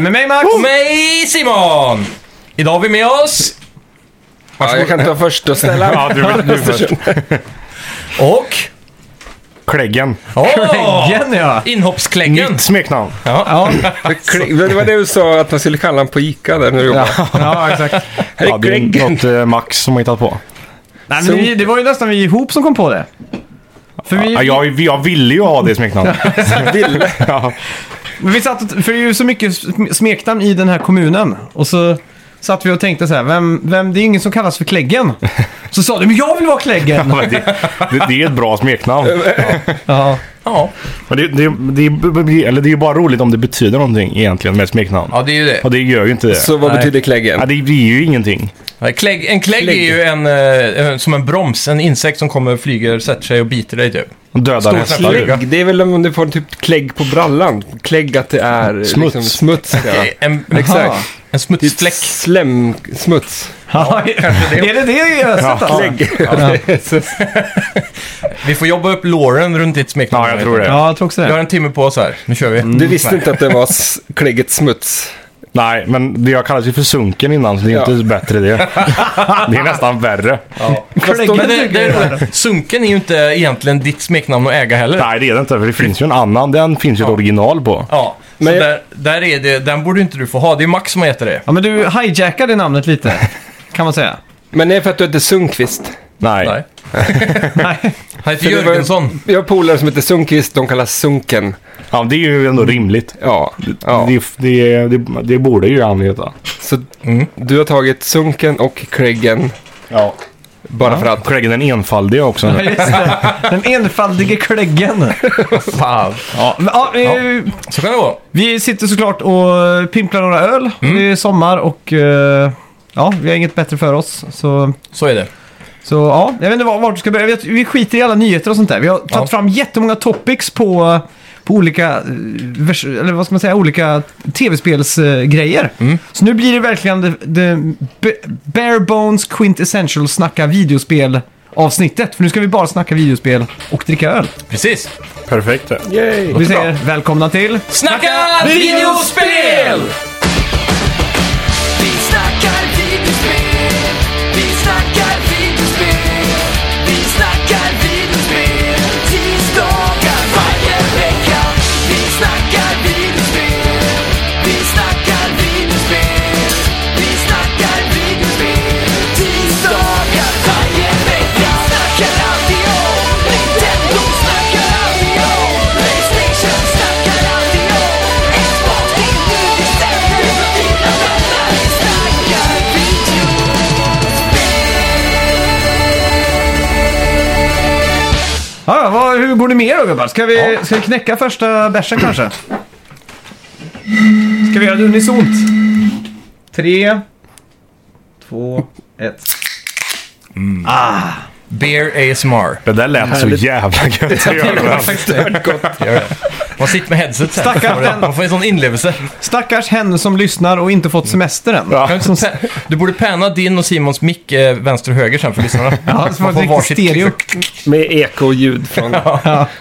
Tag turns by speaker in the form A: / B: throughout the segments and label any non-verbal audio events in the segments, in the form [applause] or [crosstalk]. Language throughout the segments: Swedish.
A: Med mig Max!
B: Och mig Simon! Idag har vi med oss...
C: Ja, jag kan ta först och ställa.
A: Ja, du, du först.
B: Och...
A: Kläggen.
B: Åh!
D: Kläggen ja.
B: Inhoppskläggen!
A: Nytt smeknamn.
D: Ja,
C: Det var det du sa att man skulle kalla honom på Ica där när du jobbade.
D: ja exakt.
C: Här
A: Ja,
C: är
A: det är
C: Greg.
A: något eh, Max som har hittat på.
D: Nej, men vi, det var ju nästan vi ihop som kom på det. För vi,
A: Ja, jag, jag ville ju ha det smeknamnet.
C: Ville.
A: Ja.
D: men vi satt, och- för det är ju så mycket sm- smeknamn i den här kommunen. Och så satt vi och tänkte så här, vem, vem, det är ingen som kallas för [laughs] Kläggen. Så sa du, men jag vill vara Kläggen!
A: Ja, men Det, det, det är ett bra smeknamn.
D: Ja,
B: Ja.
A: Men det, det, det, är- eller det är ju bara roligt om det betyder någonting egentligen med ett smeknamn.
B: [laughs] ja, det är ju det.
A: Och det gör ju inte det.
C: Så vad
D: Nej.
C: betyder
A: Ja,
C: kläggen?
A: det, det är ju ingenting.
B: Ja, Klägg, en klägg är ju en, eh, eh, som en broms, en insekt som kommer, flyger, sätter sig och biter dig typ.
A: Dödar
B: Stor
A: hästar.
B: klägg.
A: ju.
C: Klägg, det är väl om du får typ klägg på brallan. Klägg att det är
A: Smuts.
C: Liksom, smuts ja.
B: En,
C: Exakt.
D: Aha.
B: en
C: Typ
B: smutsfläck.
C: slemsmuts.
D: ja är det det i öset alltså?
C: Klägg. [laughs]
B: Vi får jobba upp låren runt ditt smeknamn.
A: Ja, jag tror det.
D: Ja, jag tror också
B: Vi har
D: det.
B: en timme på oss här. Nu kör vi.
C: Du visste inte att det var s- klägget smuts.
A: Nej, men det jag kallas ju för sunken innan så det är
C: Ja.
A: inte bättre det. Det är nästan värre.
B: Ja.
D: Kläggen
B: Men det,
D: tycker
B: det,
D: jag.
B: är- sunken är ju inte egentligen ditt smeknamn att äga heller.
A: Nej, det är det inte. För det finns ju en annan. Den finns ju ett original på.
B: Ja, så
C: Men-
B: där, där är det, den borde inte du få ha. Det är Max som heter det.
D: Ja, men du hijackade namnet [laughs] lite, kan man säga.
C: Men det är för att du heter Sundqvist.
A: Nej.
B: Nej.
D: Nej.
B: Han heter
C: För det var-
B: Jörgensson.
C: Jag har polare som heter Sundqvist, de kallas Sunken.
A: Ja, det är ju ändå rimligt.
C: Ja, ja.
A: Det, det, det, det borde ju han heta.
C: så
B: Mm.
C: du har tagit Sunken och kläggen
A: Ja.
C: bara för att.
A: Kläggen den enfaldiga också nu.
D: Just det. Den enfaldige Kläggen.
B: Fan.
D: Ja, men, ja, eh,
B: Så kan det vara.
D: Vi sitter såklart och pimplar några öl. Det är sommar och eh, ja, vi har inget bättre för oss. Så,
B: Så är det.
D: så ja, jag vet inte var- vart du ska börja. Jag vet- Vi skiter i alla nyheter och sånt där. Vi har tagit
B: Ja.
D: fram jättemånga topics på, på olika, eh, vers, eller vad ska man säga, olika tv-spelsgrejer. Så nu blir det verkligen det, det b- bare bones quintessential snacka videospel avsnittet. För nu ska vi bara snacka videospel och dricka öl.
B: Precis.
A: Perfekt. det.
C: Yay!
D: Vi säger välkomna till...
B: Snacka videospel!
E: Vi snackar videospel, vi snackar videospel, vi snackar videospel, tisdagar varje vecka. Vi snackar videospel, vi snackar videospel, vi snackar videospel, tisdagar varje vecka. Snackar alltid om Nintendo, snackar alltid om Playstation, snackar alltid om Xbox, det är nu vi sänder för dina vänner. Vi snackar video.
D: Ja, ja, vad, hur går det med er då gubbar? Ska vi, ska vi knäcka första bärsen kanske? Ska vi göra det unisont? Tre, två, ett.
B: Beer ASMR.
A: Det där lät så jävla gött att göra.
B: Gör det. Man sitter med headset sen.
D: Stackars
B: Man får-
D: den.
B: Man får en sån inlevelse.
D: Stackars hen som lyssnar och inte fått semester än.
A: Ja.
B: Kan du inte pä- Du borde penna din och Simons mick eh, vänster och höger sen för lyssnarna.
D: Ja, så
B: Man
D: man
B: får
D: får
B: varsitt
D: stereo.
C: Med ekoljud från,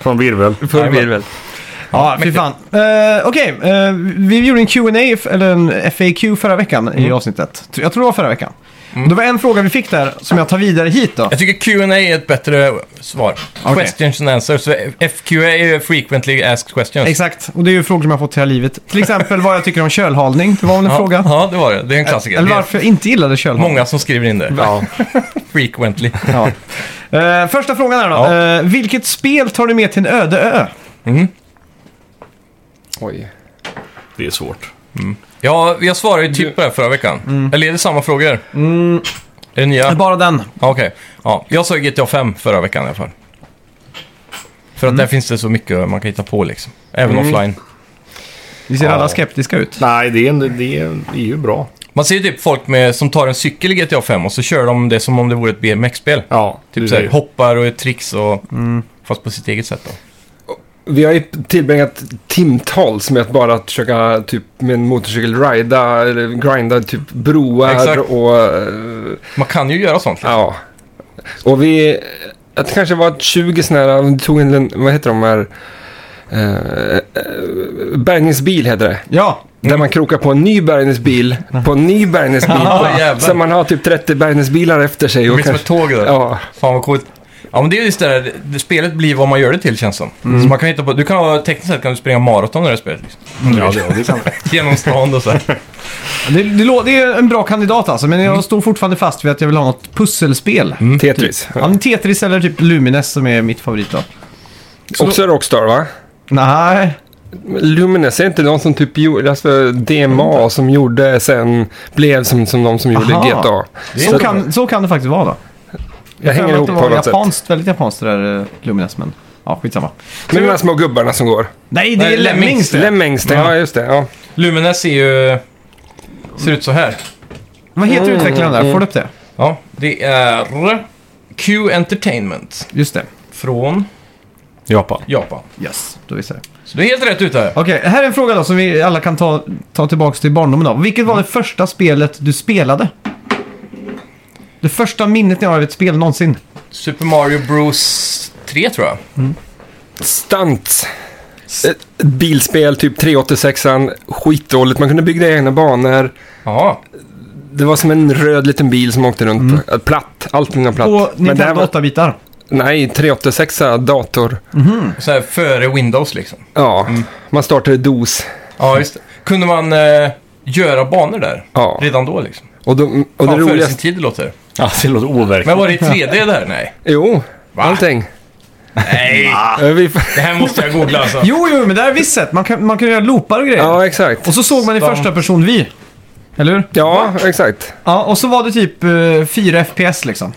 A: Från virvel.
C: från virvel.
D: Ja, fy fan. Eh, Okej, eh, vi gjorde en Q&A f- eller en FAQ förra veckan
B: Mm.
D: i avsnittet. Jag tror det var förra veckan. Det var en fråga vi fick där som jag tar vidare hit då.
B: Jag tycker Q&A är ett bättre svar. Questions and answers. Så FQA är ju frequently asked questions.
D: Exakt, och det är ju frågor som jag fått hela livet. Till exempel vad jag tycker om kölhalning. Det var väl en
B: ja,
D: fråga.
B: Ja, det var det. Det är en klassiker.
D: Eller
B: Det är
D: varför jag inte gillade kölhalning.
B: Många som skriver in det.
A: Ja.
B: [laughs] Frequently.
D: Ja. Eh, första frågan här då.
B: Ja.
D: Eh, vilket spel tar du med till en öde ö?
C: Oj.
A: Det är svårt.
B: Ja, jag svarade ju typ på det här förra veckan. Eller är det samma frågor? Är det nya?
D: Bara den.
B: Ja, Okej. Ja, jag sa GTA 5 förra veckan i alla fall. För att där finns det så mycket man kan hitta på liksom. Även offline.
D: Vi ser
A: Ja.
D: alla skeptiska ut.
A: Nej, det är, en- det är, det är ju bra.
B: Man ser ju typ folk med, som tar en cykel i GTA 5 och så kör de det som om det vore ett BMX-spel.
A: Ja,
B: Typ såhär, hoppar och tricks och... Fast på sitt eget sätt då.
C: Vi har ju tillbringat timtals med att bara att försöka typ med en motorcykel rida eller grinda typ broar
B: Exakt.
C: och eh,
B: Man kan ju göra sånt. Liksom.
C: ja. Och vi, att det kanske var 20 sådana här, vi tog en, vad heter de här, eh, eh, bärgningsbil heter det.
D: Ja,
B: Mm.
C: Där man krokar på en ny bärgningsbil, på en ny bärgningsbil.
B: [laughs] Ja, jävlar.
C: så man har typ 30 bärgningsbilar efter sig.
B: Det
C: Och
B: blir som ett
C: kanske,
B: tåg där.
C: ja,
B: Fan vad coolt. Ja men det är just det där, det- spelet blir vad man gör det till känns som.
C: Mm.
B: Så man kan hitta på, du kan ha, tekniskt sett kan du springa maraton i det här spelet
C: [laughs]
B: liksom.
A: Ja, det, det kan det.
B: Genom stan och så här.
D: [laughs] det, det, lå- det är en bra kandidat alltså, men jag står fortfarande fast vid att jag vill ha något pusselspel.
C: Mm.
B: Mm.
C: Tetris.
D: Ja, men Tetris eller typ Lumines som är mitt favorit då.
C: Också Rockstar va?
D: Nej,
C: Lumines, är det inte de som typ gjorde, alltså DMA som gjorde sen, blev som, som de som gjorde
D: Mm. Aha.
C: GTA.
D: så kan, så kan det faktiskt vara då.
C: Jag hänger
D: tror
C: ihop
D: att det
C: på
D: var
C: något sätt.
D: japanskt, väldigt japanskt det där eh, Lumines, men ja, skitsamma.
C: Med de här små gubbarna som går.
D: Nej, det
B: Nej,
D: är
B: Lemmings.
D: Lemmings det. Mm.
C: Lemmings, det- ja just det. Ja.
B: Lumines är ju, ser ut så här.
D: Vad heter utvecklaren där? Får du upp det?
B: Ja, det är Q Entertainment
D: Just det.
B: från
A: Japan.
B: Japan.
D: Yes, då visar det.
B: Så du är helt rätt ute här.
D: Okej, här är en fråga då som vi alla kan ta, ta tillbaka till barndomen då. Vilket var det första spelet du spelade? Det första minnet ni har av ett spel någonsin?
B: Super Mario Bros 3 tror jag.
C: Stunt. Ett ett bilspel, typ 386an, skitdåligt. Man kunde bygga egna banor.
B: Ja,
C: Det var som en röd liten bil som åkte runt. Eh, Platt, allting var platt.
D: Mm. På
C: det här
D: Nintendo
C: var,
D: 8-bitar?
C: nej, 386 dator.
B: så här före Windows liksom.
C: Ja,
D: Mm.
C: man startade DOS.
B: Ja, just det. Kunde man eh, göra banor där?
C: Ja.
B: Redan då liksom?
C: Och, de,
B: Fan,
C: och det
B: före sin
C: roligaste...
B: tid det låter det.
A: Ja, det låter overkligt.
B: Men var det i 3D där? Nej.
C: Jo,
B: Va?
C: allting.
B: Nej.
C: Eh, Vi,
B: Det här måste jag googla alltså.
D: Jo, jo, men det är visst sätt. Man kan, man kan göra loopar och grejer.
C: ja, exakt.
D: Och så såg man i
B: Stan.
D: första person vi. Eller hur?
C: Ja, exakt.
D: Ja, och så var det typ eh, 4 FPS liksom.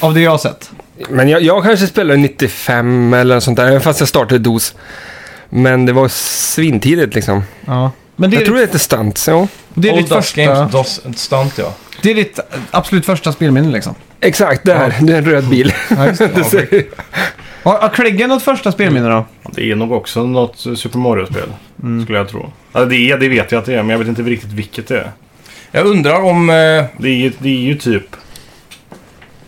D: Av det jag har sett.
C: Men jag, jag kanske spelade 95 eller något sånt där, även fast jag startade DOS. Men det var svintidigt liksom.
D: Ja. Men det är,
C: Jag tror det heter stunt, ja.
D: det är
B: Old
D: ditt
B: Dust
D: första...
B: Games, DOS, Stunt ja.
D: Det är ditt absolut första spelminne liksom.
C: Exakt, där. Det är en röd bil.
D: Ja,
C: [laughs]
D: just det.
C: Du ser-
D: Har har Klegge något första spelminne
B: Mm.
D: då?
A: Det är nog också något Super Mario-spel. Skulle jag tro. Ja, det är, det vet jag att det är, men jag vet inte riktigt vilket det är.
B: Jag undrar om... Eh,
A: Det är ju, det är ju typ...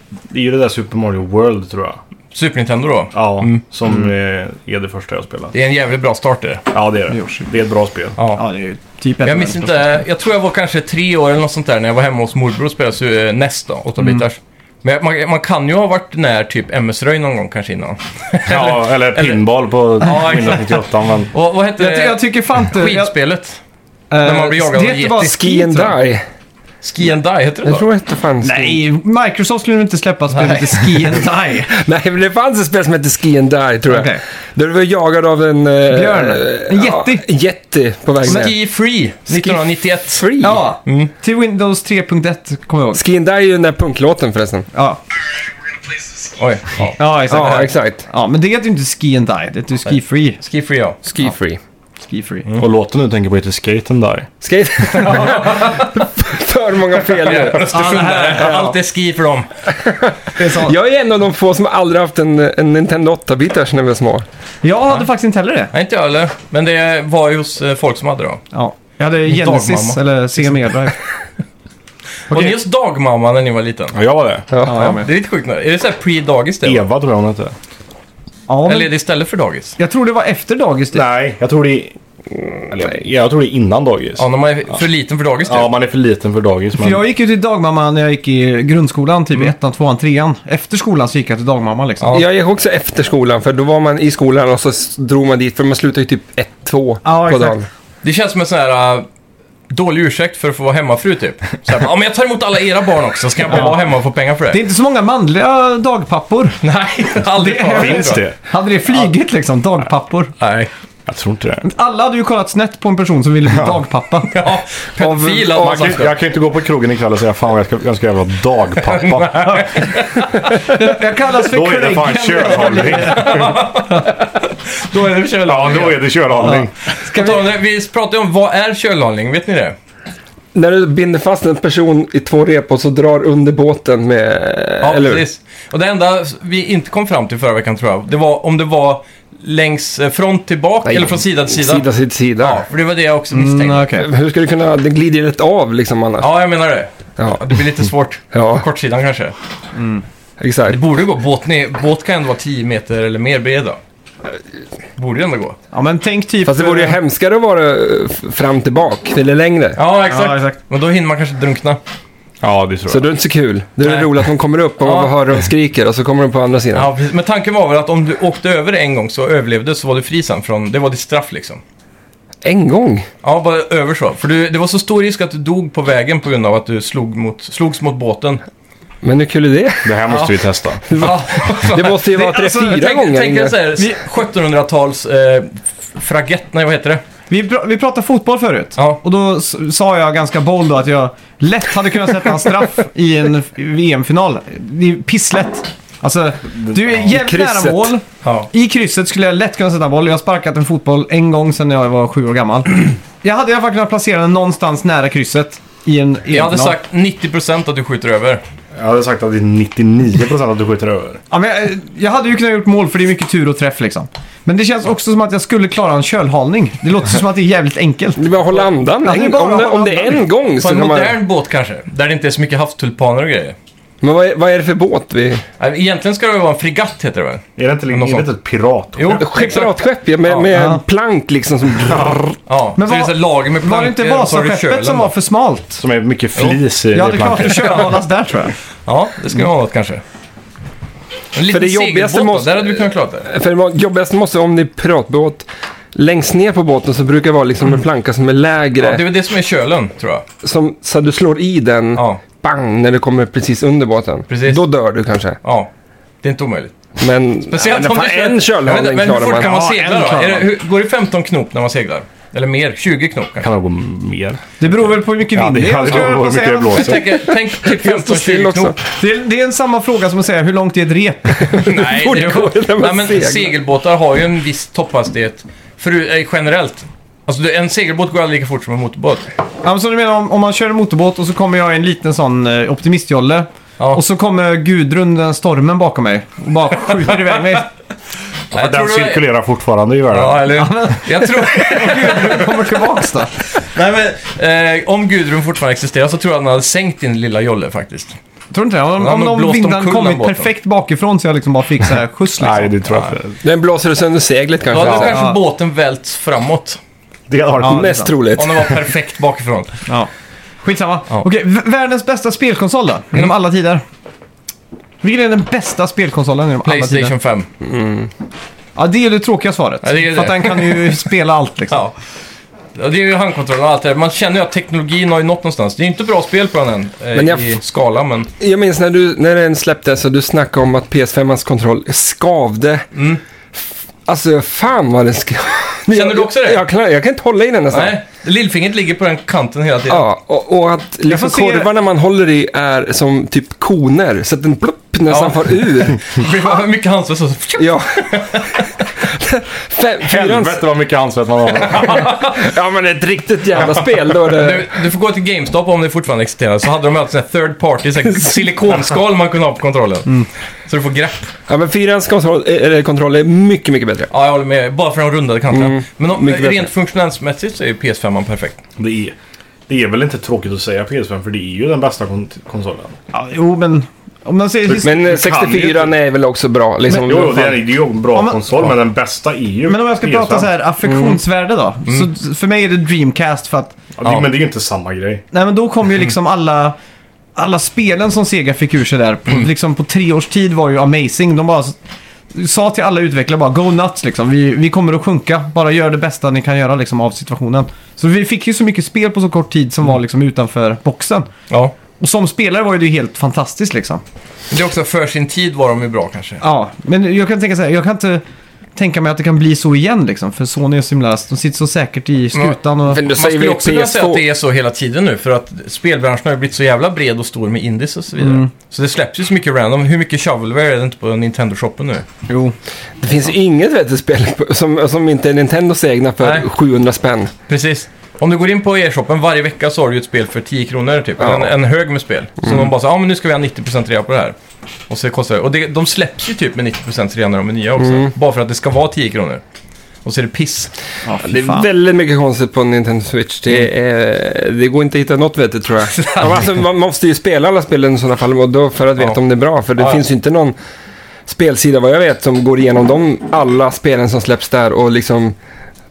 A: Det är ju det där Super Mario World tror jag.
B: Super Nintendo då?
A: Ja, som eh, är det första jag spelat.
B: Det är en jävligt bra start det.
A: Ja, det är det. Det är ett bra spel.
B: Ja.
D: Ja, det är ju typ ett
B: Jag
D: av
B: minns
D: de
B: inte. Jag tror jag var kanske tre år eller något sånt där när jag var hemma hos morbror och spelade så, eh, NES då,
D: Mm.
B: 8-bitars. Men man, man kan ju ha varit när typ MS-röj någon gång kanske innan.
A: Ja, eller pinball på
B: Ja,
A: Windows 98. Men...
B: Och, vad hette
D: Jag, ty- jag tycker fan inte... jag-
B: skidspelet?
D: eh,
B: man blir jagad av
D: det heter bara
B: en get.
C: Ski and
D: tror jag.
C: die.
B: Ski and Die heter det
C: Jag
B: då?
C: tror det hette fan Ski-
D: Nej, Microsoft skulle nog inte släppa spel som heter Ski [laughs] and Die.
C: [laughs] Nej, men det fanns ett spel som hette Ski and die, tror jag.
D: Okej.
C: Där du var jagad av en... eh,
D: Björn. En
C: ja,
D: jätte.
C: en jätte på väg ner.
B: Ski Free 1991.
C: Free.
D: Ja, till Windows 3.1 kommer jag ihåg.
C: Ski and die är ju den där punklåten förresten.
D: Ja,
B: Oj. Ja.
D: ja exakt.
C: Ja,
D: Ja,
C: exakt.
D: men det heter ju inte Ski and Die, det heter ju Ski Free.
B: Ski Free ja.
C: Ski free.
D: Ski Free.
A: Och låten du tänker på heter Skate and Die.
C: Skate. [laughs] För många fel nu.
B: Östersundare. Allt är ski för dem.
D: Det är så.
C: Jag är en av de få som aldrig haft en, en Nintendo 8-bitars när vi var små.
D: Jag hade faktiskt inte heller det.
B: Nej, inte jag heller. Men det var ju hos eh, folk som hade det då.
D: Ja. Jag hade Genesis
B: dagmamma.
D: eller Sega Mega Drive.
B: Var ni hos dagmamma när ni var liten?
A: Ja, jag var det.
D: Ja, jag med.
B: Det är lite sjukt. nu. Är det så här pre-dagis det?
A: Eva tror jag hon hette.
D: Ja,
B: Eller är
D: men
B: det istället för dagis?
D: jag tror det var efter dagis typ.
A: Nej, jag tror det är... Eller, jag tror det är innan dagis.
B: Ja, när man är för liten för dagis
A: Ja,
B: typ.
A: man är för liten för dagis.
D: För
A: Men...
D: jag gick ju till dagmamma när jag gick i grundskolan, typ i ettan, tvåan, trean. Efter skolan så gick jag till dagmamma liksom.
B: Ja.
C: Jag gick också efter skolan, för då var man i skolan och så s- drog man dit, för man slutade ju typ 1-2
D: Ja,
C: på
D: exakt.
C: dagen.
B: Det känns som en sån här äh, dålig ursäkt för att få vara hemmafru typ. Så här, ja, men jag tar emot alla era barn också, så kan jag bara vara hemma och få pengar för det.
D: Det är inte så många manliga dagpappor.
B: Nej, aldrig
D: Det-
B: varit,
A: Finns
B: tror jag.
A: det?
D: Hade det flygit liksom, dagpappor.
B: Nej.
A: Jag tror inte det.
D: Alla hade ju kollat snett på en person som ville bli dagpappa.
B: Ja, pedofil
A: Man
B: alltså.
A: kan, jag kan ju inte gå på krogen ikväll och säga fan vad jag ska, jag ska vara
B: [laughs]
A: dagpappa.
D: Jag kallas för
A: Då är det fan kölhållning.
B: Då är det
A: Ja,
B: kölhållning.
A: då är det kölhållning.
B: På tal om det, vi pratade ju om vad är kölhållning, vet ni det?
C: När du binder fast en person i två rep och så drar under båten med...
B: Ja,
C: eller hur?
B: precis. Och det enda vi inte kom fram till förra veckan tror jag, det var om det var längs eh, front till bak eller från sida till sida.
C: Sida till sida.
B: Ja, för det var det jag också misstänkte.
D: Mm, okej.
C: Hur ska du kunna... Det glider ju lätt av liksom annars.
B: Ja, jag menar det.
C: Ja.
B: Det blir lite svårt.
C: Ja.
B: På kortsidan kanske.
C: Exakt.
B: Det borde gå. Båten är, båt kan ändå vara 10 meter eller mer bred då. Borde ju ändå gå.
D: Ja, men tänk typ...
C: Fast det vore ju
D: eh,
C: hemskare att vara eh, f- fram tillbaka, eller längre.
B: Ja, exakt.
D: Ja, exakt.
B: Men då hinner man kanske drunkna.
A: Ja, det tror
C: Så
A: jag.
C: det är inte så kul. Det är
B: Nej.
C: roligt att de kommer upp och
B: Ja.
C: man hör hur de skriker och så kommer de på andra sidan.
B: Ja, precis. Men tanken var väl att om du åkte över en gång så överlevde så var du fri sen från, det var ditt straff liksom.
C: En gång?
B: Ja, bara över så. För du, det var så stor risk att du dog på vägen på grund av att du slog mot, slogs mot båten.
C: Men hur kul är
B: [laughs]
C: det?
A: Det här måste vi testa.
B: Ja.
C: Det måste ju vara tre,
D: alltså,
C: fyra
B: Tänk,
C: gånger.
B: tänk en
C: innan.
B: sån här 1700-tals eh, f- fragett, nej vad heter det?
D: Vi, pra- vi pratade fotboll förut.
B: Ja.
D: Och då s- sa jag ganska bold då att jag lätt hade kunnat sätta en straff i en f- VM-final. Det är pisslätt. Alltså, du är jävligt nära
C: krysset.
D: mål.
B: Ja.
D: I krysset skulle jag lätt kunna sätta en boll. Jag har sparkat en fotboll en gång sedan jag var sju år gammal. Jag hade i alla fall kunnat placera den någonstans nära krysset i en
B: Jag hade sagt 90% att du skjuter över.
A: Jag hade sagt att det är 99% att du skjuter över.
D: Ja, men jag, jag hade ju kunnat gjort mål för det är mycket tur och träff liksom. Men det känns också som att jag skulle klara en kölhalning. Det låter som att det är jävligt enkelt.
C: Det är bara att hålla andan.
D: Ja, det är
C: En-
D: bara
C: om,
D: att
C: det,
D: hålla
C: om det är
D: andan.
C: en gång så
B: På en
C: kan man...
B: modern båt kanske, där det inte är så mycket havstulpaner och grejer.
C: Men vad är, vad är det för båt vi...
B: Nej, Egentligen ska det vara en fregatt heter det väl?
A: Är det inte, li-
B: Något
A: är det inte
B: sånt.
A: ett pirat?
B: Jo,
C: Skepp-
B: exakt.
C: Piratskepp ja, med, med
D: Ja.
C: plank liksom som...
B: Ja,
D: Men
B: så det är
D: var-
B: så här lager med
D: Var det inte
B: plankor och så har du
D: Vasaskeppet
B: kölen
D: som
B: då.
D: var för smalt?
A: Som är mycket flis i
D: Jag hade klarat
A: plankan.
D: att kölhalas där tror jag.
B: Ja, det skulle vara något kanske. En liten
C: det jobbigaste
B: segelbåt
C: måste-
B: då, där hade vi kunnat klara det.
C: För det var- jobbigast måste om det är piratbåt. Längst ner på båten så brukar det vara liksom en planka som är lägre.
B: Mm. Ja, det är väl det som är kölen, tror jag.
C: som, så du slår i den,
B: Ja.
C: bang, när du kommer precis under båten.
B: Precis.
C: Då dör du kanske.
B: Ja, det är inte omöjligt.
C: Men,
B: Speciellt
C: men
B: om
C: fan,
B: du kör-
C: en
B: Jag vet
C: kölhalning
B: inte, Men hur
C: klarar
B: fort kan
C: man.
B: man
D: Ja,
B: segla
D: en
B: då?
D: klarar
B: Är det,
D: man.
B: hur, går det 15 knop när man seglar? Eller mer? 20 knop kanske?
A: Kan det gå mer?
D: Det beror väl på hur mycket
A: Ja,
D: vind
A: det
D: det är.
A: hade
D: skulle jag
A: gått
D: vilja
A: hur mycket
D: säga.
A: det blåser.
B: Tänk, tänk typ
C: står still
B: 15-20
C: också.
B: knop.
D: Det är, det är en samma fråga som att säga hur långt är ett rep?
B: [laughs] Nej,
C: fort
B: det är,
C: går det när man
B: nej, men
C: seglar?
B: segelbåtar har ju en viss topphastighet. För, eh, generellt. Alltså, du- en segelbåt går aldrig lika fort som en motorbåt.
D: Ja, men så du menar om, om man kör en motorbåt och så kommer jag i en liten sån eh, optimistjolle.
B: Ja.
D: Och så kommer Gudrun, den stormen bakom mig. Och bara skjuter iväg mig.
B: Nej, jag
A: Den
B: tror det var-
A: cirkulerar fortfarande i världen.
B: Ja, eller Jag tror...
D: Gudrun kommer tillbaks då.
B: Nej, men, eh, om Gudrun fortfarande existerar så tror jag att han hade sänkt din lilla jolle faktiskt.
D: Tror du inte det? Om,
B: har
D: om
B: nog
D: de
B: blåst
D: vindarna
B: omkull den
D: kommit
B: båten.
D: perfekt bakifrån så jag liksom bara fick så här skjuts liksom.
A: Nej, det tror jag inte.
C: Den blåser sönder seglet
B: Då
C: kanske.
B: hade
C: Ja,
B: kanske
D: Ja.
B: båten välts framåt.
A: Det har
D: Ja.
C: Mest troligt.
B: Om den var perfekt
C: [laughs]
B: bakifrån.
D: Ja. Skitsamma.
B: Ja. Mm.
D: Okej, v- världens bästa spelkonsol då? Genom alla tider? Vilken är den bästa spelkonsolen genom alla tider?
B: Playstation 5.
D: Ja, det är det tråkiga svaret.
B: Ja, det är
D: För att
B: det.
D: den kan
B: [laughs]
D: ju spela allt liksom.
B: Ja. Ja, Det är ju handkontrollen och allt det där. Man känner ju att teknologin har ju nått någonstans. Det är ju inte bra spel på den än. Eh,
C: Men jag-
B: I skala, men...
C: Jag minns när, du, när den släpptes och du snackade om att PS5-ans kontroll skavde. F- Alltså, fan vad den [laughs] skavde.
B: Mm. Känner du också det?
C: Jag, klarar- jag kan inte hålla i den nästan.
B: Nej, lillfingret ligger på den kanten hela tiden.
C: Ja, och, och att liksom
D: får se-
C: korvarna man håller i är som typ koner, så att den plopp nästan
B: Ja.
C: far ur.
B: [laughs] Det blir bara mycket handskar så...
C: Ja. Fem, fyrans...
A: Helvete vad mycket handsvett [laughs] man har.
C: Ja, men ett riktigt jävla spel då. är Det...
B: Du, du får gå till GameStop om det fortfarande existerar. Så hade de alltid sån här third party,
C: [laughs]
B: så här silikonskal man kunde ha på kontrollen.
C: Mm.
B: Så du får grepp.
C: Ja, men fyrans kontroll, eh, eller kontroll är mycket, mycket bättre.
B: Ja, jag håller med. Bara för de rundade kanterna. Men om,
C: Mm. mycket
B: rent
C: bättre.
B: funktionensmässigt så är ju PS5 an perfekt.
A: Det är, det är väl inte tråkigt att säga PS5 för det är ju den bästa kon konsolen.
D: Ja, jo, men om man säger...
C: Men eh,
A: ju
C: 64
A: inte.
C: är väl också bra. Liksom,
A: Jo, jo,
C: Fan.
A: det är det är ju en bra
D: Ja, men-
A: konsol men den bästa är ju
D: Men om jag ska
A: PS5.
D: prata så här affektionsvärde då.
B: Mm.
D: Så för mig är det Dreamcast för att...
A: Ja, det, Men det är ju inte samma grej.
D: Nej men då kom ju liksom alla... Alla spelen som Sega fick ur sig där på, liksom på tre års tid var ju amazing. De bara s- sa till alla utvecklare bara go nuts liksom. Vi, vi kommer att sjunka. Bara gör det bästa ni kan göra liksom av situationen. Så vi fick ju så mycket spel på så kort tid som var liksom utanför boxen.
B: Ja.
D: Och som spelare var ju det helt fantastiskt liksom.
B: Det är också för sin tid var de ju bra kanske.
D: Ja, men jag kan tänka så här, jag kan inte tänka mig att det kan bli så igen liksom. För Sony är så himla, de sitter så säkert i skutan och...
C: Men då
B: Man
C: säger
B: skulle
C: vi
B: också kunna säga att det
C: PS2.
B: är så hela tiden nu, för att spelbranschen har ju blivit så jävla bred och stor med indies och så vidare.
C: Mm.
B: Så det släpps ju så mycket random. Hur mycket shovelware är det inte på Nintendo-shoppen nu?
D: Jo.
C: Det finns ju inget vettigt spel på- som, som inte är Nintendos egna för
B: Nej.
C: 700 spänn.
B: Precis. Om du går in på e-shoppen varje vecka så har du ju ett spel för 10 kronor typ.
C: Ja.
B: En, en hög med spel. Så
D: Mm.
B: de bara så ja ah, men nu ska vi ha 90% rea på det här. Och så kostar det. Och det, de släpps ju typ med 90% rea när de är nya också.
D: Mm.
B: Bara för att det ska vara 10 kronor. Och så är det piss.
D: Ja, fy
C: Det är
D: fan.
C: väldigt mycket konstigt på Nintendo Switch. Det,
B: Mm.
C: är, det går inte att hitta något
B: [laughs]
C: vettigt tror jag. Ja, men alltså, man måste ju spela alla spelen i sådana fall och då för att veta
B: Ja.
C: om det är bra. För det
B: Ja, ja.
C: finns ju inte någon... spelsida vad jag vet som går igenom de, alla spelen som släpps där och liksom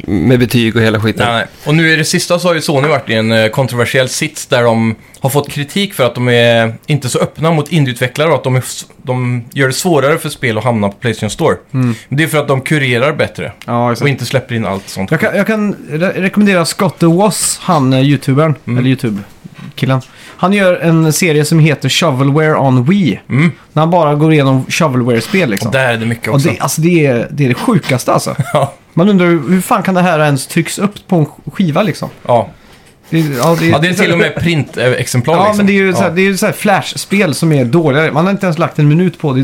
C: med betyg och hela skiten.
B: Nej, nej. Och nu i det sista så har ju Sony varit i en eh, kontroversiell sits där de har fått kritik för att de är inte så öppna mot indieutvecklare och att de, är, s- de gör det svårare för spel att hamna på Playstation Store. Men det är för att de kurerar bättre
D: Mm. Ja, exakt.
B: och inte släpper in allt sånt.
D: Jag kan, jag kan re rekommendera Scott the Was, han eh, youtubern,
B: Mm.
D: eller youtube-killen. Han gör en serie som heter Shovelware on Wii.
B: Mm.
D: När han bara går igenom Shovelware-spel liksom.
B: Och där är det mycket
D: Och
B: också.
D: det, alltså, det, är, det är det sjukaste alltså.
B: [laughs] Ja.
D: Man undrar hur hur fan kan det här ens trycks upp på en sk- skiva liksom?
B: Ja.
D: Det, ja, det,
B: ja, det är till och med printexemplar
D: [laughs] Ja,
B: liksom.
D: men det är ju
B: Ja.
D: såhär, det är ju såhär flashspel som är dåliga. Man har inte ens lagt en minut på det i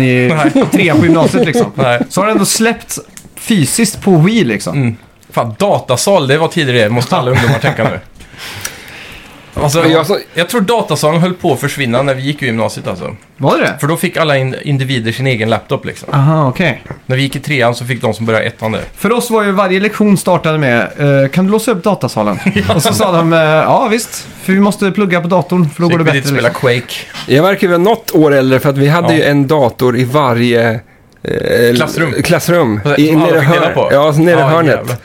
B: [laughs]
D: i [laughs] trean på gymnasiet liksom.
B: Nej.
D: Så har det ändå släppts fysiskt på Wii liksom.
B: Mm. Fan, datasal, det var tidigare det. Måste alla ungdomar tänka nu. Alltså,
C: Men jag-
B: jag, tror datasalen höll på att försvinna när vi gick i gymnasiet alltså.
D: Var det det?
B: För då fick alla in, individer sin egen laptop liksom.
D: Aha, okej.
B: När vi gick i trean så fick de som började ettan det.
D: För oss var ju varje lektion startade med eh, Kan du låsa
B: [laughs]
D: upp datasalen? Och så sa de eh, Ja visst, för vi måste plugga på datorn för då
B: Så
D: går det
B: gick vi
D: bättre.
B: dit och
D: Liksom.
B: spelade Quake.
C: Jag verkar vara något år äldre för att vi hade
B: Ja.
C: ju en dator i varje eh,
B: Klassrum.
C: klassrum.
B: Som
C: I,
B: alla
C: nere
B: fick dela
C: hörn-
B: på.
C: Ja, så nere i
B: Ja,
C: hörnet.
B: jävlar.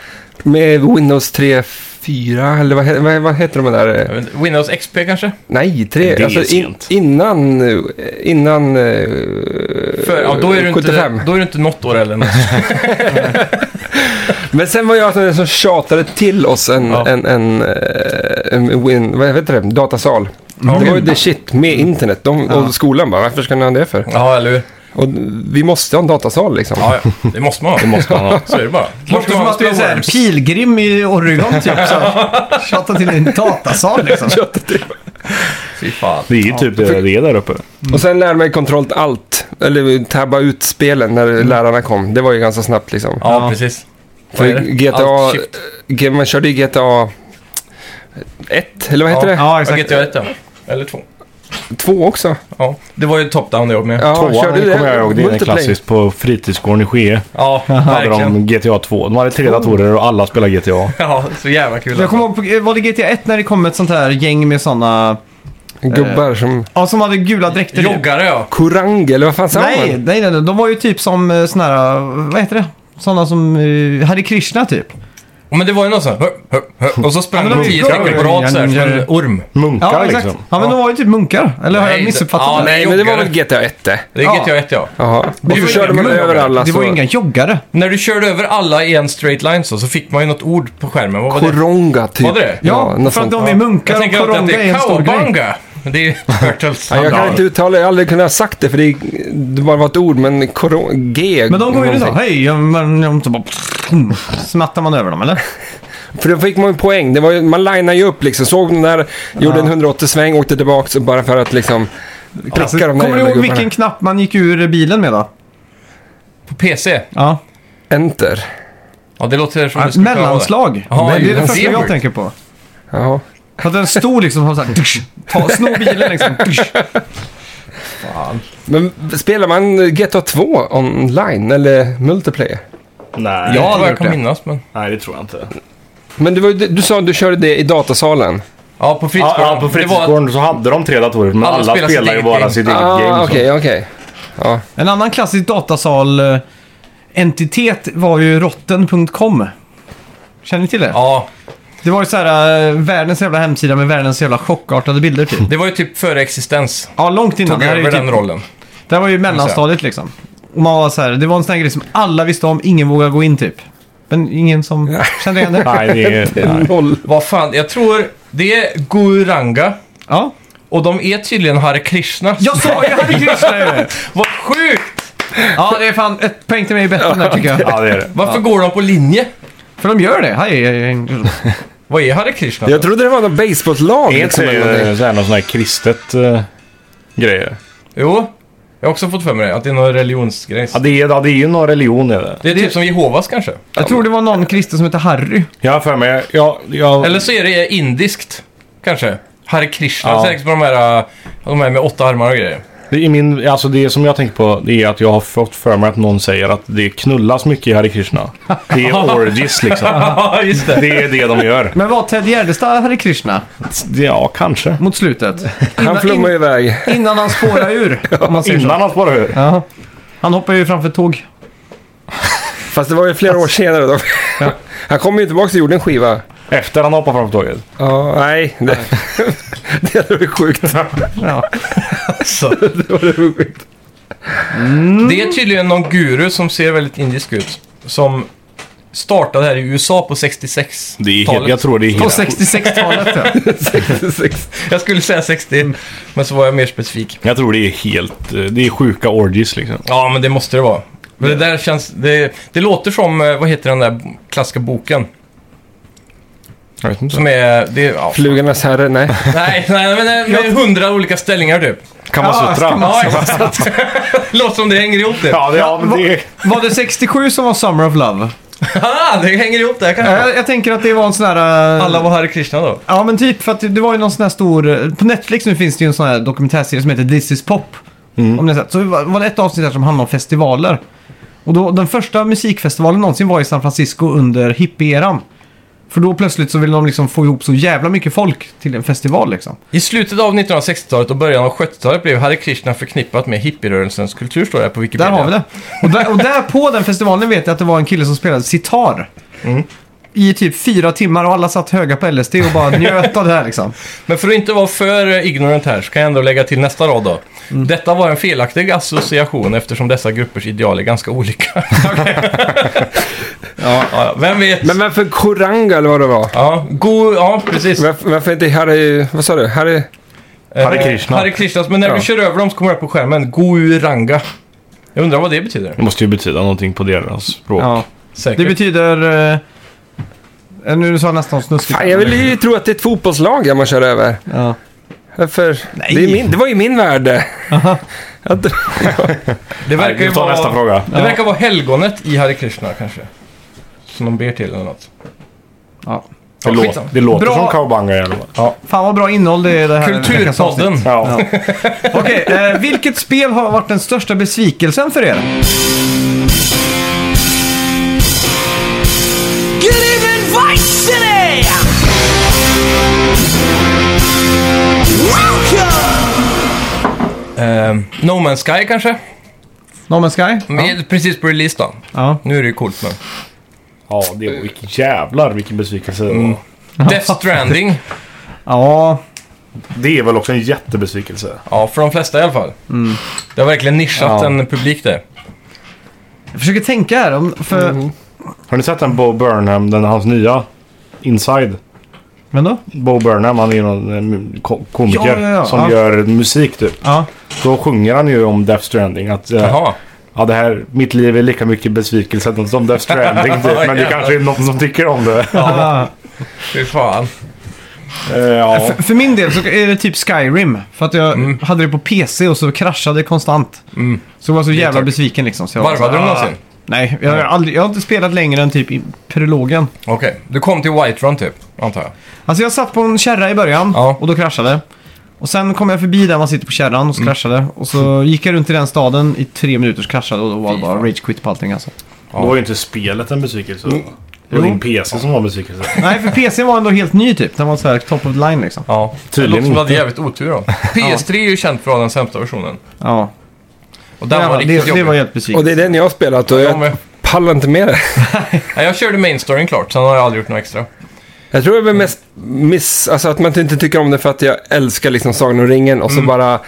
C: Med Windows 3, 4 eller vad, he- vad, vad heter de där? eh?
B: Jag vet inte, Windows XP kanske?
C: Nej, 3.
A: Det är
C: alltså, in,
A: sent.
C: innan eh, innan eh,
B: För, ja, då, är du
C: 75.
B: inte, då är du inte något år eller något.
C: Men sen var jag alltså den som tjatade till oss en,
B: Ja.
C: en, en, eh, en win, vad heter det? datasal. Det var ju the shit med internet. De, Och skolan bara, varför ska ni ha det för?
B: Ja, eller hur?
C: Och vi måste ha en datasal liksom.
B: Ja, ja. Det måste man ha. Det måste man ha. Så är det bara.
D: Låter som att du är såhär pilgrim i Oregon typ. så.
B: [laughs]
D: Tjata till en datasal liksom.
B: Fy fan.
A: Det är ju typ det det är där uppe.
C: Och sen lärde mig kontrollt allt. Eller tabba ut spelen när lärarna kom. Det var ju ganska snabbt liksom.
B: Ja, precis.
C: För
B: Vad är det?
C: GTA,
B: Allt shift.
C: G- man körde ju GTA 1, eller vad heter det?
D: Ja,
B: Ja,
D: exakt.
B: GTA 1 ja. Eller 2.
C: 2 också.
B: Ja, det var ju top-down det jag med.
C: Ja,
A: Tvåan
C: körde du
A: kommer jag ihåg. Det är en
C: Multiplayer.
A: klassiskt på fritidsgården i Skee.
B: Ja,
A: Hade
B: verkligen.
A: de GTA 2. De hade tre datorer och alla spelade GTA.
B: Ja, så jävla kul.
D: Jag kommer ihåg, på- eh, var det GTA 1 när det kom ett sånt här gäng med såna...
C: Gubbar som...
D: Ja, som hade gula dräkter.
B: Joggare ja.
C: Kurang, eller vad fan sa
D: Nej,
C: man?
D: nej, nej, nej. De var ju typ som eh, såna här, vad heter det? Såna som eh, Hare Krishna typ.
B: Men det var ju något sånt här, hö, hö, hö. Och så
D: Ja,
B: sprang
D: men
B: de
D: de
B: tio
D: gick
B: stycken på
D: över.
B: rad såhär som en
D: Ninja.
B: orm.
A: Munkar
D: Ja,
A: liksom.
D: Ja, men de var ju typ munkar. Eller har
B: Nej,
D: jag missuppfattat
B: ja,
D: det?
B: nej.
C: Nej, men det var väl
B: joggare.
C: GTA 1 det?
B: Det är
D: Ja.
B: GTA 1 ja.
C: Jaha.
B: var
C: Och
B: ju
C: så körde
B: inga
C: man
B: gubbar.
C: över alla.
D: Det var ju
C: så-
D: inga joggare.
B: När du körde över alla i en straight line så, så fick man ju något ord på skärmen. Vad var det?
C: Koronga typ.
B: Var det det?
D: Ja,
C: något
D: för att
C: sånt.
D: de är
B: Jag
D: munkar och
B: tänker alltid att
D: koronga
B: det
D: är
B: är
D: en stor grej.
B: cowbunga. Men det är ju Turtles.
C: Ja, jag kan inte uttala, jag har aldrig kunnat ha sagt det för det, är, det bara var ett ord, men koron, G...
D: Men de går ju in och så,
C: någonting.
D: hej, jag- men- jag- så bara smattar man över dem eller?
C: För då fick man ju poäng, det var ju, man lineade ju upp liksom, såg den där, gjorde en 180-sväng, åkte tillbaks och bara för att liksom pricka
D: Alltså,
C: de där
D: kommer du
C: jävla
D: ihåg
C: gubbarna.
D: vilken knapp man gick ur bilen med då?
B: På PC?
D: Ja.
C: Enter.
B: Ja, det låter som det skulle kunna vara det.
D: Mellanslag.
B: Ja,
D: det är det
B: mellanslag.
D: första jag tänker på.
C: Jaha.
D: För att den stod liksom som såhär, dusch, ta, sno bilen liksom. dusch.
C: Men spelar man GTA 2 online eller multiplayer?
A: Nej.
B: Ja,
C: aldrig
B: vad jag
C: gjort
B: kan
C: det.
B: minnas men...
A: Nej, det tror jag inte.
C: Men det var, ju det- du sa att du körde det i datasalen.
B: Ja, på
A: Ja,
B: fritidsgården.
A: ja, på
B: Det var-
A: fritidsgården så hade de tre datorer, men
B: Alla
A: alla,
B: spelar sitt
A: spelar ju
B: eget
A: bara
B: game.
A: sitt eget game.
C: Ah,
A: så.
C: okej, okej. Ja.
D: En annan klassisk datasal eh, entitet var ju rotten.com. Känner ni till det?
B: Ja,
D: Det var ju så här eh, världens jävla hemsida med världens jävla chockartade bilder typ.
B: det var ju typ före existens.
D: Ja, långt innan.
B: Tog
D: Det här är
B: över
D: ju
B: den
D: typ
B: rollen.
D: Det här var ju mellanstadiet liksom. Och man var så här, det var en sån här grej som alla visste om, ingen vågade gå in typ. Men ingen som kände
B: [laughs]
D: igen det.
A: Nej, det är... Nej.
C: [laughs] Noll.
B: Vad fan, jag tror det är Guranga.
D: Ja.
B: Och de är tydligen Hare Krishna.
D: Jag sa ju Hare Krishna ju!
B: [laughs] Vad sjukt!
D: Ja, det är fan ett poäng till mig bättre än där tycker jag.
A: Ja, det är det.
B: Varför går de på linje?
D: För de gör det. Hej, hej, hej.
B: Vad är Hare Krishna?
C: Jag trodde det var något basebolllag.
A: Är inte
C: Liksom, eller någonting.
A: det så här någon sån här kristet eh, grejer?
B: Jo, jag har också fått för mig det. Att det är någon religionsgrej.
A: Ja, det är, ja, det är ju någon religion är det.
B: Det är typ som Jehovas kanske.
D: Jag tror det var någon kristen som hette Harry.
A: Jag har för mig, jag, jag,
B: Eller så är det indiskt kanske. Hare Krishna,
A: Ja.
B: säkert på de här, äh, de här med åtta armar och grejer.
A: det är min, alltså det som jag tänker på det är att jag har fått för mig att någon säger att det knullas mycket i Hare Krishna. Det är orgies liksom.
B: Ja, just det.
A: Det är det de gör.
D: Men var Ted Gärdestad Hare Krishna
A: Det- Ja, kanske.
D: mot slutet?
C: Han
D: Innan-
C: flummar iväg.
B: [laughs]
D: Innan han spårar ur, om man säger så.
A: Innan han spårar ur.
D: Ja. Han hoppar ju framför ett tåg.
C: Fast det var ju flera år senare då. [laughs] Han kom ju tillbaka och gjorde en skiva.
A: Efter han hoppar framför tåget.
C: Ja, nej. Det, [laughs] det är sjukt.
D: Ja.
B: Så. Det är tydligen någon guru som ser väldigt indisk ut. Som startade här i USA på 66
A: Det är helt, jag tror det är
D: På
A: helt...
D: 66-talet ja.
C: [laughs] 66.
B: [laughs] Jag skulle säga 60, men så var jag mer specifik.
A: Jag tror det är helt... eh, Det är sjuka orgies liksom.
B: Ja, men det måste det vara. Men det där känns... Det, det låter som, eh, vad heter den där klassiska boken?
A: Jag vet inte.
B: Som är... Det, ja.
C: Flugornas
B: [laughs]
C: herre, nej.
B: Nej, nej, men det är hundra olika ställningar typ.
A: Kamasutra.
B: Ja, exakt. [laughs] låter som det hänger ihop typ. det.
A: Ja, det, ja, men det...
D: Var det 67 som var Summer of Love?
B: Ah, det hänger ihop där kanske.
D: Jag, jag tänker att det var en sån här... eh,
B: Alla var Hare Krishna då.
D: Ja men typ för att det var ju någon sån här stor... eh, På Netflix nu finns det ju en sån här dokumentärserie som heter This is Pop. Om ni har sett. Så var var det ett avsnitt här som handlade om festivaler. Och då, den första musikfestivalen någonsin var i San Francisco under hippie-eran. För då plötsligt så ville de liksom få ihop så jävla mycket folk till en festival liksom.
B: I slutet av 1960-talet och början av 70-talet blev Hare Krishna förknippat med hippierörelsens kultur, står det här på Wikipedia.
D: Där har vi det. Och där, och där på den festivalen vet jag att det var en kille som spelade sitar. I typ fyra timmar och alla satt höga på LSD och bara njöt av det här liksom.
B: Men för att inte vara för eh, ignorant här så kan jag ändå lägga till nästa rad då. Detta var en felaktig association eftersom dessa gruppers ideal är ganska olika. [laughs] ja. Ja, vem vet?
C: Men varför Koranga eller vad det var?
B: Ja, go, ja, precis. Eh,
C: Varför, varför inte Harry... Vad sa du? Harry...
A: Hare Krishna.
B: Hare Krishna. Men när
C: Ja.
B: du kör över dem så kommer det upp på skärmen. Gouranga. Jag undrar vad det betyder.
A: Det måste ju betyda någonting på deras språk.
D: Ja. Det
B: Säkert.
D: betyder... Eh, nu sa jag nästan snuskigt.
C: Fan, jag vill ju tro att det är ett fotbollslag jag man kör över.
D: Ja.
C: Varför?
D: Nej.
C: Det, är min, det var ju min värld. Att-
B: det
A: Nej,
B: verkar ju
A: vi tar
B: vara...
A: nästa fråga.
B: Det verkar vara helgonet i Hare Krishna kanske. Som de ber till eller något.
D: Ja.
A: Det,
B: Ja,
A: lå-
B: skitsamma.
A: det låter
D: Bra.
A: som Cowbunga i alla fall. Ja.
D: Fan vad bra innehåll det är i det här
B: Eh,
D: veckans
B: Kulturpodden.
D: avsnitt.
A: Ja.
D: Okej, eh, vilket spel har varit den största besvikelsen för er?
E: Good evening, Vice City! Welcome!
B: Ehm, no Man's Sky kanske?
D: No Man's Sky?
B: Men Precis på release då.
D: Ja.
B: Nu är det ju coolt men.
A: ja, det var vilken jävlar vilken besvikelse det var.
D: Mm.
B: Death Stranding.
D: Ja.
A: Det är väl också en jättebesvikelse.
B: Ja, för de flesta i alla fall. Det har verkligen nischat
A: Ja.
B: en publik där.
D: Jag försöker tänka här. Om, för,
A: Har ni sett den Bo Burnham, den hans nya? Inside.
D: Men då?
A: Bo Burnham, han är ju någon eh, mu- ko- komiker
D: Ja, ja, ja.
A: som
D: Ja.
A: gör musik typ.
D: Ja.
A: Då sjunger han ju om Death Stranding. Att, eh,
B: Jaha.
A: Ja, det här, mitt liv är lika mycket besvikelse som Death Stranding. [laughs] Typ, men det kanske är någon som tycker om det.
D: Ja.
B: Fy fan.
A: [laughs] Eh, ja.
D: Ah, För, för min del så är det typ Skyrim. För att jag
B: Mm.
D: hade det på PC och så kraschade det konstant. Så jag var så jävla
B: klart.
D: besviken liksom. Så jag var
B: Varvade
D: så
B: de
D: här, "Ah."
B: någonsin?
D: Nej, jag har, aldrig, jag har inte spelat längre än typ i prologen.
B: Okej. Du kom till Whiterun typ, antar jag.
D: Alltså jag satt på en kärra i början
B: Ja.
D: och då kraschade. Och sen kom jag förbi där man sitter på kärran och
B: Mm.
D: så kraschade. Och så gick jag runt i den staden i tre minuter så kraschade och då var det bara rage quit på allting alltså.
A: Då var ju inte spelet en besvikelse. Det var din PC som var en besvikelse.
D: Nej, för PC var ändå helt ny typ. Den var så här top of the line liksom.
B: Ja.
A: Tydligen
B: det låter som du hade
A: inte.
B: jävligt otur då. PS3 är ju känt för att ha den sämsta versionen.
D: Ja,
B: Och den var
D: det,
B: riktigt
D: det,
B: jobbig.
D: det var helt
C: och
D: besviken.
C: det är den jag har spelat och
B: Jag
C: jag
B: med.
C: pallar inte med det.
B: Nej, jag körde main storyn klart, sen har jag aldrig gjort något extra.
C: Jag tror det är väl mest miss... Alltså att man inte tycker om det för att jag älskar liksom Sagan om ringen
B: Mm.
C: och så bara...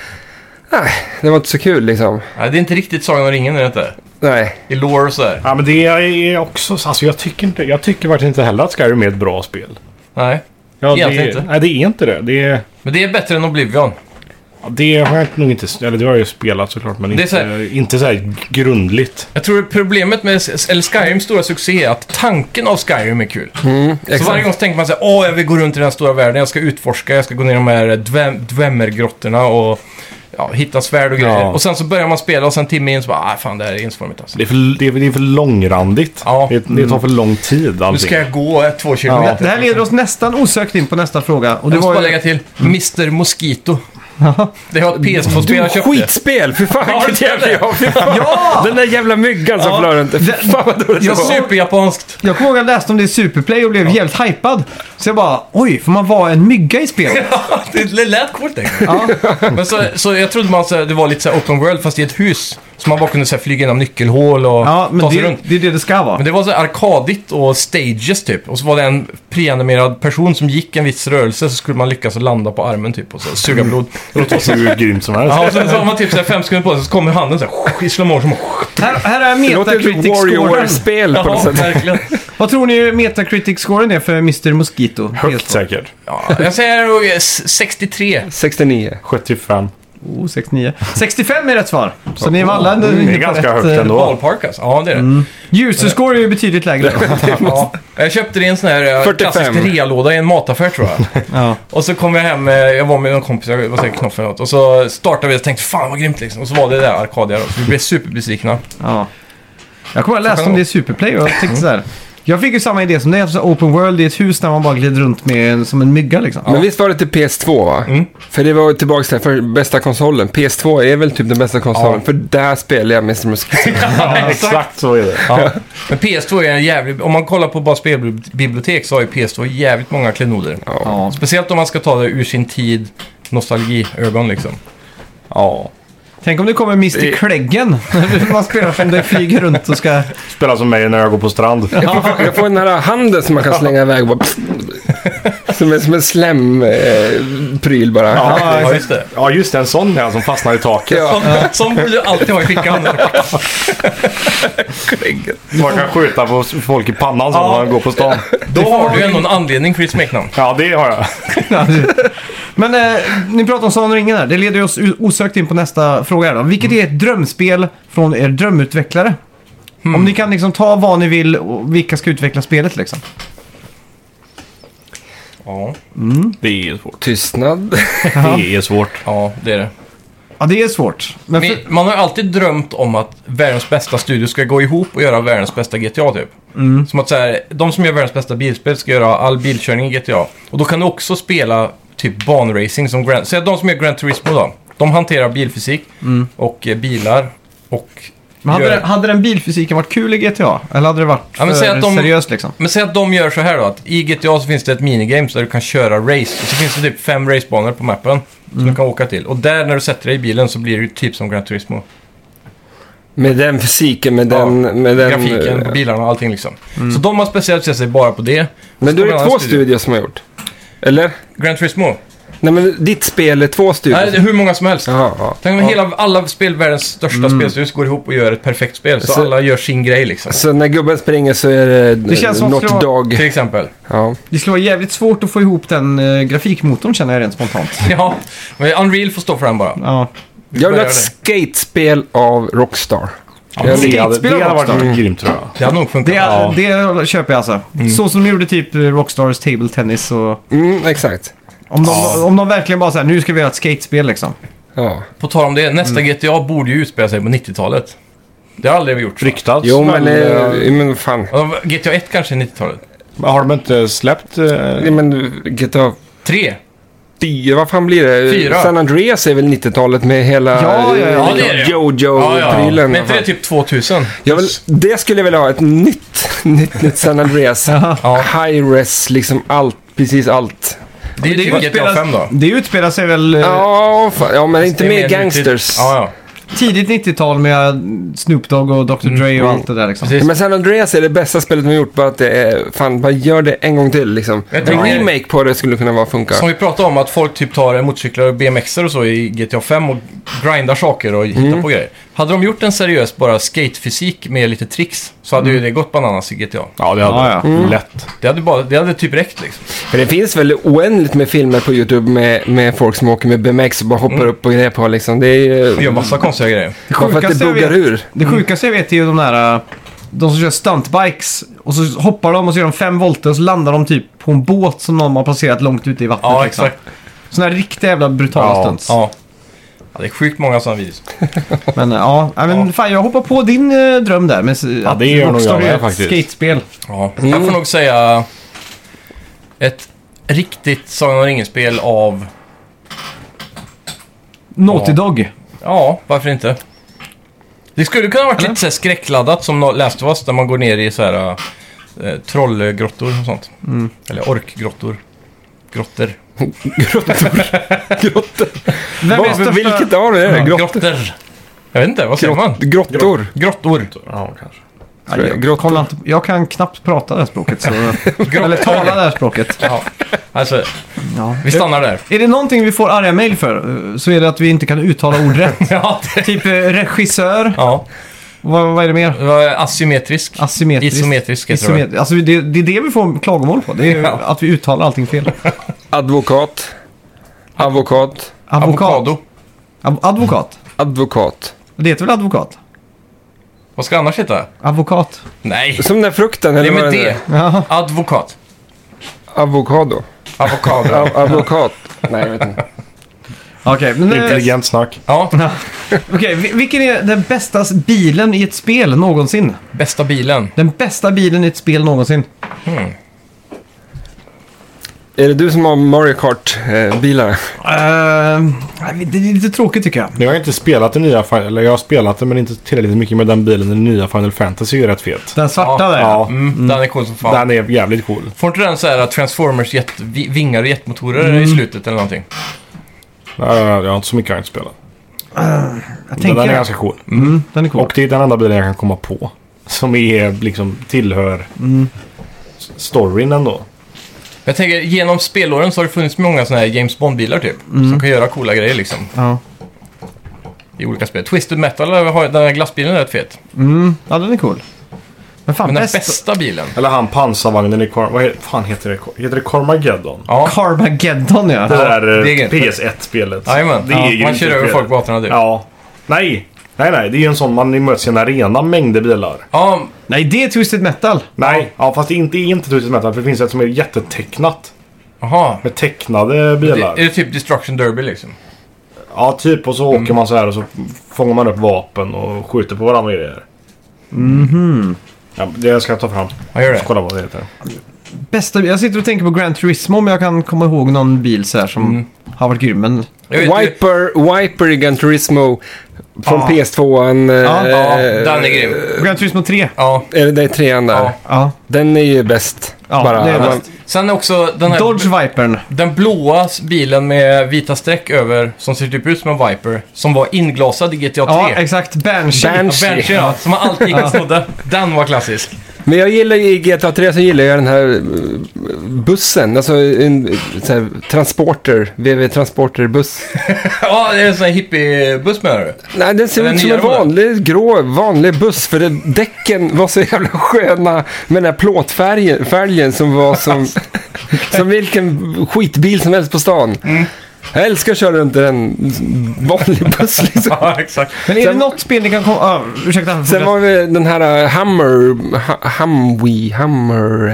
C: Nej, det var inte så kul liksom.
B: Nej, det är inte riktigt Sagan om ringen, är det inte?
C: Nej.
B: I lore och sådär.
A: Ja, men det är också... Alltså, jag, tycker inte, jag tycker verkligen inte heller att Skyrim är ett bra spel.
B: Nej.
A: Ja, det,
B: Egentligen inte.
A: Nej, det är inte det. Det, är-
B: Men det är bättre än Oblivion.
A: ja, det har jag nog inte... Eller det har jag ju spelat såklart, men
B: Det är
A: inte
B: så
A: så
B: här-
A: här, inte så här grundligt.
B: Jag tror problemet med eller Skyrims stora succé är att tanken av Skyrim är kul.
D: Mm,
B: så varje gång så tänker man sig åh, jag vill gå runt i den här stora världen, jag ska utforska, jag ska gå ner i de här dvem- dvämmergrottorna och ja, hitta svärd och grejer.
A: Ja.
B: Och sen så börjar man spela och sen en timme in så bara, ah, fan det här är ensformigt alltså.
A: Det är för, det är, det är för långrandigt.
B: Ja. Mm.
A: Det, det tar för lång tid
B: Nu
A: allting.
B: ska jag gå eh, två kilometer.
D: Det här leder oss nästan osökt in på nästa fråga. Och det
B: Jag måste
D: var
B: bara
D: ju...
B: lägga till Mr. Mosquito. det var ett PS2-spel jag köpte.
C: Skitspel! Fy fan
B: Ja,
C: vilket
B: det är
C: jävla
B: det.
C: jag fy fan. Den där jävla myggan som flög runt. Fy fan vad dåligt
B: Jag
C: det var.
B: superjapanskt.
D: Jag kommer ihåg att jag läste om det i Superplay och blev jävligt hypad. Så jag bara, oj, får man vara en mygga i spelet?
B: [laughs] det lät coolt egentligen. Men så, så jag trodde man så, här, det var lite så här open world fast i ett hus. Så man bara kunde så här, flyga genom nyckelhål och
D: Ja, men
B: ta sig
D: det,
B: runt.
D: det är det det ska vara.
B: Men det var så här arkadigt och stages typ. Och så var det en preanimerad person som gick en viss rörelse så skulle man lyckas att landa på armen typ och så
D: Mm.
B: suga blod. Och då-
A: Det låter hur grymt som helst.
B: Ja, och sen så har man typ så här fem sekunder på sig så kommer handen så här, i slow motion.
D: Här, här är
C: Det låter ju ett
D: Metacritic-scoren.
C: Warrior-spel på något
B: Ja,
C: sätt.
B: verkligen.
D: Vad tror ni Metacritic-scoren är för Mr. Mosquito?
A: Högt säkert.
B: Ja, jag säger nog, eh, s- 63.
C: 69.
A: 75.
D: Oh, 69. 65 är rätt svar. Så ni var alla
A: det är
D: inne på
A: ganska
D: rätt,
A: högt
D: eh,
A: ändå.
B: Ballpark alltså. Ja, det är det.
D: Mm. User score är ju betydligt lägre.
B: Ja. Jag köpte det i en sån här eh,
C: 45.
B: klassisk realåda i en mataffär tror jag.
D: ja.
B: och så kom jag hem, eh, jag var med en kompis, jag var säkert knoffen åt. Och så startade vi och tänkte fan vad grymt liksom. Och så var det det där Arcadia då. Så vi blev superbesvikna.
D: Ja. Jag kommer att läsa om det i Superplay och jag tänkte så här. Jag fick ju samma idé som det, alltså open world i ett hus där man bara glider runt med en, som en mygga liksom.
C: Men visst var det till PS2 va?
B: Mm.
C: För det var tillbaka till för bästa konsolen. PS2 är väl typ den bästa konsolen.
B: Ja.
C: För där spelar jag Mr. Mosquito.
A: Exakt så är det.
B: Ja. Men PS2 är en jävlig... Om man kollar på bara spelbibliotek så har ju PS2 jävligt många klenoder.
D: Ja.
B: Speciellt om man ska ta det ur sin tid, nostalgiögon liksom.
A: Ja.
D: Tänk om det kommer Mr.
C: Det-
D: Kläggen. [laughs] man spelar som det flyger runt och ska...
A: Spela som mig när jag går på [laughs] strand.
C: Jag får- [laughs] jag får den här handen som man kan slänga
B: [laughs]
C: iväg. Bara, som, en, som en slem-pryl bara.
B: Ja, just det.
A: Ja, just det. En sån där som fastnar i taket.
C: Ja.
B: Som, som du alltid har i fickan.
A: Man kan skjuta på folk i pannan så
B: Ja.
A: när man går på stan.
B: Då har du ändå en anledning för ditt smeknamn.
A: Ja, det har jag.
D: Ja, det- Men eh, ni pratar om Sagan om ringen här. Det leder oss o- osökt in på nästa fråga här då. Vilket
B: Mm.
D: är ett drömspel från er drömutvecklare?
B: Mm.
D: Om ni kan liksom ta vad ni vill och vilka ska utveckla spelet liksom.
B: Ja,
A: Det är svårt.
C: Tystnad.
A: Det är svårt.
B: ja det är det.
D: Ja, det är svårt. Men för...
B: Men Man har ju alltid drömt om att världens bästa studio ska gå ihop och göra världens bästa GTA typ. Som att så här, de som gör världens bästa bilspel ska göra all bilkörning i GTA. Och då kan du också spela typ banracing som Grand... Säg att de som gör Grand Turismo då. De hanterar bilfysik och eh, bilar och...
D: Men hade,
B: gör-
D: den, hade den bilfysiken varit kul i GTA? Eller hade det varit
B: Ja, men
D: för
B: säg att de-
D: seriöst liksom?
B: Men säg att de gör så här då, att i GTA så finns det ett minigame så där du kan köra race. Och så finns det typ fem racebanor på mappen som du kan åka till. Och där när du sätter dig i bilen så blir det ju typ som Gran Turismo.
C: Med den fysiken, med
B: Ja.
C: den... Med den eh, Mm.
B: Grafiken, bilarna och allting liksom. Så de har specialiserat sig bara på det.
C: Men då är
B: Så
C: det
B: en
C: två
B: annan studio.
C: studier som har gjort. Eller?
B: Gran Turismo?
C: Nej men ditt spel är två studier.
B: Nej, det är hur många som helst.
C: Jaha, ja. Mm.
B: Tänk om hela, alla spel, världens största spelstudios går ihop och gör ett perfekt spel. Så,
C: Så-
B: alla gör sin grej liksom.
C: Så när gubben springer så är det, det
D: känns som
C: Not
D: att slå-
C: Dog.
B: Till exempel.
C: Ja.
D: Det skulle vara jävligt svårt att få ihop den eh, grafikmotorn känner jag rent spontant.
B: Ja, men Unreal får stå för den bara.
D: Ja.
C: Jag vill ha ett
B: Börjar
C: skatespel av Rockstar.
A: Det
C: Jag-
A: hade, det
D: Skatespel
A: hade
D: av
A: varit
D: Rockstar.
A: grymt tror jag.
B: Det hade nog funkat.
D: Det,
A: Ja.
D: det köper jag alltså.
B: Mm.
D: Så som de gjorde typ Rockstars Table Tennis och...
C: Mm, exakt.
D: Om de, om de verkligen bara säger nu ska vi göra ett skatespel liksom.
C: Ja.
B: På tal om det, nästa
C: Mm.
B: GTA borde ju utspela sig på 90-talet. Det har aldrig vi gjort.
A: Ryktats.
C: Jo men,
A: eh,
C: eh, men fan.
B: Ja, GTA 1 kanske är 90-talet.
A: Har de inte släppt... eh,
C: Nej, men GTA
B: 3?
C: 4, vad fan blir det?
B: Fyra.
C: San Andreas är väl 90-talet med hela
D: Ja, ja, ja,
C: eh,
B: det är det.
C: Jojo-prylen.
B: Men inte det typ 2000?
C: Jag vill, det skulle jag vilja ha, ett nytt, [laughs] nytt, nytt San Andreas.
B: Ja.
C: High-res, liksom allt, precis allt.
B: Det är typ GTA 5 då.
D: det utspelar sig väl eh,
C: Ja, fan, ja men inte
B: Det är
C: mer
B: mer
C: gangsters.
B: nutid. Ja, ja.
D: tidigt 90-tal med Snoop Dogg och Dr. Dre och allt det där liksom.
B: Precis.
C: Ja, Men San Andreas är det bästa spelet vi har gjort, bara att det är, fan, bara gör det en gång till liksom.
B: Jag
C: En
B: tänker-
C: remake på det skulle kunna vara funka.
B: Som vi pratade om, att folk typ tar eh, motorcyklar och BMXer och så i GTA 5 och grindar saker och hittar på grejer. Hade de gjort en seriös bara skatefysik med lite tricks så hade ju det gått bananas i GTA.
A: Ja, det hade Mm.
D: Ja, ja.
A: lätt.
B: Det hade, bara, det hade typ räckt liksom.
C: För det finns väl oändligt med filmer på YouTube med, med folk som åker med BMX och bara hoppar upp och grejer på liksom. Det är ju...
B: Vi gör massa konstiga grejer.
C: bara för att
D: sjukaste
C: det
D: Mm. jag
C: buggar
D: vet- [laughs]
C: ur. Mm.
D: Det sjukaste jag vet är ju de där... eh, De som kör stuntbikes och så hoppar de och så gör de fem volter och så landar de typ på en båt som någon har placerat långt ute i vattnet.
B: Ja,
D: liksom.
B: exakt.
D: Sådana här riktiga jävla brutala
A: Ja,
D: stunts.
B: Ja. ja. Det är sjukt många sådana videos.
D: Men eh, ja, ja, men fan jag hoppar på din eh, dröm där med ja,
A: det gör nog
D: Rockstar
A: jag med,
D: gör ett
A: faktiskt.
D: skatespel.
B: Ja. Jag får nog säga ett riktigt Sagan om ringen-spel av...
D: Naughty
B: Ja.
D: Dog.
B: Ja, varför inte? Det skulle kunna varit lite så här skräckladdat som nå- Last of Us, där man går ner i så här eh, trollgrottor och sånt. Eller orkgrottor. Grottor.
C: Grottor.
D: Vem är
C: Varför,
D: största...
C: Vilket av det är det?
B: Ja,
C: Grottor?
B: grottor. Jag vet inte, vad säger man?
C: Grott, grottor.
B: Grottor.
A: Ja, kanske.
D: Ja,
C: Tror jag.
D: Jag,
C: Grottor.
D: kollar inte, jag kan knappt prata det här språket. Så, eller tala det här språket.
B: [laughs] Ja. Alltså,
D: Ja.
B: vi stannar där.
D: Är det någonting vi får arga mail för eh, så är det att vi inte kan uttala
B: [laughs]
D: ord rätt.
B: Ja, det,
D: typ eh, regissör.
B: ja.
D: Vad, vad är det mer?
B: det var asymmetrisk.
D: Asymmetrisk.
B: Isometrisk heter det.
D: Isomet- Alltså, det, det är det vi får klagomål på. Det är
B: [laughs] Ja.
D: att vi uttalar allting fel.
C: Advokat. Avokat.
D: Advokat.
B: Avokado.
D: Ab- advokat.
C: Advokat.
D: Det heter väl advokat?
B: Vad ska det annars heta?
D: Avokat.
B: Nej,
C: Som den där frukten,
B: det
C: eller
B: är
C: vad
B: med
C: den är.
B: det.
D: Ja.
B: Advokat.
C: Avokado.
B: Avokado.
C: Av-
D: [laughs]
C: Advokat. Nej, jag vet inte.
D: Okej, men... eh,
A: Intelligent snack.
B: Ja,
D: [laughs] Okej, vi- vilken är den bästa bilen i ett spel någonsin?
B: bästa bilen.
D: Den bästa bilen i ett spel någonsin.
C: Är det du som har Mario eh, Kart-bilarna?
D: Uh, det är lite tråkigt tycker jag.
A: Jag har inte spelat den nya, Fi- eller jag har spelat den men inte tillräckligt mycket med den bilen. Den nya Final Fantasy är ju rätt fet.
D: Den svarta
B: Ja,
D: där.
A: ja.
B: Mm, den är cool som fan.
A: Den är jävligt cool.
B: Får inte den så här att Transformers jet, vi- vingar och jetmotorer
D: Mm.
B: i slutet eller någonting?
A: Ja, Jag har inte så mycket jag har inte spelat.
D: Jag
A: Den
D: tänker,
A: är ganska cool.
D: mm, den är cool.
A: Och det är den enda bilen jag kan komma på. Som är liksom tillhör
B: Mm.
A: s- storyn ändå.
B: Jag tänker, genom spelåren så har det funnits många sådana här James Bond-bilar typ. Som
D: Mm.
B: kan göra coola grejer liksom.
D: Ja.
B: I olika spel. Twisted Metal, har- den här glassbilen är rätt fet.
D: Mm, ja, den är cool. Men fan,
B: Men den
D: bäst...
B: bästa bilen.
A: Eller han pansarvagnen i Car... Vad he- fan heter det? Car- Heter det Carmageddon?
B: Ja,
D: Carmageddon ja.
A: Det där
B: det är
A: eh,
B: grymt.
A: PS1-spelet.
B: Jajamän.
A: Det är
B: Ja,
A: grymt
B: man kör
A: spel.
B: över folk på gatorna typ. Ja.
A: Ja. Nej! Nej, nej. Det är ju en sån man möts i en arena. Mängder bilar.
D: Nej, det är Twisted Metal.
A: Nej, ja, fast det är inte, det är inte Twisted Metal. För det finns ett som är jättetecknat.
B: aha.
A: Med tecknade
B: Det,
A: bilar.
B: är det typ Destruction Derby liksom?
A: Ja, typ. Och så åker man så här och så fångar man upp vapen och skjuter på varandra och grejer. Mhm. Ja, det ska jag ta fram.
B: Ja, gör det.
A: Så kolla vad det heter.
D: Bästa, jag sitter och tänker på Gran Turismo, men jag kan komma ihåg någon bil så här som har varit grym. Men
B: Jag vet, ju-
C: Wiper, Wiper i Gran Turismo från
D: Ja.
C: PS2. an
D: Ja,
B: Ja,
C: eh,
B: den är grym.
D: Gran Turismo 3.
B: Ja.
C: Är det, det är eh, trean där?
B: Ja.
D: Ja.
C: Den är ju bäst.
D: Ja,
C: bara.
D: det är
C: Man-
D: bäst.
B: Sen är också den här...
D: Dodge Vipern.
B: Den blåa bilen med vita streck över, som ser typ ut som en Viper, som var inglasad i GTA 3.
D: Ja, exakt. Banshee.
C: Ban-
B: Ja, Banshee, ja, som man alltid gick och snodde. Den var klassisk.
C: Men jag gillar ju- i GTA 3 så gillar jag den här eh, bussen. Alltså en eh, så här, transporter, VW Transporter-buss.
B: Ja, det är en sån här hippiebuss menar du?
C: Nej, den ser
B: Den
C: ut som en
B: nyare
C: vanlig grå, vanlig buss. För det, däcken var så jävla sköna med den här plåtfärgen färgen som var som, som vilken skitbil som helst på stan. Jag älskar att köra runt i en vanlig buss
B: [laughs]
C: liksom.
B: [laughs] Ja, exakt.
D: Men är
C: Sen-
D: det något spel ni kan komma... Ah, ursäkta.
C: Sen
D: fortsätt.
C: var vi den här eh, Hammer, ha, Hamwi, Hammer...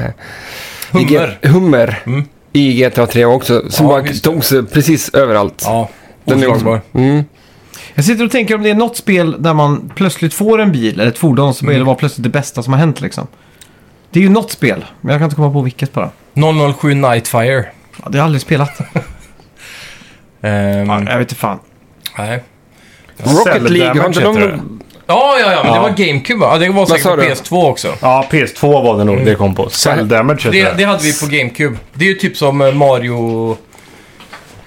C: eh, i G-
B: Hummer.
C: hummer i GTA 3 också. Som
B: Ja,
C: bara
B: visst.
C: tog sig precis överallt.
B: Ja,
C: Den är
B: oslagbar.
C: Mm.
D: Jag sitter och tänker om det är något spel där man plötsligt får en bil eller ett fordon så är det vara plötsligt det bästa som har hänt liksom. Det är ju något spel, men jag kan inte komma på vilket bara.
B: 007 Nightfire.
D: Ja, det har jag aldrig spelat.
B: Ehm,
D: Jag vet inte fan.
B: nej.
C: Rocket
A: Cell
C: League, har inte
A: Damage heter
C: de...
A: det.
B: Ja, ja, ja, men det
A: Ja.
B: var GameCube va? Ja, det var säkert
C: sa
B: på
C: du?
B: PS2 också.
A: Ja, PS2 var det nog det kom på. Cell Damage heter
B: Mm. Det,
A: det.
B: det hade vi på GameCube. Det är ju typ som eh, Mario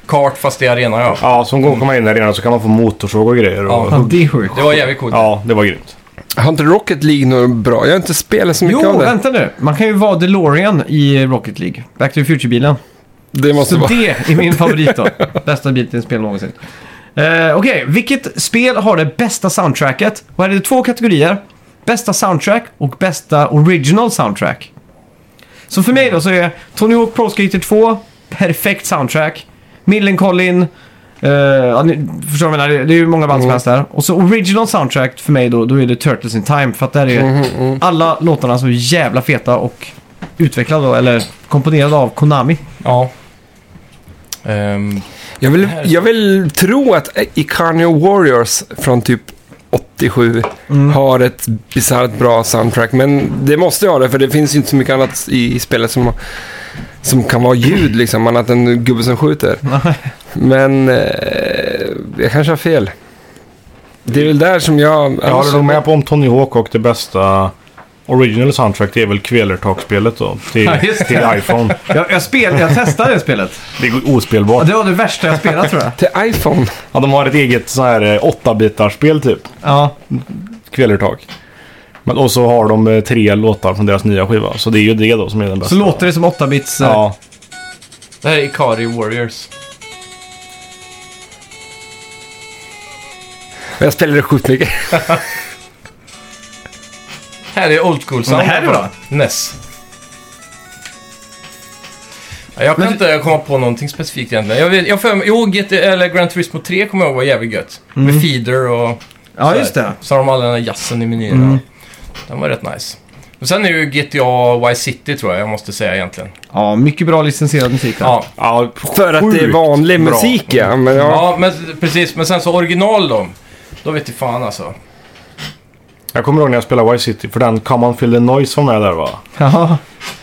B: Kart fast i arena ja.
A: Ja, som går komma in i arenan så kan man få motorsåg och grejer. Och...
B: Ja.
A: Ja.
D: Fan, det är sjukt.
B: Det var jävligt coolt.
A: det var grymt.
C: Har inte Rocket League något bra? Jag har inte spelat så mycket
D: Jo,
C: av det.
D: vänta nu. Man kan ju vara DeLorean i Rocket League. Back to the Future-bilen.
C: Det måste
D: Så
C: vara...
D: det är min favorit då. Bästa bilen i ett spel någonsin. Eh, Okej, vilket spel har det bästa soundtracket? Och här är det två kategorier. Bästa soundtrack och bästa original soundtrack. Så för mig då så är Tony Hawk Pro Skater 2 perfekt soundtrack. Millencolin, eh, ja, ni förstår vad jag menar, det är ju många
C: Mm.
D: band som helst där. Och så original soundtrack för mig då, då är det Turtles in Time. För att där
C: Mm,
D: är alla låtarna så jävla feta och utvecklade då, eller komponerade av Konami.
B: Ja. Ehm,
C: Jag vill, jag vill tro att eh, Icarnio Warriors från typ 87 har ett bisarrt bra soundtrack. Men det måste jag ha det, för det finns ju inte så mycket annat i, i spelet som, som kan vara ljud, liksom, annat än en gubbe som [laughs] skjuter. Men eh, jag kanske har fel. Det är väl där som jag...
A: Jag håller nog med på om Tony Hawk och det bästa original soundtrack det är väl Kvelertak-spelet då. Till,
B: Ja, just det.
A: till iPhone.
D: Jag, jag, spel, jag testade det spelet.
A: Det är
D: Ja,
A: ospelbart.
D: Det var det värsta jag spelat tror jag.
C: Till iPhone.
A: Ja, de har ett eget så här eh, 8-bitarspel typ.
D: Ja.
A: Kvelertak. Men, och så har de eh, tre låtar från deras nya skiva. Så det är ju det då som är den bästa.
D: Så låter det som 8-bits... eh,
A: Ja.
B: Det här är Ikari Warriors.
C: Men Jag spelade det sjukt mycket.
B: Här är old school sound.
D: Men det här är bra.
B: NES. Ja, Jag kan inte komma på någonting specifikt egentligen. Jag vet, jag för, jo, GT, eller Gran Turismo 3 kommer jag ihåg var jävligt gött. Med feeder och
D: Mm. ja, just det. Mm.
B: så har de alla den här jazzen i menyerna. Den var rätt nice. Och sen är ju GTA Y City tror jag jag måste säga egentligen.
D: Ja, mycket bra licensierad musik där.
B: Ja,
A: ja.
C: För att det är
A: Sjukt
C: vanlig
A: bra.
C: musik ja. Men ja.
B: ja men, precis. Men sen så original då. Då vet jag fan alltså.
A: Jag kommer ihåg när jag spelade Vice City. För den Come On Feel The Noise var med där va?
D: Ja.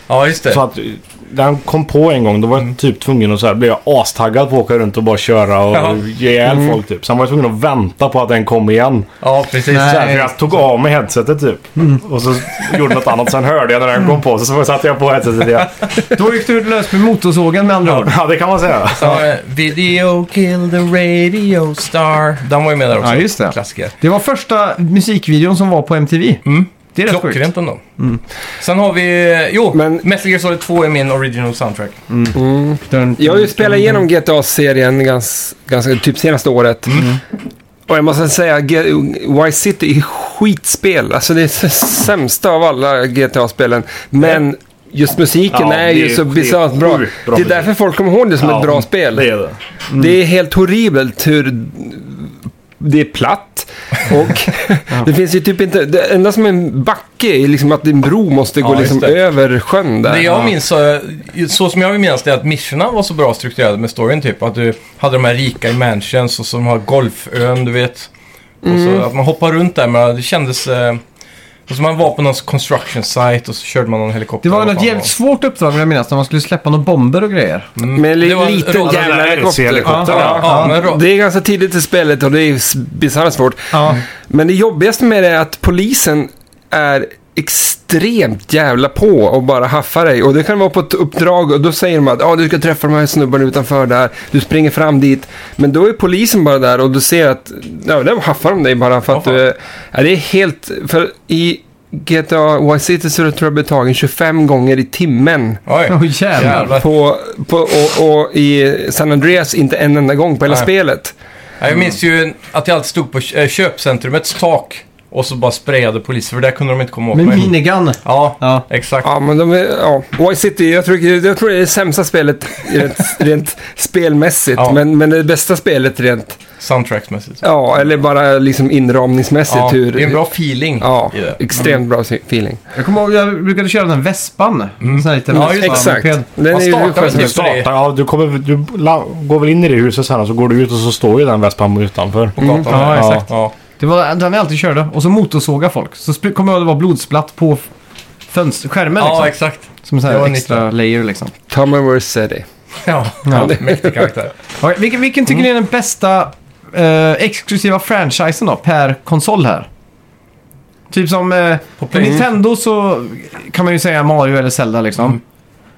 B: Ja, just det.
A: Så att eh, den kom på en gång, då
D: Mm.
A: var jag typ tvungen att så här, blev jag astaggad på att åka runt och bara köra och
B: Ja.
A: ge ihjäl
D: Mm.
A: folk typ. Sen var jag tvungen att vänta på att den kom igen.
B: Ja, precis.
A: Så här,
D: Nej. Mm.
A: för jag tog av mig headsetet typ. Och så gjorde något annat, sen hörde jag när den kom på. Så, så satte jag på headsetet igen.
D: Då gick du lös med motorsågen med andra ord.
A: Ja, det kan man säga.
B: Ja, eh, Video kill the radio star. Den var ju med där också.
D: Ja, just det.
B: Klassiker.
D: Det var första musikvideon som var på MTV. Det är rätt sjukt.
B: Klockrent ändå.
D: Mm.
B: Sen har vi... Jo,
C: Men-
B: Metal Gear Solid 2 är min original soundtrack.
D: Dun,
C: Jag har ju
A: Mm.
D: dun,
C: spelat
D: dun,
C: igenom GTA-serien ganska, ganska, typ senaste året.
A: Mm.
C: Och jag måste säga, Vice City är skitspel. Alltså det är det sämsta av alla GTA-spelen. Men just musiken
A: Ja,
C: är ju
A: det är-
C: så
A: det är
C: bisarrt bra.
A: sjukt bra
C: Det är
A: musik.
C: därför folk kommer ihåg det som
A: Ja,
C: ett bra spel.
A: Det är Mm. det.
C: Det är helt horribelt hur det är platt.
A: [laughs]
C: Och det finns ju typ inte... Det enda som är en backe är liksom att en bro måste gå
B: Ja, just
C: liksom
B: det.
C: över sjön där.
B: Det jag minns, så, så som jag vill minnas, det är att missionerna var så bra strukturerade med storyn. Typ att du hade de här rika i mansions och som har golfön, du vet. Och
D: Mm.
B: så att man hoppar runt där, men det kändes... Eh, och så man var på någon construction site och så körde man någon helikopter.
D: Det var
B: och
D: något
B: fan
D: jävligt svårt uppdrag vill jag minnas när man skulle släppa några bomber och grejer.
C: Med en
B: Det var en
C: liten
B: rad-
C: jävla
A: den där
C: helikopter.
A: RC-helikoptern,
B: Ja, ja, men
D: [laughs]
B: ra-
C: Det är ganska tidigt i spelet och det är s- bisarrt svårt.
D: Ja.
C: Men det jobbigaste med det är att polisen är extremt jävla på och bara haffar dig. Och det kan vara på ett uppdrag och då säger de att ah, du ska träffa de här snubbarna utanför där. Du springer fram dit. Men då är polisen bara där och du ser att ja, där haffar de dig bara för att
B: Åh, fan.
C: du är... Ja, det är helt... För i GTA Y City så tror jag jag blir tagen 25 gånger i timmen.
B: Oj,
D: Åh, jävlar.
B: jävlar.
C: På, på, och, och i San Andreas inte en enda gång på hela
B: Nej.
C: spelet.
B: Ja, Jag minns ju att jag alltid stod på kö- eh, köpcentrumets tak och så bara sprayade polisen för där kunde de inte komma åt
D: Med
B: mig.
D: minigun.
B: Ja,
D: Ja.
B: exakt.
C: Ja, men de är, ja. White City, jag tror, jag tror det är det sämsta spelet rent,
B: [laughs]
C: rent spelmässigt.
B: Ja.
C: Men, men det bästa spelet rent,
B: Soundtracksmässigt.
C: ja, eller bara liksom inramningsmässigt.
B: Ja,
C: hur,
B: det är en bra feeling
C: Ja,
B: i det. Mm.
C: extremt bra se- feeling.
D: Jag kommer ihåg, jag brukade köra den här vespan. Mm. Sån här liten
B: Ja,
D: vespa-
B: just-
C: Exakt.
D: moped.
C: Den är
B: Man
C: ju hur
B: startar
C: skön
B: med
C: som
A: Du,
C: helst.
B: sin-
A: startar, ja, du, kommer, du la, går väl in i det huset sen och så går du ut och så står ju den vespan utanför.
B: På gatan.
D: Mm. Ja, exakt.
B: Ja.
D: Det var den jag alltid körde. Och så motorsåga folk. Så sp- kommer jag ihåg att det var blodsplatt på f- fönster, skärmen
B: Ja,
D: liksom.
B: exakt.
D: Som en sån
B: Det
D: här
B: var
D: extra layer liksom.
C: Tom and Were City.
B: Ja, mäktig karaktär.
D: Okej, vilken,
B: Mm.
D: vilken tycker ni är den bästa eh, exklusiva franchisen då, per konsol här? Typ som eh,
B: På
D: på
B: Play-
D: Nintendo så kan man ju säga Mario eller Zelda liksom.
B: Mm.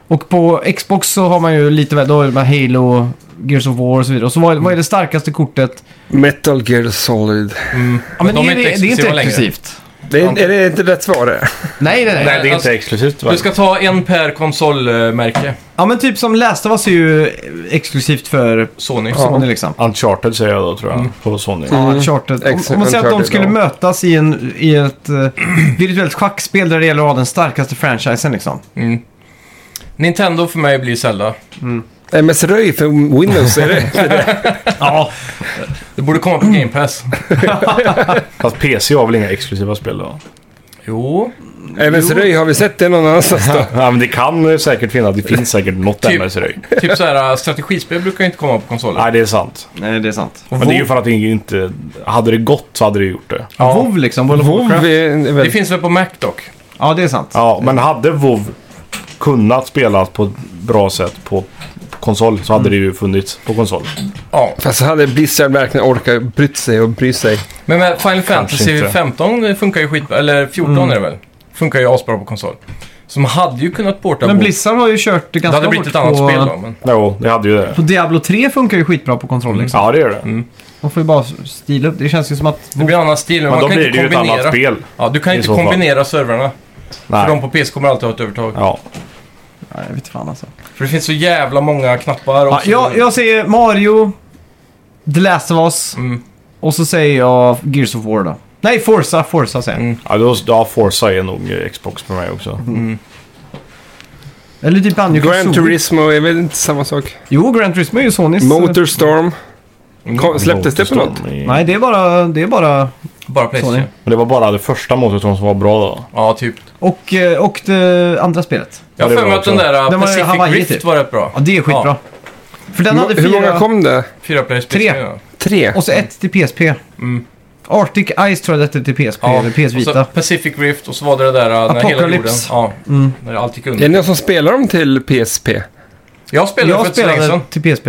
D: Och på Xbox så har man ju lite väl, då är det bara Halo, Gears of War och så vidare. Och så vad, vad är det starkaste kortet?
C: Metal Gear Solid.
B: Mm.
D: Ja, men
B: de
D: är
B: är
D: det,
B: inte
D: det är inte
B: exklusiva längre.
D: exklusivt.
C: Det är, är det inte rätt svar det?
D: Nej, nej,
A: Nej,
D: nej.
A: det är
B: Alltså,
A: inte exklusivt. va?
B: Du ska ta en per konsolmärke.
D: Ja, men typ som Last of Us är ju exklusivt för
B: Sony.
D: Sony liksom.
A: Uncharted säger jag då tror
B: Mm.
A: jag. På Sony.
D: Ja, Uncharted. Om,
C: Ex-
D: om man säger att de
C: Uncharted,
D: skulle
C: ja.
D: mötas i, en, i ett eh, virtuellt schackspel där det gäller att ha den starkaste franchisen liksom.
B: Mm. Nintendo för mig blir Zelda.
C: MS Röj för Windows,
B: [laughs]
C: är det?
D: Ja,
B: Det borde komma på Game Pass.
A: Fast PC har väl inga exklusiva spel då?
B: Jo,
C: MS Röj, har vi sett det någon annanstans
B: [laughs]
C: då?
A: Ja, men det kan säkert finnas. Det finns säkert något
B: Typ.
A: typ. MSRY.
B: typ så här äh, strategispel brukar ju inte komma på konsoler.
A: Nej, det är sant.
D: nej, det är sant.
A: Men det är ju för att det inte... Hade det gått så hade det gjort det.
B: Ja.
D: WoW liksom, World of Warcraft.
C: Vi är
B: Det
C: väl-
B: finns väl på Mac dock?
D: Ja, det är sant.
A: Ja, men hade WoW kunnat spelas på ett bra sätt på på konsol så hade
B: Mm.
A: det ju funnits på konsol.
B: Ja.
C: Fast så hade Blizzard verkligen orkat brytt sig och bry sig.
B: Men med Final Fantasy
A: inte.
D: Mm.
B: 15 funkar ju skitbra. Eller 14 är det väl? Funkar ju asbra på konsol. Så man hade ju kunnat porta
D: Men
B: på-
D: Blizzard har ju kört det
B: Det
D: ganska
B: hade
D: hårt
B: blivit ett annat
D: på,
B: spel då. Men...
A: Jo, det hade ju det.
B: Mm.
D: på Diablo 3 funkar ju skitbra på kontroll liksom.
A: Ja, det gör det.
D: Man får ju bara stila upp. Det känns ju som att...
B: Det blir en annan stil. Men
A: Men
B: man
A: då
B: kan
A: blir
B: inte
A: det ju ett
B: kombinera.
A: annat spel.
B: Ja, du kan
A: i
B: inte
A: så fall.
B: kombinera servrarna. För de
A: Nej.
B: på PC kommer alltid ha ett övertag.
A: Ja.
D: Nej, jag vet fan alltså.
B: För det finns så jävla många knappar.
D: Ja,
B: Och så...
D: jag, jag säger Mario, The Last of Us
B: Mm.
D: och så säger jag Gears of War då. Nej, Forza, Forza säger jag.
B: Mm.
A: Ja, då, ja, Forza är nog eh, Xbox för mig också.
D: Eller typ Banjo
C: Gran
D: Kazooie.
C: Turismo är väl inte samma sak?
D: Jo, Gran Turismo är ju Sonys. eh,
C: Motorstorm. Kom, släpptes det på
A: Motorstorm
C: något?
A: i-
D: Nej, det är bara... Det är bara
B: Bara Playstation.
D: Sony.
A: Men det var bara det första Motorstorm som var bra då.
B: Ja, typ.
D: och, eh, och det andra spelet.
B: Jag har
A: det
B: för
A: var
B: mig att
A: också-
B: den där uh,
D: Den var ju
B: Pacific
D: Hawaii,
B: Rift
D: typ.
B: var rätt bra.
D: Ja, det är skitbra.
B: Ja.
D: För den hade
C: Hur
D: fyra...
C: många kom det?
B: Fyra players
D: Tre.
B: Playstation, ja.
C: Tre?
D: Och så ett till PSP.
B: Mm.
D: Arctic Ice tror jag det hette till PSP,
B: Ja,
D: eller PS
B: och så
D: Vita.
B: Pacific Rift och så var det det där uh, när hela jorden...
D: Apocalypse. Mm.
B: Ja, när allt gick
C: Är det
B: under.
C: någon som spelar dem till PSP?
B: Jag spelade för
D: Jag
B: inte så länge
D: spelade
B: sedan.
D: till PSP.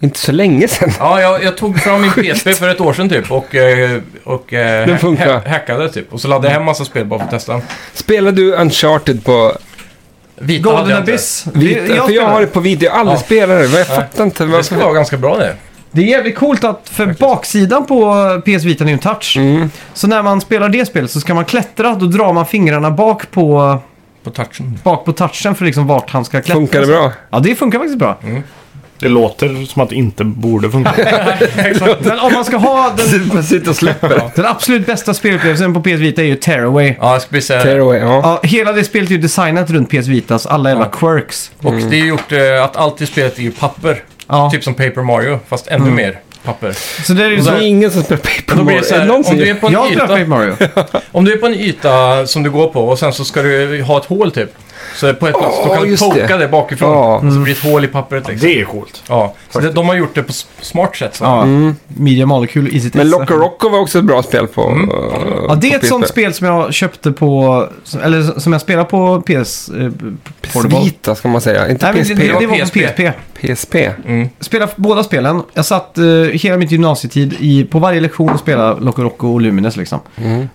C: Inte så länge sedan.
B: Ja, jag, jag tog fram min PSP för ett år sedan typ och, eh, och eh,
C: Den funkar.
B: ha- hackade typ. Och så laddade jag hem massa spel bara för att testa.
C: Spelar du Uncharted på
B: Vita hade
D: Golden
B: jag inte.
D: Abyss.
C: vita?
D: Det-
C: för jag
D: spelade.
C: har det på vita. Jag har aldrig
B: Ja.
C: spelat det. men Jag
B: Nej.
C: fattar inte
B: Det ska vara
C: varför.
B: ganska bra det.
D: Det är jävligt coolt att för baksidan på PS Vita är ju en touch.
C: Mm.
D: Så när man spelar det spelet så ska man klättra, då drar man fingrarna bak på,
B: På touchen.
D: bak på touchen för liksom vart han ska klättra.
C: Funkar det bra?
D: Ja, det funkar faktiskt bra.
A: Det låter som att det inte borde [laughs] funka.
D: Men om man ska ha den, [laughs]
C: Man sitter och släpper.
D: den absolut bästa spelupplevelsen på PS Vita är ju Tearaway.
B: Ja, jag ska precis säga det.
C: Tearaway, ja.
D: Ja, hela det spelet är ju designat runt PS Vitas alla jävla quirks.
B: Och det är gjort eh, att allt i spelet är ju papper.
D: Ja.
B: Typ som Paper Mario, fast ännu mer papper.
D: Så det är ju
C: Det
D: så
C: är ingen som spelar Paper
B: Mm. Då blir
C: Mario.
B: det så
C: Är det
B: här,
C: någon
B: om,
C: som
B: du är
C: gör?
B: på en
D: jag har
B: yta,
D: spelat Paper Mario.
B: om du är på en yta som du går på och sen så ska du ha ett hål typ. Så på ett plats, då
C: Åh,
B: kan du
C: just
B: poka det,
C: det.
B: bakifrån.
C: Ja.
B: Så blir det ett hål i pappret liksom.
A: det är coolt.
B: Ja, så det, de har gjort det på s- smart sätt. Så.
D: [laughs] Ja. Mm. Media Molecule, Easy
C: Men
D: Tester.
C: Loco Rocco var också ett bra spel på...
D: Ja, det är ett sånt spel som jag köpte på... som- Eller som jag spelar på PS... Eh, Portable.
C: Vita ska man säga, inte
D: Nej, men det,
C: PSP.
D: det, det
B: var
D: var på
B: PSP.
D: PSP.
C: PSP. [laughs]
D: Spelade f- båda spelen. Jag satt eh, hela mitt gymnasietid i, på varje lektion och spelade Loco Roco och Lumines liksom.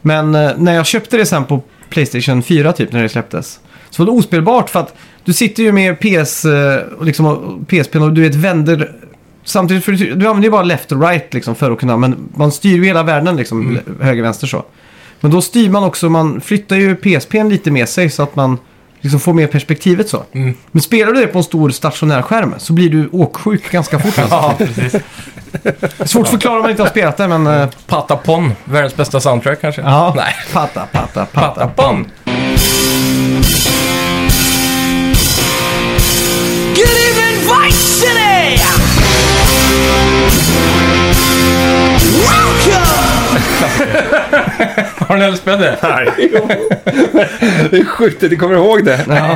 D: Men eh, när jag köpte det sen på Playstation 4 typ när det släpptes. Så var det ospelbart för att du sitter ju med PS, eh, och liksom, och PSP och du vet vänder... Samtidigt, för du, du använder ju bara left och right liksom för att kunna, men man styr ju hela världen liksom, le- höger, vänster så. Men då styr man också, man flyttar ju PSPn lite med sig så att man liksom får mer perspektivet så.
B: Mm.
D: Men spelar du det på en stor stationär skärm så blir du åksjuk ganska fort. Alltså.
B: [laughs] Ja, precis.
D: Svårt att förklara om man inte har spelat det, men... eh,
B: Patapon, världens bästa soundtrack kanske?
D: ja,
B: Nej.
D: patta, patta, patta.
B: Patapon!
E: Good evening, Vice City! Welcome!
B: Har ni aldrig spelat [laughs] det?
A: [laughs] Nej.
C: Det är sjukt att du kommer ihåg det.
D: Ja.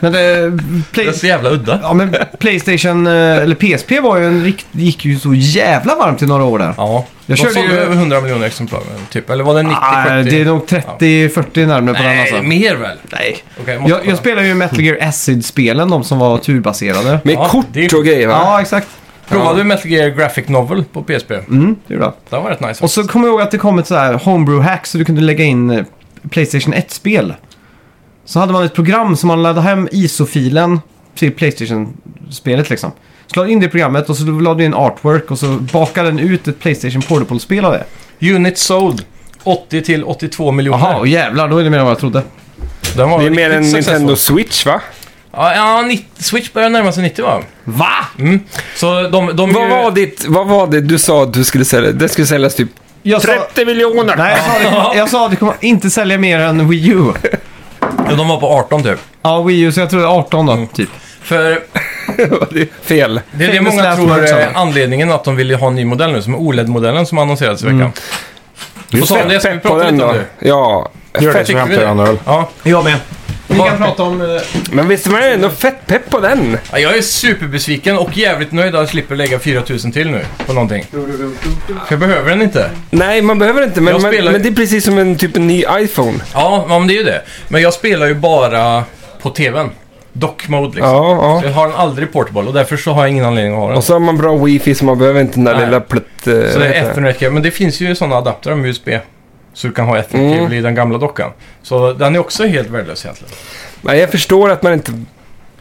D: Men, eh,
B: Det är
D: play,
B: så jävla udda.
D: ja, men Playstation, eh, eller PSP var ju en rikt, gick ju så jävla varmt i några år där.
B: Ja. Jag
D: Jag körde
B: körde sålde
D: ju-
B: över 100 miljoner exemplar, typ. Eller var det 90,
D: Ah,
B: 70?
D: det är nog 30-40 närmare på den
B: Nej,
D: alltså.
B: mer väl?
D: Nej.
B: Okej, måste
D: Jag,
B: kolla.
D: jag spelar ju Metal Gear Acid-spelen, de som var turbaserade.
C: Med
B: Ja,
C: kort
B: det är-
C: och grejer va?
D: Ja, exakt.
B: Provade du Metal Gear Graphic Novel på PSP?
D: Mm, det är bra.
B: Den var rätt nice.
D: Och så kommer jag ihåg att det kom ett så här homebrew-hack så du kunde lägga in eh, Playstation 1-spel. Så hade man ett program som man laddade hem ISO-filen till Playstation-spelet liksom. Så lade du in det i programmet och så lade du in artwork och så bakade den ut ett Playstation Portable-spel av det.
B: Unit sold. 80 till 82 miljoner.
D: Jaha, och jävlar, då är det mer än vad jag trodde.
B: Den var
C: Det är mer
B: riktigt
C: än
B: successful.
C: Nintendo Switch va?
B: Ja, ja 90, Switch börjar närma sig 90 va? Mm.
D: Va?
B: Så de, de är
C: Vad
B: ju-
C: var, ditt, vad var det du sa att du skulle sälja? Det skulle säljas typ
B: Alltså,
D: Jag sa,
C: 30 miljoner!
D: nej, jag sa, det kommer, jag sa att det kommer inte sälja mer än Wii U.
B: Ja, de var på 18 typ.
D: Ja, Wii U, så jag tror 18 då, typ.
B: För
C: [laughs] Det är Fel.
B: det är det
D: Famous
B: många
D: last
B: tror
D: words,
B: är
D: Allan.
B: anledningen att de ville ha en ny modell nu, som är OLED-modellen som annonserades i
D: Mm.
B: veckan. Du får
A: Just
B: ta om det, ska vi
C: Pepp på
B: prata
C: den
B: lite om
C: då.
B: det?
C: Ja.
A: Gör det
C: Fett,
A: så hämtar jag en öl.
B: Ja,
D: Jag med. Vi
B: Vad-
D: kan prata om... eh,
C: men visst var det ändå fett pepp på den?
B: Ja, jag är superbesviken och jävligt nöjd att jag slipper lägga 4000 till nu på någonting. För jag behöver den inte.
C: Nej, man behöver inte. Men,
B: Jag
C: men,
B: spelar-
C: men det är precis som en typ en ny iPhone.
B: Ja, men det är ju det. Men jag spelar ju bara på tvn. Dock-mode liksom.
C: Ja,
B: Så
C: ja.
B: jag har den aldrig portable och därför så har jag ingen anledning att ha den.
C: Och så har man bra wifi så man behöver inte den där
B: Nej.
C: lilla plutt... eh,
B: Så
C: vad
B: det är
C: heter det?
B: ethernet Men det finns ju sådana adaptrar med USB. Så du kan ha Ethnic
C: Mm.
B: Cable i den gamla dockan. Så den är också helt värdelös egentligen.
C: Nej, jag förstår att man inte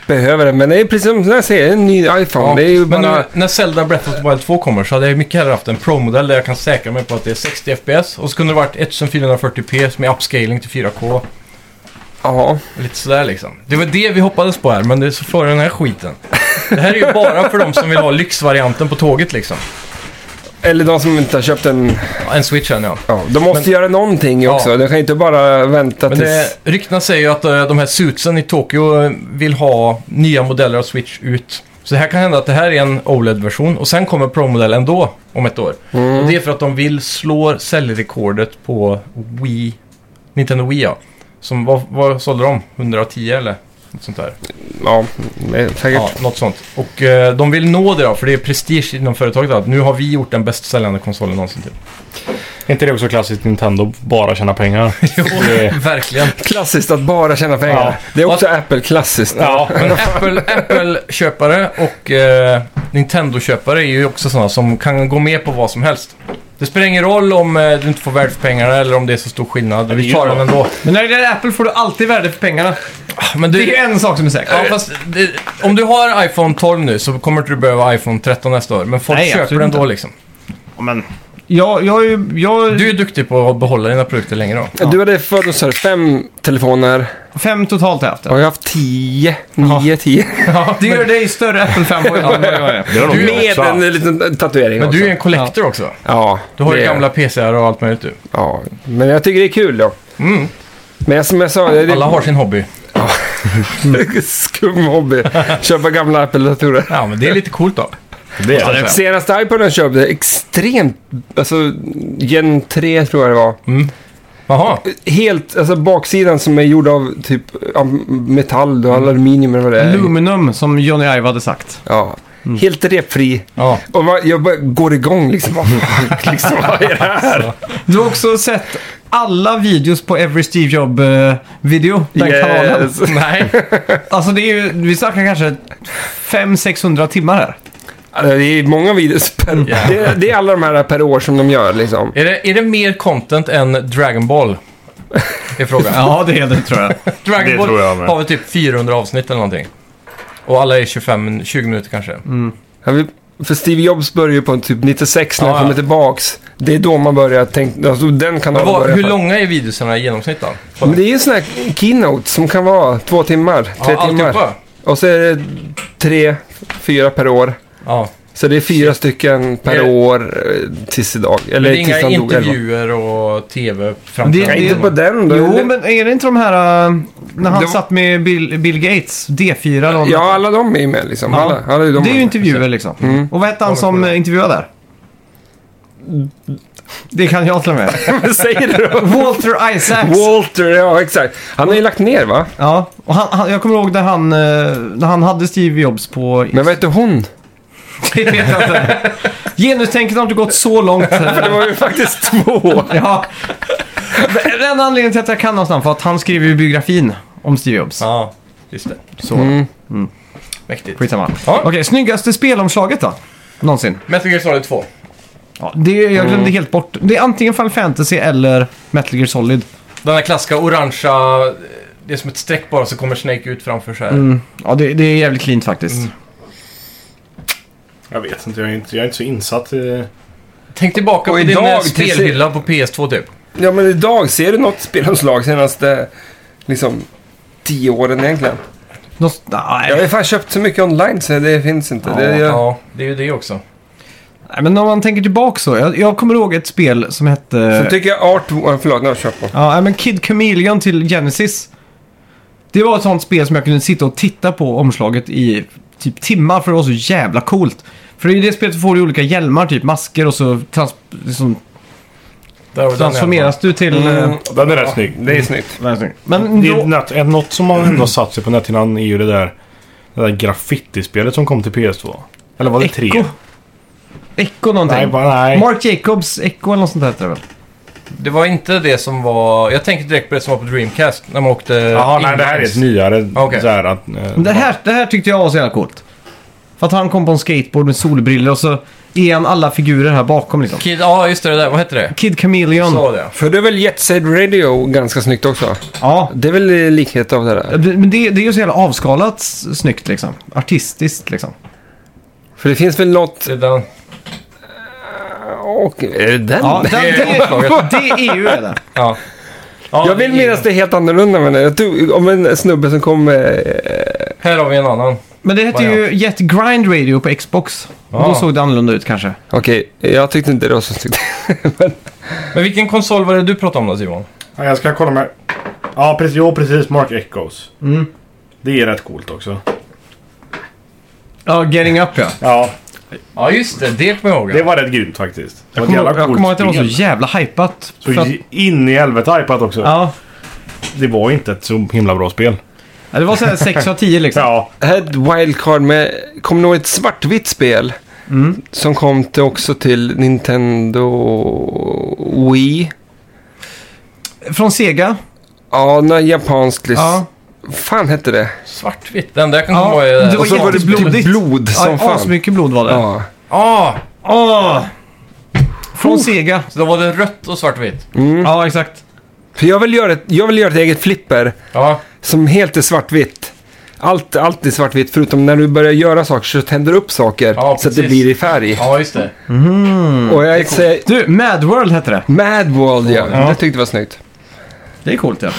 C: behöver det, men det är precis som när jag säger, en ny iPhone.
B: Ja,
C: det är ju
B: men
C: bara...
B: nu, när Zelda Breath of the Wild 2 kommer så hade jag mycket hellre haft en Pro-modell där jag kan säkra mig på att det är 60 FPS. Och så kunde det varit 1440p med upscaling till 4K.
C: Ja,
B: Lite sådär liksom. Det var det vi hoppades på här, men det så får jag den här skiten. Det här är ju bara för de som vill ha lyxvarianten på tåget liksom.
C: eller de som inte har köpt en...
B: Ja, En Switch än ja.
C: Ja, de måste göra någonting
B: Ja.
C: också. De kan ju inte bara vänta
B: Men det,
C: tills...
B: ryktena säger ju att eh, de här suitsen i Tokyo eh, vill ha nya modeller av Switch ut. Så det här kan hända att det här är en OLED-version och sen kommer Pro-modellen ändå om ett år. Och det är för att de vill slå säljrekordet på Wii, Nintendo Wii ja. Som, vad, vad sålde de? 110 eller? Något sånt där.
C: Ja, det är säkert.
B: Ja, något sånt. Och eh, de vill nå det då, för det är prestige inom företaget att nu har vi gjort den bäst säljande konsolen någonsin. Typ.
A: Är inte det också klassiskt Nintendo? Bara tjäna [laughs] pengar. Det-
B: Verkligen.
C: Klassiskt att bara tjäna pengar.
A: Ja.
C: Det är också Apple-klassiskt.
A: ja,
B: Men Apple- Apple-köpare och eh, Nintendo-köpare är ju också sådana som kan gå med på vad som helst. Det spelar ingen roll om eh, du inte får värde för pengarna eller om det är så stor skillnad. Vi tar den ändå.
D: Men när det gäller Apple får du alltid värde för pengarna.
B: Men
D: Det är ju
B: du,
D: en sak som är säker.
B: ja, fast det, om du har iPhone 12 nu så kommer inte du behöva iPhone 13 nästa år. Men folk
D: Nej,
B: köper
D: absolut
B: den då
D: inte.
B: liksom.
D: men... Jag, jag, är ju- jag,
B: Du är duktig på att behålla dina produkter länge då.
C: Du hade förut så här, fem telefoner.
D: Fem totalt har jag haft.
C: Jag har haft tio.
B: [laughs]
C: Nio, tio.
D: [laughs] Det gör dig större Apple-fanboy än vad jag är.
A: det har de
B: Du-
A: också.
C: Med en liten tatuering
B: Men du är
C: också.
B: en collector också.
C: Ja,
B: Du har ju
C: det är-
B: gamla PCR och allt möjligt du.
C: Ja, men jag tycker det är kul då.
B: Mm.
C: Men som jag sa, det är
B: Alla
C: [laughs]
B: har sin hobby.
C: en skum
B: [laughs]
C: hobby. Köpa gamla Apple-datorer.
B: Ja, men det är lite coolt då.
A: Det är det.
C: Senaste iPoden jag köpte, extremt, alltså gen 3 tror jag det var.
B: Jaha.
C: Helt, alltså baksidan som är gjord av typ ja, metall och aluminium eller vad det är.
D: Eh, Luminum, som Johnny Ive hade sagt.
C: Ja.
B: Mm.
C: Helt repfri.
B: Ja.
C: Och man, jag bara går igång liksom. Vad fuck, [laughs] liksom, vad är det här?
D: Du har också sett alla videos på Every Steve Job-video. Den [laughs] kanalen.
B: Nej.
D: Alltså det är ju, vi snackar kanske 500-600 timmar här.
C: Alltså, det är många videos per...
B: Ja.
C: Det, det är alla de här per år som de gör liksom.
B: Är det, är det mer content än Dragon [laughs] Ball? Är frågan.
D: Ja, det är det tror jag.
B: Dragon
A: det
B: Ball
A: tror jag med.
B: har väl typ 400 avsnitt eller någonting. Och alla är 25, 20 minuter kanske.
C: Jag vill, för Steve Jobs började ju på typ 96 när
B: Ja,
C: han
B: ja.
C: kommer tillbaks. Det är då man börjar tänka, alltså den
B: Men
C: kanalen
B: vad,
C: börjar
B: hur
C: på.
B: långa är videoserna i genomsnitt då? På-
C: Men det är ju sådana här keynote som kan vara två timmar, tre
B: ja,
C: timmar.
B: alltihopa?
C: Och så är det tre, fyra per år.
B: Ja.
C: Så det är fyra stycken per
B: Är det-
C: år eh, tills idag.
B: Men det
C: Eller
B: är
C: tills
B: inga
C: han dog. elva.
B: intervjuer och tv
C: Ja,
D: Det-
B: framträdanden?
C: inte på den då.
D: [laughs] Jo,
C: eller-
D: men är det inte de här äh, när han
C: Det var-
D: satt med Bill, Bill Gates, D4? någon-
C: Ja, alla de är ju med liksom. Alla, alla de
D: det är ju intervjuer liksom. Och vad hette han som eh, intervjuade där? Det kan jag till och [laughs] med.
C: Vad säger du då?
D: Walter
C: [laughs]
D: Isaacs.
C: Walter, ja exakt. Han har ju lagt ner va?
D: Ja, och han, han, jag kommer ihåg när han, eh, när han hade Steve Jobs på...
C: Men vad heter hon?
D: Det vet jag inte. Genustänket har inte gått så långt.
C: Det var ju faktiskt två.
D: Ja. Den enda anledningen till att jag kan hans namn var att han skrev ju biografin om Steve Jobs.
B: Ja, just det. Mm.
D: Så,
B: Mäktigt.
D: skitsamma.
B: Ja.
D: Okej, snyggaste spelomslaget då? Någonsin.
B: Metal Gear Solid 2.
D: Ja, det, jag glömde helt bort. Det är antingen Final Fantasy eller Metal Gear Solid.
B: Den här klassiska orangea... eh, Det är som ett streck bara så kommer Snake ut framför så här.
D: Ja, det, det är jävligt cleant faktiskt.
A: Jag vet inte. Jag är inte, jag är inte så insatt eh. i...
B: Tänk tillbaka
C: Och
B: på din
C: idag
B: eh,
C: till
B: spelhylla på PS2 typ.
C: Ja, men idag, ser du något spelomslag senaste liksom tio åren egentligen?
D: Nås-
C: Jag har
D: nej.
C: ju fan köpt så mycket online så det finns inte. det,
B: Ja,
C: är ju-
B: ja, det är ju det också.
D: nej, men om man tänker tillbaka så. Jag, jag kommer ihåg ett spel som hette...
C: Sen tycker jag Art... oh, Förlåt, nu har jag kört på.
D: Ja, nej, men Kid Chameleon till Genesis. Det var ett sånt spel som jag kunde sitta och titta på omslaget i typ timmar för det var så jävla coolt. För i det spelet så får du olika hjälmar, typ masker och så trans- liksom,
B: Där var den
D: transformeras du till... eh,
A: Den är rätt snygg.
C: Det är snyggt.
D: Men
A: Mm. Det är
D: då,
A: nat- något som man ändå satt sig på näthinnan är ju det där, det där graffitispelet som kom till PS2. Eller var det tre?
D: Echo? Echo någonting.
A: Nej, bara, nej.
D: Mark Jacobs Echo eller något sånt där heter det väl?
B: Det var inte det som var... Jag tänkte direkt på det som var på Dreamcast när man åkte...
A: Jaha, nej det här är ett nyare.
B: Okej.
A: Så här att, eh,
D: Men Det här, det här tyckte jag var så jävla coolt. För att han kom på en skateboard med solbriller och så igen alla figurer här bakom liksom.
B: Kid, ja just det, det där, vad hette det?
D: Kid Chameleon.
B: Så var det.
C: För det är väl Jet Set Radio ganska snyggt också?
D: Ja.
C: Det är väl eh, likhet av det där?
D: Men det, det är ju så jävla avskalat s- snyggt liksom. Artistiskt liksom.
C: För det finns väl något...
B: Det är den.
C: Och, eh, är det den?
D: Ja, den, det, [laughs] det är ju det.
B: Ja. Ja,
C: jag vill
B: det är-
C: minnas det är helt annorlunda men jag tror, om en snubbe som kom eh, med...
B: Här har vi en annan.
D: Men det hette
B: Vad
D: ju Jet Grind Radio på Xbox. Och
B: Ja.
D: då såg det annorlunda ut kanske.
C: Okej, jag tyckte inte det var så snyggt. [laughs] men,
B: Men vilken konsol var det du pratade om då Simon?
A: Ja, jag ska kolla med... Ja, precis. Jo, precis. Mark Echoes. Det är rätt coolt också.
D: Ja, Getting Up ja.
A: Ja,
B: Ja just det, det kommer jag ihåg.
A: det var rätt grymt faktiskt. Det
D: Jag
A: var ett
D: kommer
A: jävla
D: jag
A: coolt
D: kommer ihåg att det var så
A: spel.
D: jävla hypat.
A: Så
D: För att,
A: in i helvete hypat också.
D: ja,
A: Det var ju inte ett så himla bra spel.
D: Ja, det var såhär 6 av 10 liksom.
A: Ja,
C: jag hade ett wildcard med... Kom nog ett svartvitt spel. Som kom till också till Nintendo Wii.
D: Från Sega.
C: Ja, nå- japanskt.
D: Ja.
C: Ja. fan hette det?
B: Svartvitt, den där kan
D: Ja,
B: komma ihåg.
D: det
B: eh,
D: var
C: Och så var det
D: jätteblodigt.
C: typ blod som
D: Ja,
C: fan.
D: asmycket blod var det.
C: Ja.
B: Ja,
D: Åh! Från Sega.
B: så då var det rött och svartvitt.
D: Ja, exakt.
C: För jag vill, göra ett, jag vill göra ett eget flipper
B: Ja,
C: som helt är svartvitt. Allt, allt är svartvitt förutom när du börjar göra saker så tänder du upp saker
B: Ja,
C: så att det
B: precis.
C: blir i färg.
B: ja just det.
C: Och jag säger
D: Du, Mad World hette det.
C: Mad World, ja. Det tyckte jag var snyggt.
D: Det är coolt ja.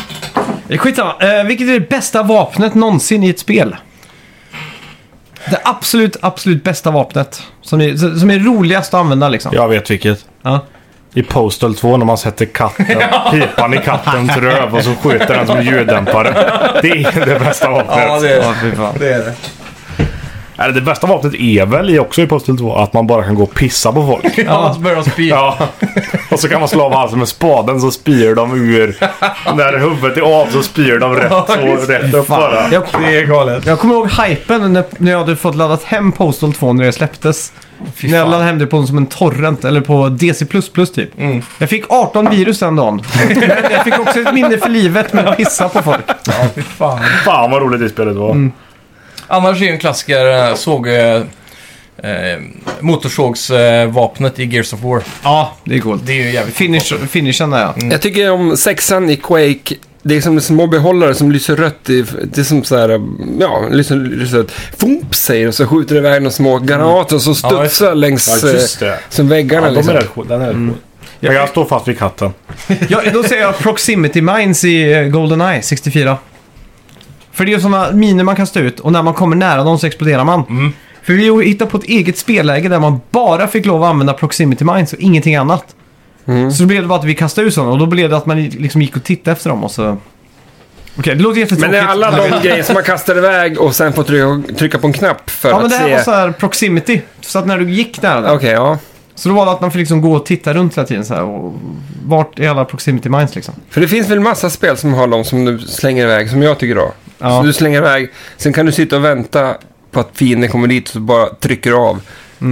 D: Eh, Skitsamma. Eh, vilket är det bästa vapnet någonsin i ett spel? Det absolut, absolut bästa vapnet. Som är, som är roligast att använda liksom.
A: jag vet vilket.
D: Ja.
A: I Postal 2 när man sätter katten, pipan i kattens röv och så skjuter den som en ljuddämpare. Det är det bästa vapnet.
B: Ja, det är
D: fy fan.
B: det. Är det.
A: Eller det bästa vapnet är väl i- också i Postal 2 att man bara kan gå och pissa på folk.
B: Ja, så börjar de spy.
A: Ja. Och så kan man slå av halsen med spaden så spyr de ur. När huvudet är av så spyr de rätt, så, rätt upp bara.
D: Jag,
B: Det är galet.
D: jag kommer ihåg hypen när, när jag hade fått laddat hem Postal 2 när det släpptes.
B: Fy
D: när jag
B: fan.
D: laddade hem det på en- som en torrent eller på DC++ typ.
B: Mm.
D: Jag fick 18 virus den dagen. Men jag fick också ett minne för livet med att pissa på folk.
B: Ja, fy fan.
A: Fan vad roligt det spelet var.
B: Mm. Annars är ju en klassiker eh, såg... Eh, eh, Motorsågsvapnet i Gears of War.
D: Ja, det är coolt.
B: Det är ju jävligt
D: Finish, finishen där ja.
A: Mm.
C: Jag tycker om sexan i Quake. Det är som små behållare som lyser rött. I, det är som så här, ja, lyser, lyser rött. Fump säger det och så skjuter det iväg några
A: Mm.
C: små granater som
B: Ja, just
C: studsar längs
A: Ja, just
C: eh,
A: det.
C: som väggarna.
A: Ja, de är
C: liksom.
A: rätt cool. Den är rätt cool. Men jag står fast vid katten.
D: ja. Då säger jag Proximity Mines i eh, GoldenEye 64. För det är ju sådana miner man kan stå ut och när man kommer nära någon så exploderar man.
C: Mm.
D: För vi hittade på ett eget spelläge där man bara fick lov att använda Proximity Mines och ingenting annat. Så då blev det bara att vi kastade ut sådana och då blev det att man liksom gick och tittade efter dem och så... Okej, det låter jättetråkigt.
C: Men det är alla
D: Jag
A: [laughs]
D: vet.
C: de grejer som man kastar iväg och sen får trycka, trycka på en knapp för
D: Ja
C: att
D: men det här
C: se.
D: var så här proximity. Så att när du gick nära den.
C: Okej, ja.
D: Så då var det att man fick liksom gå och titta runt hela tiden så här. Och vart är alla proximity mines liksom?
C: För det finns väl massa spel som har de som du slänger iväg, som jag tycker om.
D: Ja.
C: Så du slänger iväg, sen kan du sitta och vänta på att fienden kommer dit och så bara trycker du av.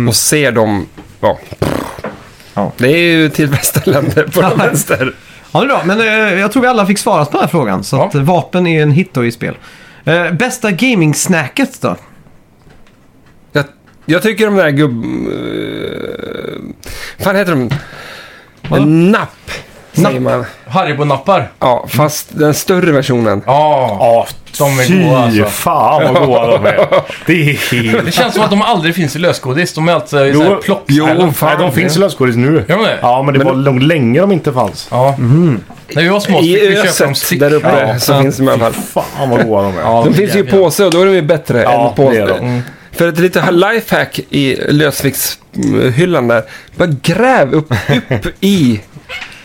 C: Och ser dem, ja.
D: Ja.
C: Det är ju till bästa länder på de vänster.
D: Ja, det är bra. Men eh, jag tror vi alla fick svarat på den här frågan. Så
B: Ja.
D: att eh, vapen är en hit då i spel. Eh, bästa gaming-snacket då?
C: Jag, jag tycker de där gubb... Uh, fan heter de?
D: Vadå?
C: En napp, säger
D: Napp.
C: man.
B: Haribo-nappar.
C: Ja, fast den större versionen.
B: Ja.
A: Ja,
B: De är
A: fy
B: goda, alltså.
A: fan vad goda de är. Det är helt...
B: Det känns som att de aldrig finns i lösgodis. De är alltid i
A: Jo.
B: sån här plock.
C: Jo,
A: Nej, de finns i lösgodis nu.
B: Gör de det?
A: Ja, men det var långt länge de inte fanns.
B: Ja. När vi var små så
C: Mhm. I
B: fick vi köpa dem
C: öset
B: stick.
C: där uppe
A: Ja.
C: så finns de i alla fall.
A: Fan vad goda de är.
B: Ja,
C: De finns ju i
B: jävlar.
C: påse och då är de ju bättre
A: Ja,
C: än påse.
A: det är de. Mm.
C: För ett litet lifehack i lösviktshyllan där. Bara gräv upp, upp i.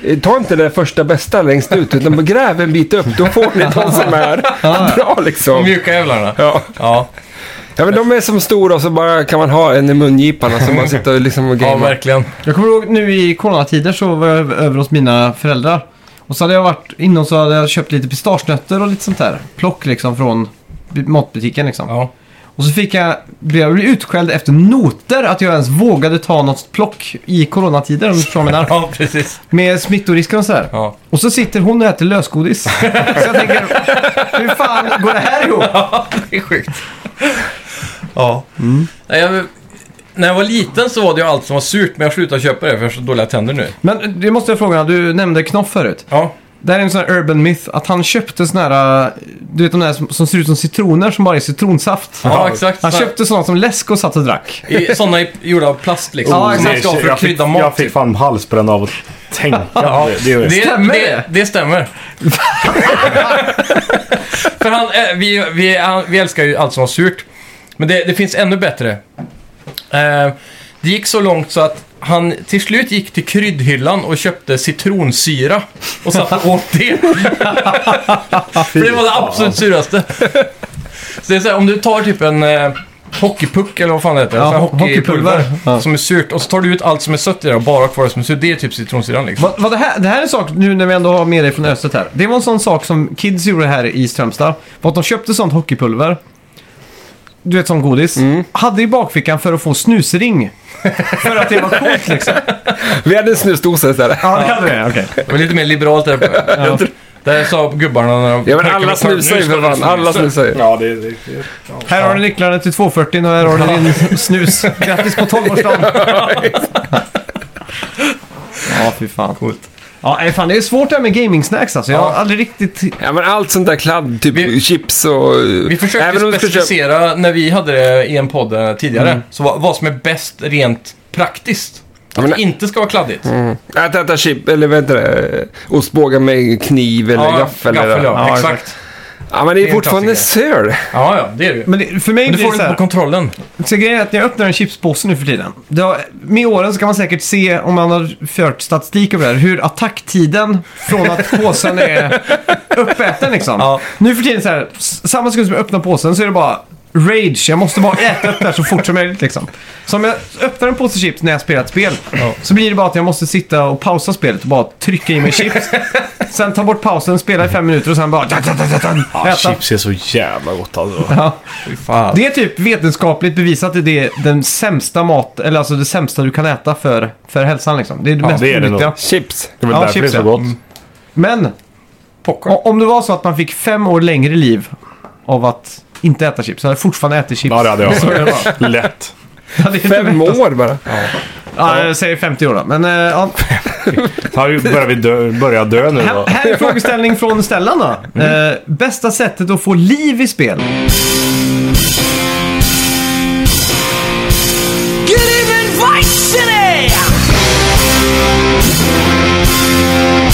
C: Eh, Ta inte det första bästa längst ut, utan bara gräv en bit upp. Då får ni de som är bra
B: De
C: liksom.
B: mjuka jävlarna.
C: Ja.
B: Ja,
C: ja, men de är som stora och så bara kan man ha en i mungipan och så man sitter och liksom och
B: ja
C: gamer.
B: verkligen.
D: Jag kommer ihåg nu i coronatider så var jag över hos mina föräldrar. Och så hade jag varit inne så hade jag köpt lite pistagenötter och lite sånt där. Plock liksom från bi- matbutiken liksom.
B: Ja.
D: Och så fick jag, blev jag utskälld efter noter att jag ens vågade ta något plock i coronatider om du förstår vad
B: [laughs]
D: jag menar.
B: ja, precis.
D: Med smittorisker och sådär.
B: Ja.
D: Och så sitter hon och
B: [laughs]
D: äter lösgodis. så jag tänker, hur fan går det här ihop?
C: Mm.
B: Det är sjukt. Ja. Nej, jag, när jag var liten så var det ju allt som var surt, men jag slutade köpa det för jag har så dåliga tänder nu.
D: Men det måste jag fråga, du nämnde Knoff förut.
B: Ja,
D: Det här är en sån här urban myth, att han köpte såna här, du vet de där som, som ser ut som citroner som bara är citronsaft.
B: ja exakt.
D: Han köpte såna som läsk och satt och drack.
B: I, såna i, gjorda av plast liksom.
D: Ja,
B: Ja,
D: exakt.
B: exakt. Ska för
A: Oh, jag,
B: att
A: fick,
B: krydda mat. typ.
A: jag fick fan halsbränna av att tänka på det. det, gör jag.
B: Det,
D: Stämmer det?
B: det? Det stämmer. För han, eh, vi, vi, han, vi älskar ju allt som var surt. Men det, det finns ännu bättre. Eh, det gick så långt så att han till slut gick till kryddhyllan och köpte citronsyra och satt och åt
D: [laughs]
B: det. För det var det absolut suraste. Så det är så här, om du tar typ en eh, hockeypuck eller vad fan det heter.
D: Ja,
B: Ja, hockeypulver
D: hockeypulver. Ja.
B: som är surt. Och så tar du ut allt som är sött i det och bara kvar det som är surt. Det är typ citronsyran liksom.
D: Vad, vad det, här, det här är en sak, nu när vi ändå har med dig från östet här. Det var en sån sak som kids gjorde här i Strömstad. Var att de köpte sånt hockeypulver. Du vet, som godis. Hade i bakfickan för att få snusring. för att det var coolt liksom.
C: Vi hade en snusdosa istället.
D: Ja, det hade det. Okej.
B: Det var lite mer liberalt
C: [laughs]
B: där uppe. Där sa gubbarna när de
C: Ja, men
B: pekade
C: alla
B: på skärmen,
C: snusar
B: "Nu
C: ju
B: ska
C: för
B: du
C: fan.
B: snusa."
C: Alla snusar ju.
A: Ja, det, det, det.
D: Här har du nycklarna till 240 och här har du din snus. Grattis på 12-årsdagen. ja, fy fan.
B: Coolt.
D: Ja, nej, fan, det är svårt det här med gaming-snacks alltså. Jag har
B: Ja.
D: aldrig riktigt...
C: Ja, men allt sånt där kladd, typ
B: Vi-
C: chips och...
B: Vi försökte
C: Även om vi skulle köpa- Mm.
B: specificera när vi hade det i en podd eh, tidigare. Så vad, vad som är bäst rent praktiskt. Att
C: men- Mm.
B: det inte ska vara kladdigt.
C: Att äta chip, eller vad heter det? Ostbågar med kniv eller
B: Ja,
C: gaffel.
B: gaffel
C: eller...
B: ja.
D: Ja,
B: exakt.
C: ja, men det
B: Det
C: är
B: är en
C: fortfarande söl.
B: Ja, ja, det är det ju.
D: Men det, för mig
B: Men du
D: blir
B: får
D: det så
B: det
D: här...
B: på kontrollen.
D: Så grejen är att när jag öppnar en chipspåse nu för tiden. Det har, med åren så kan man säkert se, om man har fört statistik över det här, hur attacktiden från att påsen är uppäten liksom.
B: Ja.
D: Nu för tiden så här, s- samma sekund som jag öppnar påsen så är det bara rage. Jag måste bara äta upp det här så fort som möjligt liksom. Så om jag öppnar en påse chips när jag spelar ett spel så blir det bara att jag måste sitta och pausa spelet och bara trycka i mig chips. sen ta bort pausen, spela i fem minuter och sen bara...
A: Ja,
D: äta.
A: Ah, chips är så jävla gott alltså.
B: Fy fan.
D: Det är typ vetenskapligt bevisat att det är den sämsta mat, eller alltså det sämsta du kan äta för, för hälsan liksom. Det är det
A: Ja,
D: mest
A: det är det nog.
D: olyckliga.
C: Chips.
A: Det är väl
D: Ja,
A: därför det är
D: chips,
A: så
D: ja.
A: gott.
D: Men
B: Popcorn.
D: o- om det var så att man fick fem år längre liv av att inte äta chips, så hade jag fortfarande ätit chips.
A: Ja, det hade jag.
D: [laughs] Så är det
A: [laughs]
D: bara.
A: Lätt.
D: Ja, det är inte
C: Fem
D: rätt. alltså.
C: år bara.
D: Ja, jag säger 50 år då. Men
A: [laughs]
D: eh, ja.
A: Här börjar vi dö, börja dö nu
D: här,
A: då.
D: här är frågeställning från Stellan då.
A: Mm.
D: Eh, bästa sättet att få liv i spel?
E: Get him in Vice City!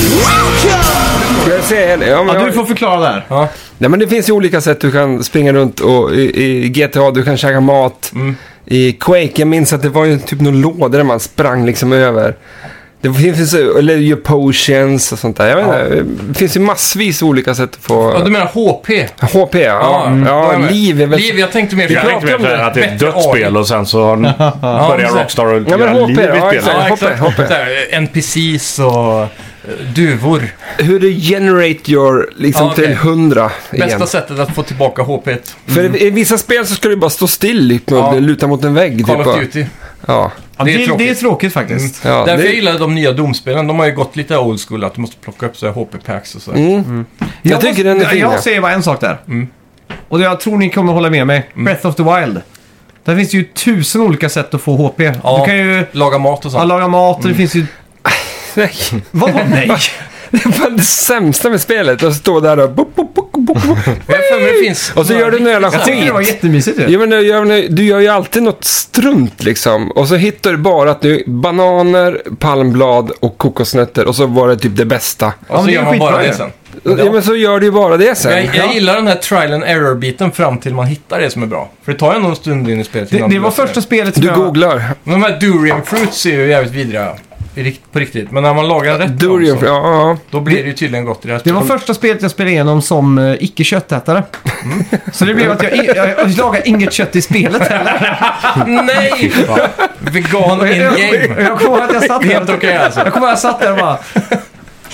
E: Welcome!
C: Ska jag säga, ja, men
D: Ja,
C: jag,
D: du får förklara det här.
B: Ja.
C: Nej, men det finns ju olika sätt du kan springa runt och i, i GTA, du kan käka mat. I Quake, jag minns att det var ju typ någon låda där man sprang liksom över. Det finns ju, eller ju potions och sånt där. Jag vet inte, det finns ju massvis olika sätt att få...
B: ja, du menar HP?
C: HP, ja. Ja,
B: då är jag med.
C: liv är väl...
B: Liv, jag tänkte mer
A: Jag tänkte mer så här att det är ett
B: Bättre
A: dött spel och sen så har den- börjar
B: precis.
A: Rockstar och
C: men
A: göra
C: HP,
A: liv
C: ja,
A: i
C: exakt.
A: spelet.
B: Ja,
C: hoppe,
B: exakt.
C: hoppe.
B: Så här, NPCs och eh, duvor.
C: Hur du generate your, liksom
B: Ja, okej.
C: till 100 igen.
B: Bästa sättet att få tillbaka HP. -et.
C: För i vissa spel så ska du bara stå still liksom, och
B: Ja.
C: luta mot en vägg.
B: Call
C: typ,
B: of
C: och-
B: Duty.
C: Ja.
D: Ja, det, är det är tråkigt faktiskt.
C: Ja,
B: Därför
C: det-
B: jag gillar de nya domspelen. De har ju gått lite old school, att du måste plocka upp så här HP-packs och så. här.
D: Mm.
C: Jag tycker den är fin,
D: Jag
C: ja. [laughs]
D: säger bara en sak där. Och jag tror ni kommer hålla med mig. Breath of the Wild. Där finns det ju tusen olika sätt att få HP.
B: Ja.
D: Du kan ju
B: Laga mat och
D: ja,
B: sånt.
D: laga mat och det finns ju...
C: [laughs] Nej.
D: Vad var nej?
C: Det var det sämsta med spelet. Att stå där och... Bop, bop, bop, bop, bop.
B: Men jag har för mig det finns...
C: Och så gör du en jävla
D: Jag tyckte det var
C: skit.
D: jättemysigt ju.
C: Ja, men du, gör, du gör ju alltid något strunt liksom. Och så hittar du bara att du bananer, palmblad och kokosnötter. Och så var det typ det bästa.
D: Ja,
B: Och så
D: men det
B: gör
D: är
B: man bara
D: skitbra
B: det
D: ju.
B: sen.
C: Ja, men så gör du ju bara det sen.
B: Jag, jag gillar den här trial and error-biten fram till man hittar det som är bra. För det tar ju ändå en stund in i spelet
D: Det,
B: innan
D: det
B: du
D: var
B: löser
D: första spelet som
C: Du
D: jag...
C: googlar.
B: Men De här durian fruits är ju jävligt vidriga. i rikt- På riktigt. Men när man lagar rätt
C: Du,
B: dem
C: ja,
B: så,
C: ja.
B: då blir det ju tydligen gott i det här
D: Det
B: spelet.
D: var första spelet jag spelade igenom som eh, icke-köttätare. Så det blev att jag, jag, jag lagade inget kött i spelet heller. [laughs]
B: Nej! Vegan
D: Och jag,
B: in
D: jag,
B: game.
D: jag kommer ihåg att jag satt där.
B: Helt okej alltså.
D: Jag kommer ihåg att jag satt där och bara...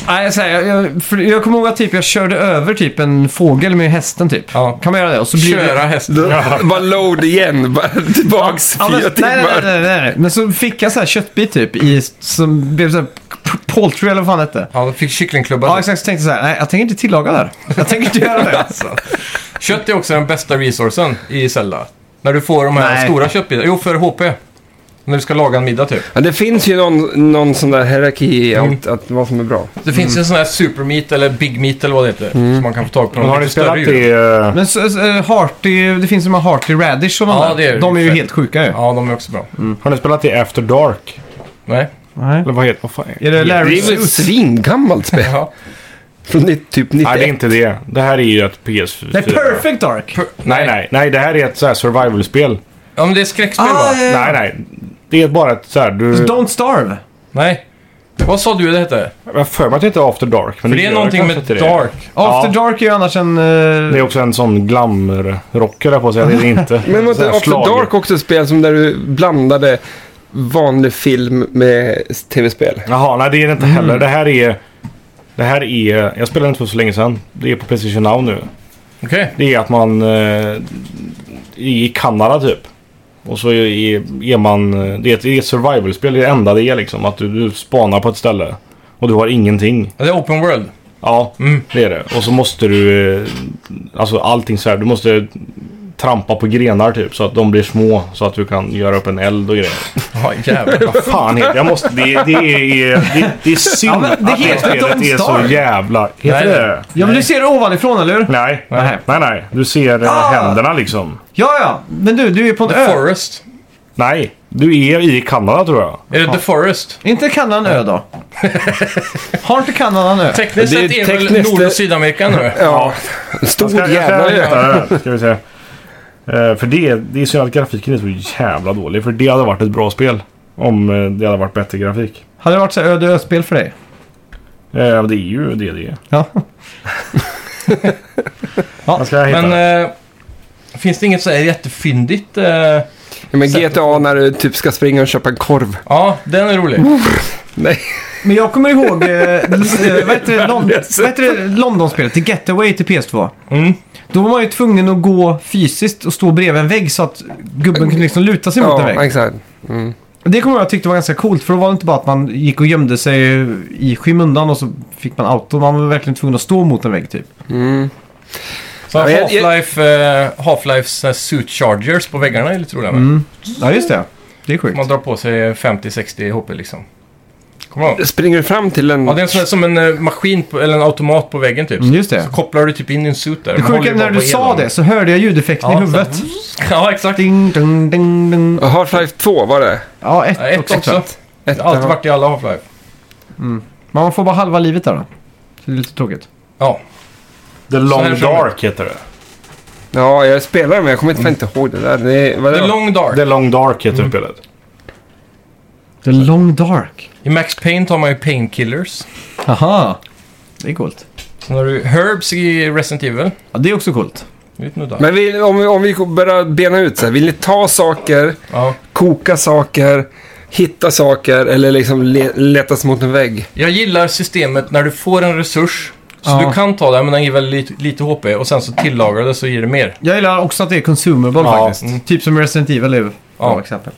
D: Nej, så här, jag, jag, för jag kommer ihåg att typ, jag körde över typ en fågel med hästen typ.
B: Ja.
D: Kan man göra det? Och så blir det...
B: Köra hästen.
C: Bara load igen. Bara tillbaks
D: Ja, men,
C: fyra
D: nej, nej,
C: timmar.
D: nej, nej, nej. Men så fick jag så här köttbit typ i... Som blev så här, p- poultry eller vad fan det hette.
B: Ja, de fick kycklingklubbar.
D: Ja, exakt. Så tänkte jag så här, nej, jag tänker inte tillaga det här. Jag tänker inte göra det.
B: Alltså. Kött är också den bästa resourcen i Zelda. När du får de här
D: Nej.
B: stora köttbitarna. Jo, för HP. När du ska laga en middag typ.
C: Ja, det finns ju någon, någon sån där hierarki att, att vad som är bra.
B: Det finns
A: Mm.
B: ju en sån här supermeat eller big meat eller vad det heter. Som man kan få tag på.
A: Men har
B: lite
A: ni spelat
B: större djur.
A: det? eh,
D: Men så, så, eh, Hearty, det finns ju de här Hearty Radish och de
B: Ja,
D: där.
B: det är ju
D: De är ju
B: fett.
D: helt sjuka ju.
B: Ja, de är också bra.
A: Har ni spelat det After Dark?
B: Nej.
D: Nej.
A: Eller vad heter vad fan
D: Är det
C: Det
D: Larry
C: är väl ett
D: Suits?
C: svingammalt spel.
B: Jaha.
C: Från nitt- typ
A: Nej, det är
C: 91.
A: inte det. Det här är ju ett PS4.
D: Nej, Perfect Dark!
B: Per-
A: Nej, nej, nej. Det här är ett så här
D: Eh.
A: survival-spel.
B: Ja, men det är skräckspel
D: Ah,
B: va?
D: ja, ja.
A: Nej, nej. Det är bara ett så här... Du...
D: Don't Starve!
B: Nej. Vad sa du det hette?
A: Jag har för mig att det heter After Dark. Men
B: För det är
A: gör
B: någonting
A: kanske
B: med
A: inte det.
B: dark.
D: After
A: Ja.
D: Dark är ju annars en... eh,
A: Det är också en sån glam-rockare på sig. Det är det inte.
C: [laughs] Men var
A: Så här
C: inte After
A: slager.
C: Dark också ett spel som där du blandade vanlig film med tv-spel?
A: Jaha, nej det är det inte heller.
C: Mm.
A: Det här är... Det här är... Jag spelade inte för så länge sedan. Det är på Playstation Now nu.
B: Okej.
A: Det är att man... Eh, I Kanada typ. Och så är, är man... eh, Det är ett, det är ett survival-spel. Det är det enda det är liksom. Att du, du spanar på ett ställe. Och du har ingenting.
B: Ja, Det är open world.
A: Ja,
B: Mm.
A: det är det. Och så måste du... eh, Alltså allting så här. Du måste trampa på grenar typ. Så att de blir små. Så att du kan göra upp en eld och grejer.
B: Ja,
A: [laughs]
B: jävlar.
A: Vad fan heter jag måste, det? Det är, det, det är synd
D: Ja, men det
A: att det här
D: heter
A: spelet
D: Don't
A: är så
D: Starve.
A: jävla... Heter
B: Nej.
A: det?
D: Ja, men du ser det ovanifrån, eller hur?
A: Nej.
D: Nej.
A: nej, nej, nej. Du ser eh,
D: Ah!
A: händerna liksom.
D: Ja, ja. Men du, du är på en
B: The
D: ö.
B: Forest.
A: Nej, du är i Kanada tror jag.
B: Är det The Forest?
D: Är inte Kanada en ö då? Har inte Kanada en ö?
B: Tekniskt
C: Det är
B: sett är det väl
C: tekniskt-
B: Nord och
A: [laughs]
B: Sydamerika nu?
C: Ja, en stor
A: Jag ska, jag
C: jävla
A: ska
C: ö.
A: leta det här, ska vi se. Eh, för det, det är synd att grafiken är så jävla dålig. För det hade varit ett bra spel. Om eh, det hade varit bättre grafik.
D: Hade det varit så här öde ö-spel för dig?
A: Eh, det är ju det det är.
D: Ja.
A: Jag ska hitta
B: Men
A: det.
B: eh, finns det inget så här jättefyndigt? Eh,
C: Ja, men GTA när du typ ska springa och köpa en korv.
B: ja, den är rolig.
D: Mm.
C: Nej,
D: Men jag kommer ihåg, eh, eh, vad heter det, Lon- vad heter det Londonspelet? The Getaway till PS2.
B: Mm.
D: Då var man ju tvungen att gå fysiskt och stå bredvid en vägg så att gubben kunde liksom luta sig mot en
C: ja
D: vägg.
C: exakt.
D: Det kommer jag tyckte var ganska coolt för då var det inte bara att man gick och gömde sig i skymundan och så fick man auto. Man var verkligen tvungen att stå mot en vägg typ.
B: Så
C: Ja, jag-
B: Half-Life, eh, Half-Lifes eh, suit chargers på väggarna är lite roliga. Mm.
D: Ja, just det. Det är sjukt.
B: Man drar på sig 50-60 HP liksom. Kommer du ihåg?
C: Springer du fram till en...
B: Ja, det är en sån här, som en eh, maskin på, eller en automat på väggen typ.
D: Mm, just det.
B: Så kopplar du typ in i en suit där.
D: Det
B: Man håller
D: sjuka
B: ju bara
D: när du
B: på
D: sa
B: elen.
D: det så hörde jag ljudeffekten
B: Ja,
D: i huvudet.
B: [laughs] Ja, exakt.
D: Ding, ding, ding, ding.
C: Half-Life 2, var det?
D: Ja, ett,
B: Ja, Ett
D: också.
B: också.
D: tror jag.
C: Ett,
B: Det har alltid varit i alla Half-Life.
D: Men man får bara halva livet där då. Så det är lite tråkigt.
B: Ja.
A: The
B: så här
A: Long
B: ser det
A: Dark heter det.
C: Ja, jag spelade det, men jag kommer inte, fan inte ihåg det där. Det, vad
B: The
C: det var?
B: Long Dark.
A: The Long Dark heter
B: Mm.
A: spelet.
D: The long dark.
B: I Max Payne tar man ju painkillers.
D: Aha. Det är coolt.
B: Sen har du Herbs i Resident Evil.
D: Ja, det är också coolt.
B: Lite nudda.
C: Men vi, om, vi, om vi börjar bena ut så här. Vill ni ta saker,
B: Ja.
C: koka saker, hitta saker eller liksom le, letas mot en vägg?
B: Jag gillar systemet när du får en resurs. Så
D: Ja.
B: du kan ta den, men den ger väl lite, lite HP. Och sen så tillagar du det så ger det mer.
D: Jag gillar också att det är consumable
A: Ja.
D: faktiskt. Typ som Resident Evil är ju bra
B: Mm. Ja.
D: exempel.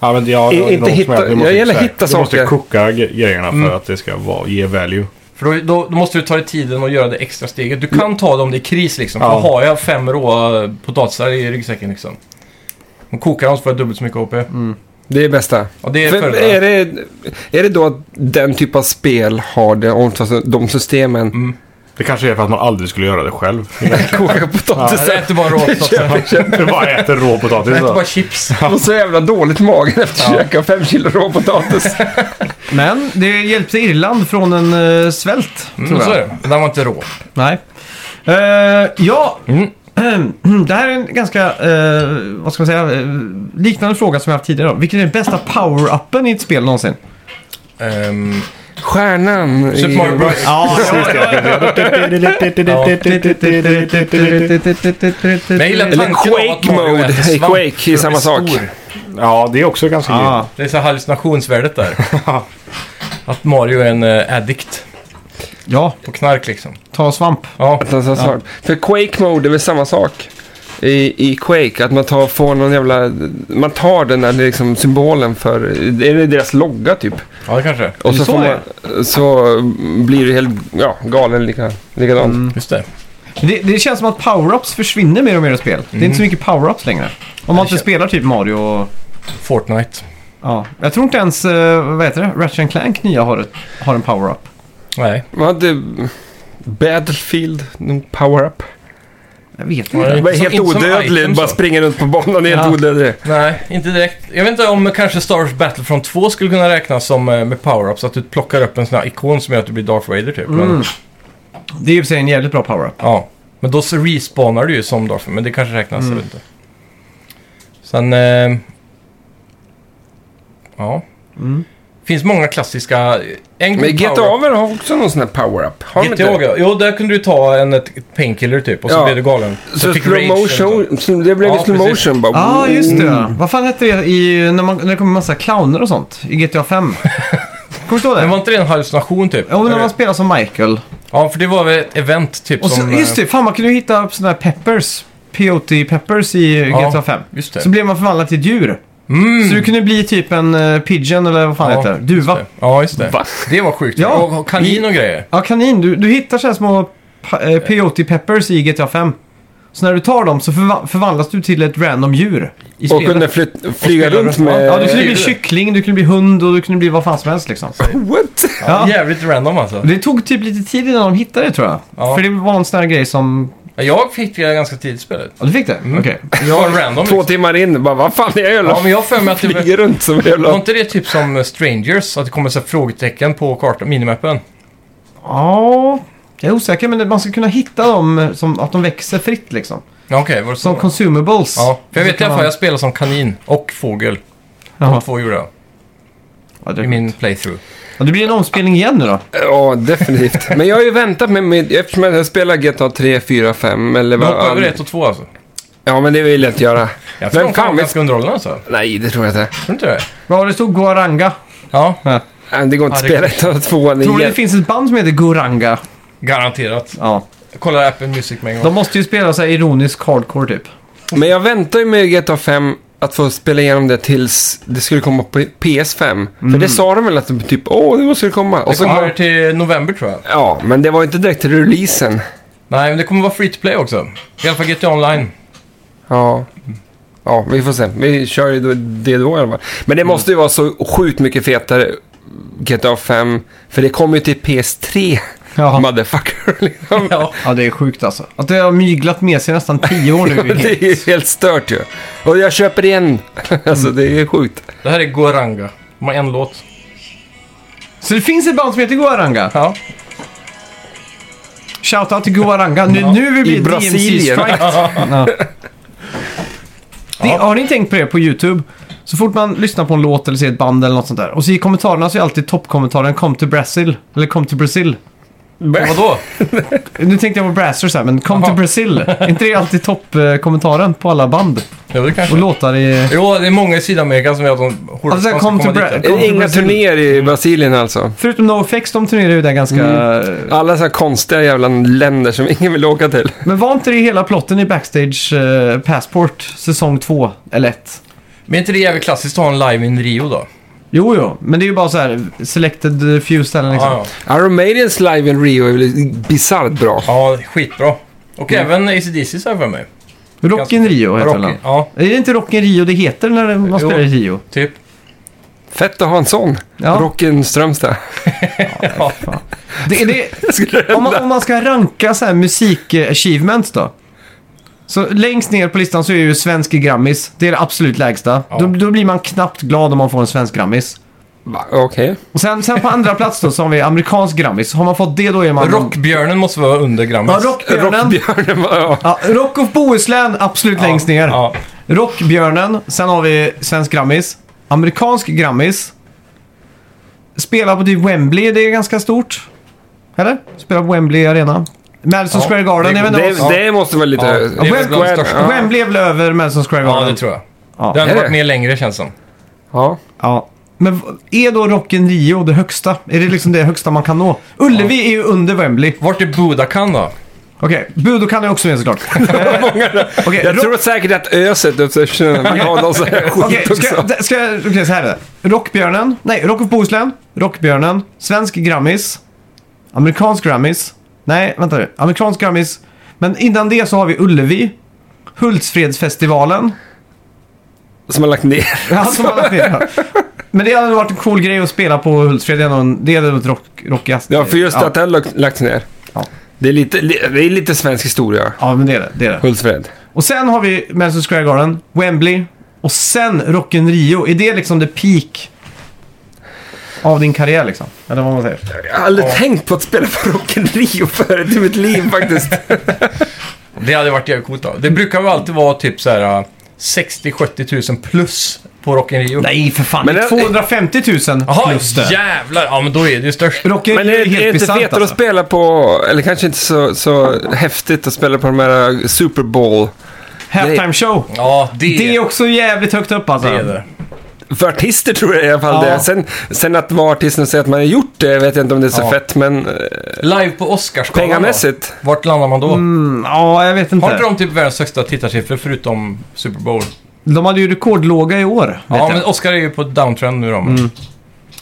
A: Ja, men jag,
C: I- inte hitta- jag gillar hitta
A: Du måste
C: saker. Mm.
A: koka g- grejerna för att det ska vara, ge value.
B: För då, då, då måste du ta dig tiden och göra det extra steget. Du kan ta det om det är kris liksom. För
A: Ja.
B: då har jag fem råa potatisar i ryggsäcken liksom. Om kokar dem så får jag dubbelt så mycket HP.
D: Mm.
C: Det är bästa.
B: Och det är
C: För,
B: fördelen.
C: är, det, är det då att den typ av spel har det, alltså de systemen?
B: Mm.
A: Det kanske är för att man aldrig skulle göra
C: [laughs]
A: det själv.
C: Koka
B: Ja,
C: potatis.
B: jag äter
D: [laughs]
B: bara råpotatisar.
A: du bara äter rå
B: Jag
A: potatis.
B: äter
C: [laughs]
A: då.
B: bara chips.
C: Och så jävla dåligt i magen efter att käka fem kilo
B: [laughs]
C: råpotatis.
D: Men det hjälpte Irland från en eh, svält,
B: Mm,
D: tror
B: så
D: jag.
B: är det. Den var inte rå.
D: Nej. Eh, ja,
B: Mm.
D: [clears throat] det här är en ganska, eh, vad ska man säga, eh, liknande fråga som jag haft tidigare. Då. Vilken är den bästa power-uppen i ett spel någonsin?
B: Ehm,
C: Stjärnan. i-
B: Super Mario Bros.
D: Ja,
B: Men jag gillar
C: Eller
B: tanken av att
C: Quake
B: Mario
C: Mode.
B: äter
C: I
B: svamp
C: Quake är
B: för att
C: samma
B: bli
C: sak.
B: stor.
A: Ja, det är också ganska grymt.
D: Ah,
B: Det är så här hallucinationsvärdet där. att Mario är en eh, addict
D: ja,
B: på knark liksom.
D: ta svamp.
B: Ja,
C: Att han sa svart. För Quake Mode är väl samma sak i, i Quake. Att man tar, får någon jävla... Man tar den där liksom symbolen för... Är det deras logga typ?
B: ja det kanske.
C: Och
D: det
C: så,
D: så
C: får
D: det
C: man, så blir det helt ja, galen lika, likadant.
B: Just det.
D: Det, det känns som att power-ups försvinner
C: Mm.
D: mer och mer i spel. Det är inte så mycket power-ups längre. Om man inte
B: kän-
D: spelar typ Mario och...
B: Fortnite.
D: Ja. Jag tror inte ens, eh, vad heter det, Ratchet Clank nya har, ett, har en power-up.
B: Nej.
C: Vad hade Battlefield någon power-up?
D: Jag vet
B: Nej.
D: inte.
C: Jag var
B: Som-
C: helt
B: inte som
C: odödlig,
B: item,
C: bara
B: så.
C: springer runt på banan helt
D: Ja.
C: odödlig.
B: Nej, inte direkt. Jag vet inte om kanske Star Wars Battlefront 2 skulle kunna räknas som eh, med power-ups. Att du plockar upp en sån här ikon som gör att du blir Darth Vader typ. Men,
D: Mm. Det är ju i och för sig en jävligt bra power-up.
B: ja. men då så respawnar du ju som Darth Vader. Men det kanske räknas,
C: Mm.
B: jag vet inte. Sen... Eh, ja.
D: Mm.
B: finns många klassiska... eh, En
C: Men
B: power-up-
C: GTA väl har också någon sån här power-up? Har de inte
B: GTA, ja. Jo, där kunde du ta en ett, ett painkiller typ och så
C: Ja.
B: blev du galen.
C: Så
B: fick
C: slow
B: rage och så.
C: motion, så det blev
B: Ja, Mm.
C: ja, slow
B: precis.
C: motion bara.
D: Ja, ah, just det.
C: Mm.
D: ja. Vad fan hette det i, när, man, när det kommer massa clowner och sånt i
B: [laughs]
D: GTA 5? Kommer du ihåg
B: Men
D: det?
B: var inte det en hallucination typ?
D: Ja, men när man spelar som Michael.
B: Ja, för det var väl ett event typ
D: Och så,
B: som... eh,
D: just det, fan man kunde ju hitta upp sådana här peppers. POT peppers i
B: Ja,
D: GTA 5.
B: just det. Mm.
D: Så blev man förvandlad till ett djur. Så du kunde bli typ en eh, pigeon eller vad fan
B: Ja,
D: heter det?
B: just
D: Duva.
B: det. eh, Ja, just det.
C: Va?
B: Det var sjukt.
D: Ja.
B: Och och kanin och grejer.
D: Ja, kanin. Du, du hittar så här små pa- eh, peyote peppers i GTA 5. Så när du tar dem så förva- förvandlas du till ett random djur i
C: Och
D: spelet.
C: kunde flyt- flyga
B: spela
C: runt
B: runt.
C: med...
D: Ja, du kunde bli
B: Spelet.
D: kyckling, du kunde bli hund och du kunde bli vad fan som helst liksom.
C: [laughs] What?
D: Ja.
B: Jävligt random alltså.
D: Det tog typ lite tid innan de hittade det tror jag.
B: Ja.
D: För det var en sån här grej som...
B: Ja, Jag fick det ganska tidigt i spelet.
D: Ja, du fick det?
B: Mm.
D: Okej.
B: Det var random.
C: Två
B: Liksom.
C: timmar in, bara vad fan är jag
B: Ja,
C: jävla...
B: men jag har för mig att det var...
C: Flyger runt som en
B: Var
C: jävla...
B: inte det typ som eh, Strangers? Att det kommer så här frågetecken på kartan, minimappen?
D: Ja, jag är osäker men man ska kunna hitta dem som att de växer fritt liksom.
B: Ja, okej. var det
D: Som
B: så?
D: consumables.
B: Ja, för jag vet i alla fall jag
D: jag...
B: spelade som kanin och fågel.
D: Ja.
B: Två gjorde jag
D: Ja, det,
B: i min playthrough.
D: ja, det blir en omspelning igen nu då.
C: Ja, definitivt. Men jag har ju väntat med mitt... Eftersom jag spelar GTA 3, 4, 5 eller
B: Du
C: vad...
B: hoppade över ett och två alltså?
C: Ja, men det vill jag inte göra.
B: Jag tror
C: Vem
B: de kan
C: fan
B: vara
C: vet-
B: ganska underhållande alltså. Tror
C: Nej, det tror jag inte.
B: du inte det?
D: Bra, det stod Guaranga.
B: Ja,
C: Nej, Det går inte
B: Ja,
C: att
B: det
C: spela
B: går-
C: utan att tvåan
D: Tror du
C: är
D: det finns ett band som heter Guaranga?
B: garanterat.
D: Ja.
B: Jag kollar Apple Music med en gång.
D: De måste ju spela så här ironisk hardcore typ.
C: Men jag väntar ju med GTA 5 att få spela igenom det tills det skulle komma på PS5. För det sa de väl att de typ, åh, det måste det komma. Och
B: Mm. Det
C: så
B: kommer till november tror jag.
C: Ja, men det var ju inte direkt till releasen.
B: Nej, men det kommer vara free to play också. I alla fall GTA Online.
C: Ja. Ja, vi får se. Vi kör ju då- det då i alla fall. Men det
B: Mm.
C: måste ju vara så sjukt mycket fetare GTA 5. För det kommer ju till PS3.
D: Ja.
C: Motherfucker. [laughs] Liksom.
B: Ja.
D: ja, det är sjukt alltså. Att det har myglat med sig nästan
B: [laughs]
D: tio år nu.
C: Det är ju helt stört ju. Och jag köper igen. [laughs] Alltså det är sjukt.
B: Det här är Guaranga. De har en låt.
D: Så det finns ett band som heter Guaranga.
B: Ja.
D: Shoutout till Guaranga. Nu, nu vill vi
C: I
D: bli
C: Brasilien.
D: DMC-strike. Ja. Det, har ni tänkt på det på YouTube? Så fort man lyssnar på en låt eller ser ett band eller något sånt där. Och så i kommentarerna så är alltid toppkommentaren kom till Brasil. Eller kom till Brasil.
B: Och vadå?
D: Nu tänkte jag på Brassers här, men kom
B: Jaha.
D: till Brasil. Är inte det alltid toppkommentaren på alla band?
B: Jo, det
D: Och
B: kanske.
D: låtar i...
B: Jo, det är många i Sydamerika som vill att de hårt
D: Alltså,
B: man ska
D: kom till
B: komma
D: Bra-
B: dit.
C: Är
D: Kom
C: det
D: till
C: inga
D: Brasilien.
C: turnéer i Brasilien alltså?
D: Förutom NoFX, de turnerar ju där ganska...
C: Alla så här konstiga jävla länder som [laughs] ingen vill åka till.
D: Men var inte det hela plotten i Backstage eh, Passport säsong 2? Eller 1?
B: Men är inte det jävligt klassiskt att ha en live in Rio då?
D: Jo, jo. Men det är ju bara så här selected eh, few ställen liksom.
B: Ja,
C: Iron Maidens live in Rio är väl bisarrt bra.
B: ja. ja, skitbra. Och
D: Mm.
B: även ACDC så här för mig.
D: Rock in Rio heter
B: Rocky.
D: den.
B: Ja,
D: Är det inte Rock in Rio det heter när det- man
B: Jo.
D: spelar i Rio?
B: typ.
C: Fett att ha en sån.
D: Ja.
C: Rocken Strömstad. [laughs]
B: Ja.
D: Det, det, om, man, om man ska ranka så här musik-achievements då. Så längst ner på listan så är ju svensk Grammis. Det är det absolut lägsta.
B: Ja.
D: Då, då blir man knappt glad om man får en svensk Grammis.
C: Va? Okej.
D: Och sen, sen på andra plats då så har vi amerikansk Grammis. Har man fått det då är man...
B: Rockbjörnen måste vara under Grammis.
D: Ja, Rockbjörnen.
C: Rockbjörnen var... Ja.
D: Ja, Rock of Bohuslän, absolut längst ner.
B: Ja.
D: Rockbjörnen, sen har vi Svensk Grammis. Amerikansk Grammis. Spela på typ Wembley, det är ganska stort. Eller? Spela på Wembley Arena. Madison
B: Ja,
D: Square Garden,
B: det-
D: jag vet inte vad-
C: Det, det måste vara lite...
B: Ja, det är väl
D: Wem-
B: bland de största.
C: Ja.
D: Wembley är väl över Madison Square
B: Ja,
D: Garden?
B: det tror jag.
D: Ja.
B: Det hade
C: Är
B: varit
C: det?
B: mer längre känns som.
C: Ja.
D: Ja. Men v- är då Rocken Rio det högsta? Är det liksom det högsta man kan nå? Ullevi är ju under Wembley.
B: Vart är Budokan då?
D: Okej, Budokan är också
B: [laughs]
D: med såklart. Okej,
C: Jag
D: Rock-
C: tror säkert att Öset uppsöker vill ha någon sån här
D: Okej,
C: skit
D: ska,
C: också.
D: d- ska jag... Okej, så här är det. Rockbjörnen. Nej, Rock of Bohuslän. Rockbjörnen. Svensk Grammis. Amerikansk Grammis. Nej, vänta nu. Amerikansk Grammis. Men innan det så har vi Ullevi.
C: [laughs]
D: Hultsfredsfestivalen. Alltså,
C: Som har lagt ner.
D: Ja, som alla vet. Men det hade varit en cool grej att spela på Hultsfred. Det är nog en- Det är nog ett rock, rockigaste.
C: Ja, för just
D: ja.
C: att det har lagt- lagts ner.
D: Ja.
C: Det, är lite, li- det är lite svensk historia,
D: Ja, men det är det. det, är det.
C: Hultsfred.
D: Och sen har vi Madison Square Garden, Wembley och sen Rock'n Rio. Är det liksom the peak av din karriär liksom? Eller vad man säger.
C: Jag har aldrig tänkt på att spela på Rock'n'Rio förut i mitt liv [laughs] faktiskt.
B: Det hade varit jävligt coolt då. Det brukar väl alltid vara typ så här äh, 60-70 000 plus på Rock in Rio.
D: Nej, för fan.
C: Men
D: det är
C: det-
D: 250 000
B: Jaha,
D: plus det.
B: jävlar! Ja, men då är det ju störst.
D: Rock'n
C: Men
D: Rio
C: är, är
D: är
C: det
D: helt
C: inte
D: besatt
C: fetare att
D: alltså.
C: spela på, eller kanske inte så, så häftigt att spela på de här äh, Super Bowl?
D: Halftime show.
B: Ja, det,
D: Det är också jävligt högt upp alltså.
B: det är det.
C: För artister tror jag i alla fall
D: Ja.
C: det. Sen, sen att vara artist och säga att man har gjort det vet jag inte om det är så
B: Ja.
C: fett, men eh,
B: Live på Oscarsgalan
C: pengamässigt.
B: då? Vart landar man då?
D: Mm, ja, jag vet inte.
B: Har inte de typ världens högsta tittarsiffror förutom Super Bowl?
D: De hade ju rekordlåga i år. Vet
B: Ja,
D: jag.
B: men Oscar är ju på downtrend nu då.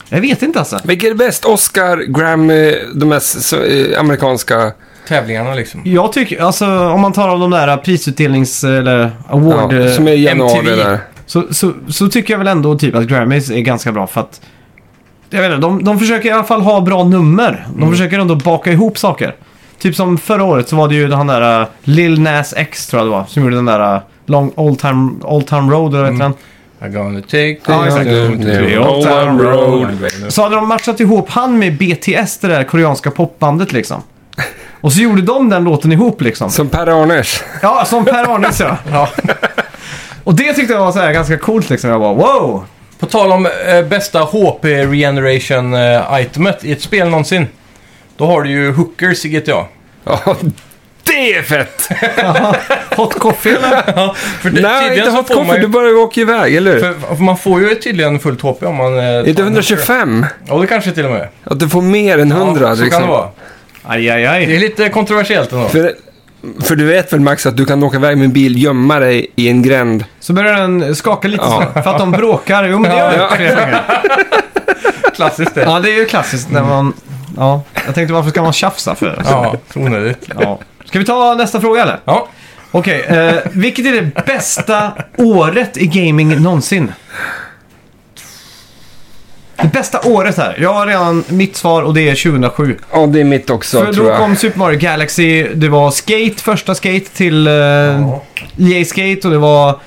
D: jag vet inte alltså.
C: Vilket är bäst? Oscar, Grammy, de här s- så, eh, amerikanska?
B: Tävlingarna liksom.
D: Jag tycker, alltså om man tar av de där prisutdelnings eller award...
C: Ja,
D: eh,
C: som är i januari
B: MTV.
C: där.
D: så, så, så tycker jag väl ändå typ att Grammys är ganska bra för att jag vet inte, de, de försöker i alla fall ha bra nummer. De försöker ändå baka ihop saker. Typ som förra året så var det ju den där uh, Lil Nas X tror jag det var. Som gjorde den där uh, long, old, time, old Time Road eller vad heter den?
B: I'm gonna take
D: Ja, exakt.
C: Det är
D: Mm. Old Town Road.
B: Road.
D: Så hade de matchat ihop han med BTS, det där koreanska popbandet liksom. Och så gjorde de den låten ihop liksom.
C: Som Per-Arnes.
D: Ja, som Per Arnes [laughs] ja.
B: Ja.
D: Och det tyckte jag var så här ganska coolt liksom. Jag bara wow!
B: På tal om eh, bästa HP regeneration eh, itemet i ett spel någonsin. Då har du ju hookers i GTA.
C: Ja, det är fett!
D: Hot coffee eller?
B: Ja, för det-
C: Nej,
B: tydligen
C: inte
B: så
C: hot
B: får man
C: coffee.
B: ju-
C: Du bara åker iväg, eller hur?
B: För, för man får ju tydligen fullt HP om man... eh, tar
C: Är det
B: en
C: 125?
B: hooker. Ja, det kanske till och med är.
C: Att du får mer än 100?
B: Ja, så
C: liksom.
B: kan det vara.
D: Aj, aj,
B: Det är
D: aj.
B: lite kontroversiellt ändå.
C: För, för du vet väl Max att du kan åka iväg med en bil, gömma dig i en gränd?
D: Så börjar den skaka lite
C: Ja.
D: snabbt för att de bråkar. Jo, men det gör
C: Ja.
D: jag flera gånger.
B: Klassiskt
D: [laughs]
B: det.
D: Ja, det är ju klassiskt när man... Ja, jag tänkte varför ska man tjafsa för?
B: Ja, onödigt.
D: Ja. Ska vi ta nästa fråga eller?
B: Ja,
D: Okej, eh, vilket är det bästa året i gaming någonsin? Det bästa året här. Jag har redan mitt svar och det är 2007.
C: Ja, det är mitt också
D: För
C: tror
D: då
C: jag.
D: kom Super Mario Galaxy, det var Skate, första Skate till eh, EA Skate och det var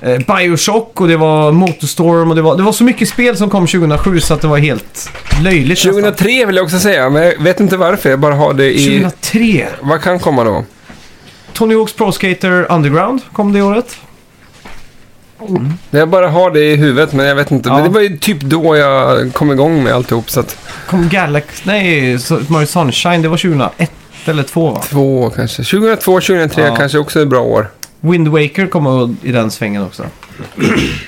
D: eh, Bioshock och det var Motorstorm och det var, det var så mycket spel som kom 2007 så att det var helt löjligt nästan.
C: 2003 vill jag också säga, men jag vet inte varför. Jag bara har det i...
D: 2003.
C: Vad kan komma då?
D: Tony Hawk's Pro Skater Underground kom det året.
C: Jag bara har det i huvudet, men jag vet inte.
D: Ja.
C: Men det var ju typ då jag kom igång med alltihop, så att...
D: Kom Galaxy, nej, Super Mario Sunshine, det var 2001 eller 2 va?
C: Två kanske. 2002, 2003
D: Ja.
C: kanske också är bra år.
D: Wind Waker kom i den svängen också.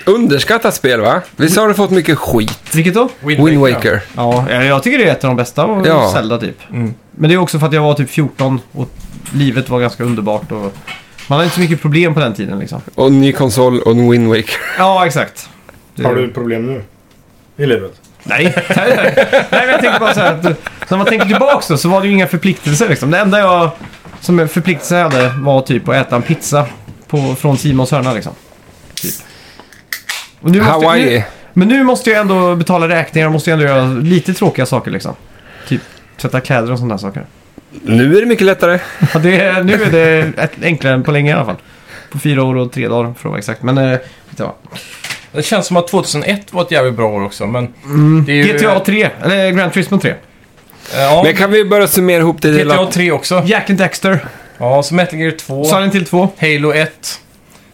C: Underskattat spel, va? Visst har du fått mycket skit?
D: Vilket då?
C: Wind Waker.
D: Ja, jag- jag tycker det är ett av de bästa och
C: Ja.
D: Zelda typ.
B: Mm.
D: Men det är också för att jag var typ 14 och livet var ganska underbart och man hade inte så mycket problem på den tiden liksom.
C: Och ny konsol och en Wind Waker.
D: Ja, exakt. Det-
A: Har du problem nu? I livet?
D: Nej. nej, men jag tänker bara så här att så när man tänker tillbaka så, så var det ju inga förpliktelser liksom. Det enda jag som förpliktelse jag hade var typ att äta en pizza på, från Simons hörna liksom. Typ. Och nu måste-
C: Hawaii.
D: nu, Men nu måste jag ändå betala räkningar och måste jag ändå göra lite tråkiga saker liksom. Typ tvätta kläder och sådana saker.
C: Nu är det mycket lättare.
D: Ja, det, är- nu är det ett- enklare än på länge i alla fall. På fyra år och tre dagar för att vara exakt. Men eh, GTA.
B: Det känns som att 2001 var ett jävligt bra år också, men... Det är ju, eh,
D: GTA 3, eller Grand Turismo 3.
B: Ja,
C: Men kan vi börja summera ihop det
B: GTA
C: hela?
B: 3 också.
D: Jack and Dexter,
B: Ja, så Metal Gear 2,
D: Silent
B: [laughs]
D: Hill 2.
B: Halo 1,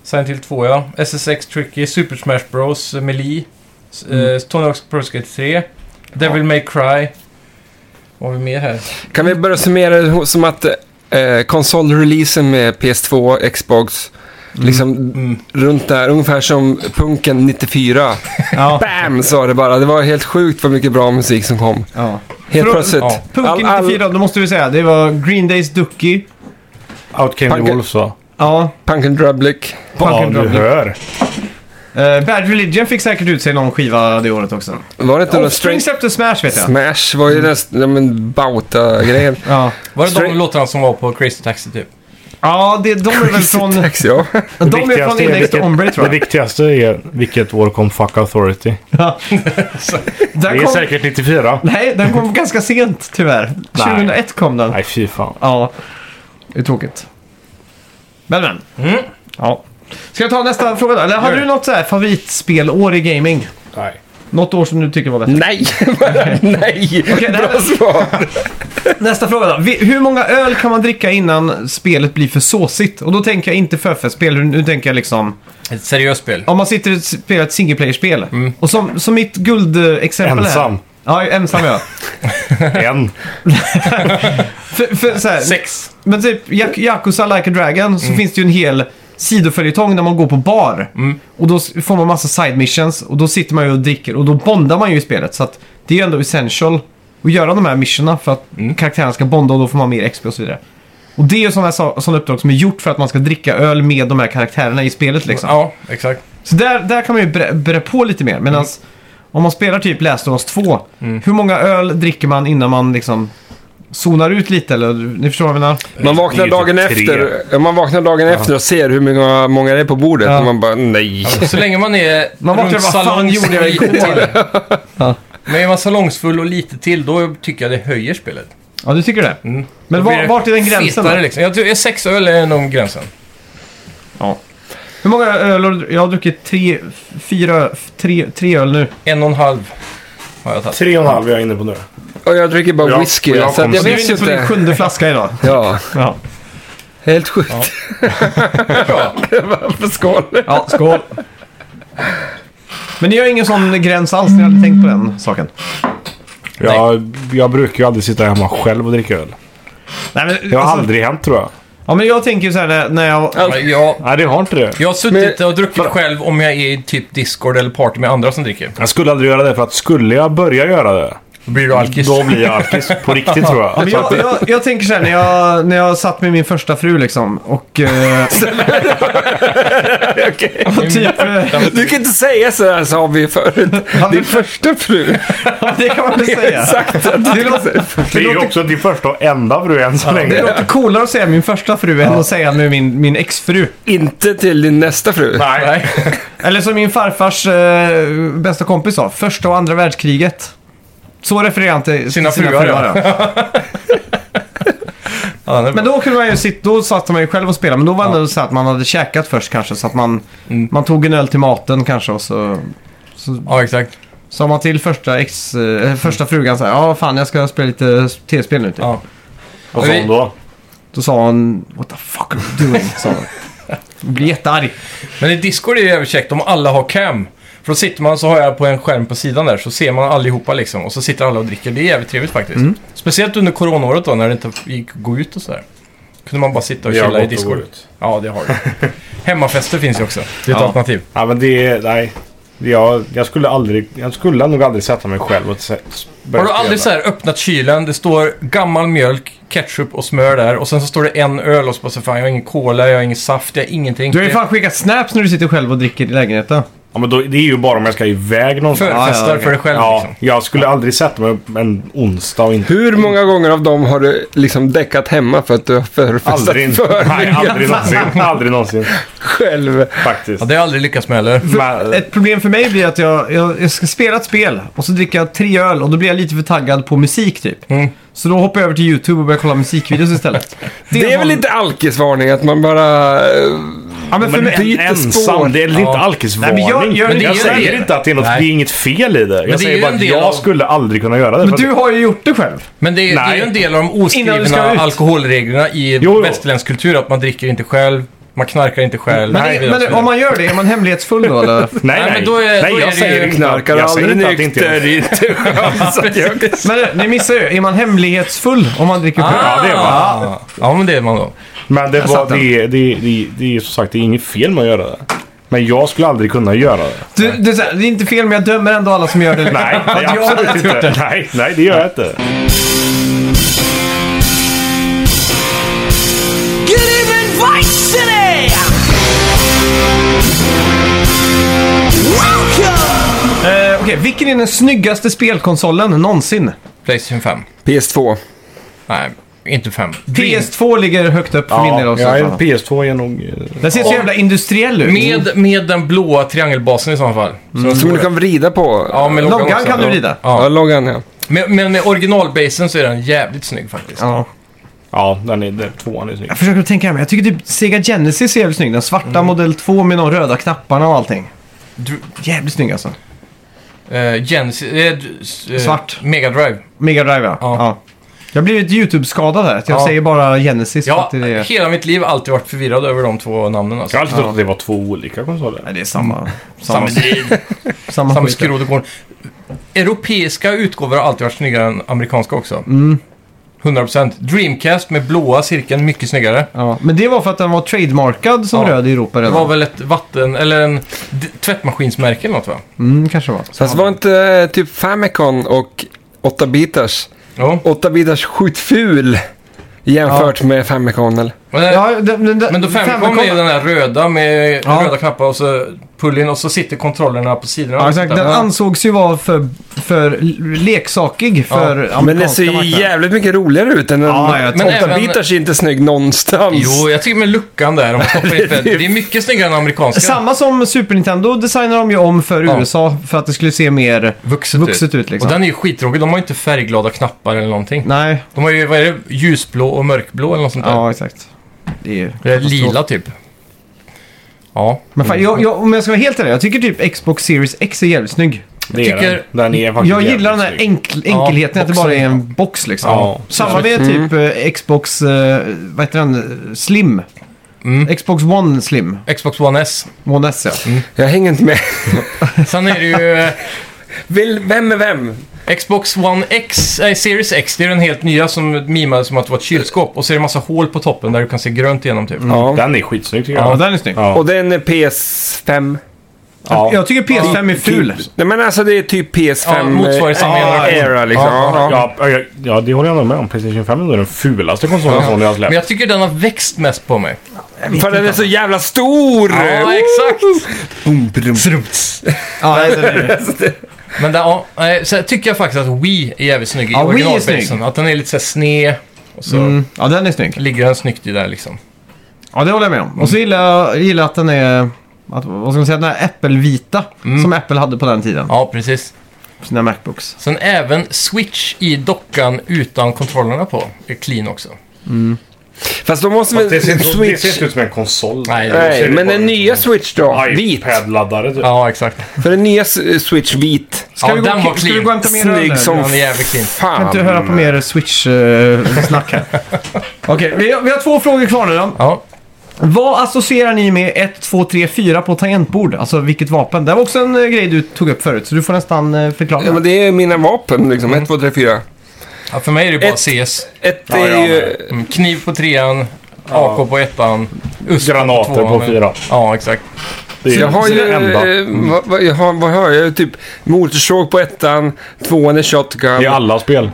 B: Silent Hill 2 ja, SSX Tricky, Super Smash Bros, eh, Melee, s- eh, Tony Hawk's Pro Skate 3, Devil May Cry. Vad har vi mer här?
C: Kan vi börja summera det som att eh, konsolreleasen med PS2, Xbox, liksom runt där, ungefär som punken 94.
D: [laughs] Ja.
C: Bam sa det bara. Det var helt sjukt vad mycket bra musik som kom.
D: ja.
C: Helt
D: Från-
C: plötsligt.
B: ja.
D: Punken
C: All- all-
D: 94, då måste vi säga. Det var Green Days Ducky.
A: Out came
C: Panke-
A: the wolves va?
D: Ja.
C: Punk and Drublic.
A: Ja,
D: Punkin'
A: du
D: Dublin.
A: hör.
D: Eh, Bad Religion fick säkert ut sig någon skiva det året också.
C: Var det inte någon
D: Offspring
C: Strange
D: släppte Smash vet jag.
C: Smash? var ju nästan ja, men bauta-grejen.
D: Ja.
B: Var det
C: Straight-
B: de låtarna som var på Crazy Taxi typ?
D: Ja, det, de är väl
C: Crazy [laughs]
D: från...
C: Taxi, ja.
A: Det
D: De är från
A: viktigaste är
D: Index to
A: vilket-
D: Ombre tror
A: Det
D: jag.
A: viktigaste är vilket år kom Fuck Authority? Det
D: Där
A: är
D: kom,
A: säkert 94.
D: nej, den kom ganska sent tyvärr. 2001 kom den.
A: Nej, fy fan.
D: Ja, det är tråkigt. Men men. Ja. Ska jag ta nästa fråga då? Eller har
B: Gör
D: du
B: det.
D: något så här favoritspelår i gaming?
A: Nej.
D: Något år som du tycker var bäst?
C: Nej! [laughs] Nej! [laughs]
D: det här-
C: Bra svar!
D: Nästa fråga då. Vi- Hur många öl kan man dricka innan spelet blir för såsigt? Och då tänker jag inte förfestspel, nu tänker jag liksom...
B: Ett seriöst spel.
D: Om man sitter och spelar ett single player-spel. Och som, som mitt guldexempel
A: Ensam.
D: här. Ja, ensam ja.
C: [laughs]
A: En.
D: För, för, så här,
B: Sex.
D: Men typ Jak- Yakuza Like a Dragon så finns det ju en hel sidoföljetong när man går på bar. Och då s- får man massa side missions och då sitter man ju och dricker och då bondar man ju i spelet. Så att det är ju ändå essential att göra de här missionerna för att karaktärerna ska bonda och då får man mer XP och så vidare. Och det är ju sådana såna uppdrag som är gjort för att man ska dricka öl med de här karaktärerna i spelet liksom.
B: Ja, exakt.
D: Så där, där kan man ju bre, bre på lite mer. Medan om man spelar typ Last of Us 2, hur många öl dricker man innan man liksom zonar ut lite? Eller, ni förstår vad jag menar?
C: Man vaknar
A: Det är ju
C: dagen
A: typ tre.
C: efter ja, Man vaknar dagen efter och ser hur många, många det är på bordet.
D: Ja.
C: Och man bara, nej.
B: Så länge man är
D: Man vaknar
B: runt
D: vad fan
B: salongs-
D: gjorde jag igår?
B: till.
D: Ja.
B: Men är man salongsfull och lite till, då tycker jag det höjer spelet.
D: Ja, du tycker det?
B: Mm.
D: Men
B: Då blir
D: var,
B: det
D: vart är den gränsen
B: fetare,
D: då?
B: liksom. Jag tycker sex öl är nog gränsen.
D: Hur många öl har du- Jag har druckit tre, fyra, tre, tre öl nu.
B: En och en halv har jag tagit.
A: Tre och en halv är jag inne på nu.
C: Och jag dricker
A: Och
C: bara
A: jag-
C: whisky.
A: och jag
C: så att
A: kommer
C: jag
D: Du är
C: vet ju
D: inne på din
C: inte.
D: sjunde flaska idag.
C: Ja,
D: Ja,
C: helt sjukt. [laughs] Varför skål?
D: ja skål. Men ni har ingen sån gräns alls, ni har aldrig tänkt på den saken?
A: Jag, jag brukar ju aldrig sitta hemma själv och dricka öl.
D: Nej, men,
A: Det har
D: alltså,
A: aldrig hänt tror jag.
D: ja, men jag tänker ju så här när, när jag...
B: Ja, men Jag,
A: Nej, det har inte det.
B: jag har suttit
C: Men-
B: och druckit själv om jag är i typ Discord eller party med andra som dricker.
A: Jag skulle aldrig göra det för att skulle jag börja göra det
B: Då blir du alkis.
A: Då blir jag alkis på riktigt tror
D: Ja,
A: jag.
D: men jag, jag, jag tänker så här när jag, när jag satt med min första fru liksom och... eh, och typ, eh, [laughs]
C: Du kan inte säga sådär sa vi förut.
D: Han-
C: Din första
D: [laughs]
C: fru.
D: det kan man väl säga.
C: Exakt.
D: Det låter,
A: Det är ju också din första och enda fru än så
D: det
A: länge.
D: låter coolare att säga min första fru än att säga med min, min exfru.
C: Inte till din nästa fru.
A: Nej.
D: Eller som min farfars eh, bästa kompis sa, första och andra världskriget. Så refererar han till
B: Sina fruar, ja.
D: ja.
B: [laughs] Ja, det är bra.
D: Men då kunde man ju sitta, då satt man ju själv och spelade. Men då var det så att man hade käkat först kanske. Så att man,
B: Mm.
D: man tog en öl till maten kanske och så
B: ja, exakt.
D: Sa man till första, ex, eh, första frugan så här, ja fan jag ska spela lite tv-spel nu typ.
B: Ja.
A: Vad sa hon då?
D: Då sa hon, what the fuck are you doing? sa hon. Hon Blir jättearg.
B: Men i Discord är det jävligt käckt om alla har cam. För då sitter man så har jag på en skärm på sidan där så ser man allihopa liksom och så sitter alla och dricker. Det är jävligt trevligt faktiskt. Speciellt under coronaåret då när det inte gick att gå ut och sådär. Kunde man bara sitta och
A: Vi har
B: chilla i
A: gått och
B: Discord.
A: gått ut.
B: Ja, det har det. [laughs] Hemmafester finns ju också. Det är ett
D: Ja.
B: alternativ.
A: Ja, men det är... Nej. Jag, jag skulle aldrig... Jag skulle nog aldrig sätta mig själv och se- börja
B: Har du aldrig så
A: spela.
B: här öppnat kylen, det står gammal mjölk, ketchup och smör där och sen så står det en öl och så bara så fan jag har ingen cola, jag har ingen saft, jag har ingenting.
D: Du har ju fan skickat snaps när du sitter själv och dricker i lägenheten.
A: Ja, men då, det är ju bara om jag ska iväg någonstans.
D: Ja,
B: Förfestar
D: ja, okej.
B: för dig själv
A: Ja,
B: liksom.
A: jag skulle aldrig sätta mig upp en onsdag och inte...
C: Hur många gånger av dem har du liksom däckat hemma för att du har förfestat
A: Aldrig,
C: för
A: nej, aldrig
C: mycket
A: någonsin. Aldrig någonsin
C: själv?
A: faktiskt.
B: alltså. Ja, det har jag aldrig lyckats med heller.
A: Men,
D: Ett problem för mig blir att jag, jag, jag ska spela ett spel och så dricker jag tre öl och då blir jag lite för taggad på musik typ. Så då hoppar jag över till YouTube och börjar kolla musikvideos istället.
C: Det är väl
D: sån-
C: inte alkisvarning att man bara... eh,
D: Ja, men för
A: Alltså, men
D: mig,
C: byter
A: en,
C: spår.
A: ensam, det är väl inte
B: Ja.
A: alkisvarning?
D: Nej, men jag-
A: jag,
D: jag-
B: det är ju-
A: säger inte att det är, något, det
B: Nej.
A: är inget fel i det.
B: det är
A: Jag säger
B: ju
A: bara
B: en
A: att
B: del
A: jag
B: av-
A: skulle aldrig kunna göra det.
D: men
A: för att-
D: du har ju gjort det själv.
B: Men det är, det är
A: Nej.
B: ju en del av de
D: Innan du ska
B: oskrivna
D: ut.
B: alkoholreglerna i
A: Jo, jo.
B: västerländsk kultur. Att man dricker inte själv, man knarkar inte själv.
D: Men,
B: och så
D: det,
B: vidare, och så
D: men om man gör det, är man hemlighetsfull då eller?
A: Nej,
B: Nej,
A: nej.
B: men då är-
A: nej,
B: då
A: jag
B: är det
A: säger
B: ju-
A: inte
C: Knarkar
A: jag säger
C: aldrig
A: inte att det inte är
C: nykter,
A: [laughs]
C: inte chansat högt.
D: Men ni missar ju, är man hemlighetsfull om man dricker själv?
B: Ah.
A: Ja, det är man.
B: vidare. Ja, men det är man då.
A: Men det, var,
D: satt den.
A: det, det, det, det är ju som sagt det är inget fel med att göra det. Men jag skulle aldrig kunna göra det.
D: Du, du, så här, det är inte fel, men jag dömer ändå alla som gör
A: [laughs]
D: det. [laughs]
A: Nej, det
D: Att
A: är
D: jag
A: absolut
D: hade gjort
A: inte.
D: det.
A: Nej, nej, det gör jag inte.
E: Get even Vice City! Welcome!
D: Eh, Okej, vilken är den snyggaste spelkonsolen någonsin?
B: Playstation 5.
C: PS2.
B: Nej, Inte fem.
D: PS2 ligger högt upp för min del
A: Ja,
D: också.
A: ja, PS2 är nog... eh,
D: Den ser så jävla industriell ut.
B: Med, med den blåa triangelbasen i så fall.
A: Mm.
B: Så-
C: Som du kan vrida på.
B: Ja, med loggan
D: Loggan
B: också.
D: kan du vrida.
C: Ja,
B: Ja.
C: loggan ja.
B: Men, men med originalbasen så är den jävligt snygg faktiskt.
D: Ja.
A: Ja, den är, den, tvåan är snygg.
D: Jag försöker tänka mig. Jag tycker typ Sega Genesis är jävligt snygg. Den svarta
B: Mm.
D: modell 2 med de röda knapparna och allting.
B: Du,
D: Jävligt snygg alltså.
B: eh, Gens, eh, du- s- eh,
D: Svart.
B: Mega Drive.
D: Mega Drive ja.
B: Ja.
D: ja. Jag blir ett YouTube-skadad här. Jag
B: Ja.
D: säger bara Genesis för
B: Ja,
D: att det är...
B: hela mitt liv har alltid varit förvirrad över de två namnen
A: Jag har
B: alltså.
A: alltid trott att det var två olika konsoler.
D: Nej, det är samma... Samma,
B: Mm. Samma driv,
D: samma,
B: samma
D: skit.
B: skrot och korn. Europeiska utgåvor har alltid varit snyggare än amerikanska också.
D: Mm.
B: 100%. Dreamcast med blåa cirkeln, mycket snyggare.
D: Ja. Men det var för att den var trademarkad som
B: Ja.
D: röd i Europa
B: Det
D: redan.
B: var väl ett vatten, eller en d- tvättmaskinsmärke eller något va?
D: Mm, kanske det var.
C: Fast var inte eh, typ Famicom och 8-bitars
B: Jo.
C: 8-bitars skjutful jämfört med Famicom eller?
B: Men,
D: Ja, den- den- den-
B: men då Famicom är ju den där röda med
D: Ja.
B: röda knappar och så pull-in och så sitter kontrollerna på sidorna.
D: Ja, exakt. Den
B: Ja.
D: ansågs ju vara för, för leksakig för amerikanska
C: Men den ser ju
D: marknaden.
C: jävligt mycket roligare ut än en
D: Ja, jag
B: tror-
C: 8-bitars är inte snygg någonstans.
B: Jo, jag tycker med luckan där. Om man
D: [laughs]
B: stoppar in fett. det är mycket snyggare än amerikanska.
D: Samma som Super Nintendo designar de ju om för
B: Ja.
D: USA för att det skulle se mer...
B: vuxet,
D: Vuxet ut, liksom.
B: Typ. Och den är ju skittråkig. De har ju inte färgglada knappar eller någonting.
D: Nej,
B: De har ju, vad är det, ljusblå och mörkblå eller något sånt där.
D: ja exakt. Det är ju...
B: Det är lila typ. Ja.
D: Men fan, jag, jag, om jag ska vara helt ärlig, jag tycker typ Xbox Series X är jävligt snygg.
A: Det är
B: tycker-
A: den. Den är faktiskt
D: Jag
A: jävligt
D: gillar den här
A: snygg.
D: enkel, enkelheten
B: Ja,
D: att det
B: boxen.
D: bara är en box liksom.
A: Ja.
D: Samma med typ eh, Xbox, eh, vad heter den, Slim.
B: Mm.
D: Xbox One Slim.
B: Xbox One S.
D: One S ja.
C: Jag hänger inte med.
B: Sen är det ju eh,
C: Vill, vem är vem?
B: Xbox One X, nej Series X. Det är den helt nya som mimade som att det var ett kylskåp. Och så är det massa hål på toppen där du kan se grönt igenom typ.
D: Mm.
C: Ja.
A: Den är skitsnygg tycker
D: Ja,
A: jag.
D: den är snygg.
A: Ja.
C: Och den är PS5.
A: Ja.
D: Jag tycker PS5 är ful.
C: Typ, nej men alltså det är typ PS5
B: Ja, motsvarigheten
C: eh,
B: menar jag.
C: era liksom. Ja, ja.
A: Ja, ja, ja, det håller jag nog med om. Playstation 5 är nog den fulaste konsolen Sony har
B: Men
A: släppt.
B: jag tycker den har växt mest på mig.
C: För den är så jävla stor!
B: Ja, exakt.
C: Boom, brum.
D: Ja, nej, den är-
B: Men där, ja, nej, så tycker jag faktiskt att Wii är jävligt snygg i
D: Ja, Wii är
B: originalbasen.
D: snygg.
B: Att den är lite så här sned och så
D: Mm. Ja, den är snygg.
B: ligger den snyggt i där liksom.
D: Ja, det håller jag med om. Och så gillar jag gillar att den är... Att, vad ska man säga? Den här äppelvita som Apple hade på den tiden.
B: Ja, precis.
D: Sina Macbooks.
B: Sen även Switch i dockan utan kontrollerna på är clean också.
C: Fast då måste
A: Det
C: vi...
A: ser, inte- det ser
C: Switch...
A: inte ut som en konsol.
B: Nej, det
A: ser
C: Nej,
A: ut
C: men
A: bara
C: den
A: ut
C: nya
A: som
C: Switch då?
A: en
C: Vit.
A: iPad-laddare typ.
B: Ja, exakt.
C: För den nya eh, Switch vit.
D: Ska,
B: Ja,
D: vi,
B: den
D: gå,
B: var
D: ska vi
B: clean.
D: gå och hämta mer öl nu?
C: Snygg som
B: den är jävligt clean.
D: Kan inte
C: fan.
D: du höra på mer Switch-snack här? Okej, vi, har- vi har två frågor kvar nu då.
B: Ja.
D: Vad associerar ni med 1, 2, 3, 4 på tangentbord? Alltså vilket vapen? Det var också en eh, grej du tog upp förut, så du får nästan eh, förklara.
C: Ja, men det är mina vapen liksom. 1, 2, 3, 4.
B: ja, för mig är det bara
C: Ett-
B: CS.
C: Ett
A: Ja,
C: är
A: ja,
C: ju...
B: Mm. Kniv på trean, AK på ettan, USP
A: Granater på fyran.
B: Ja, exakt.
A: Det är
C: Jag har
A: det
C: ju...
A: enda.
C: eh, vad- vad- jag har- Vad hör jag? Jag har Typ motorsåg på ettan, tvåan är shotgun.
A: I alla spel.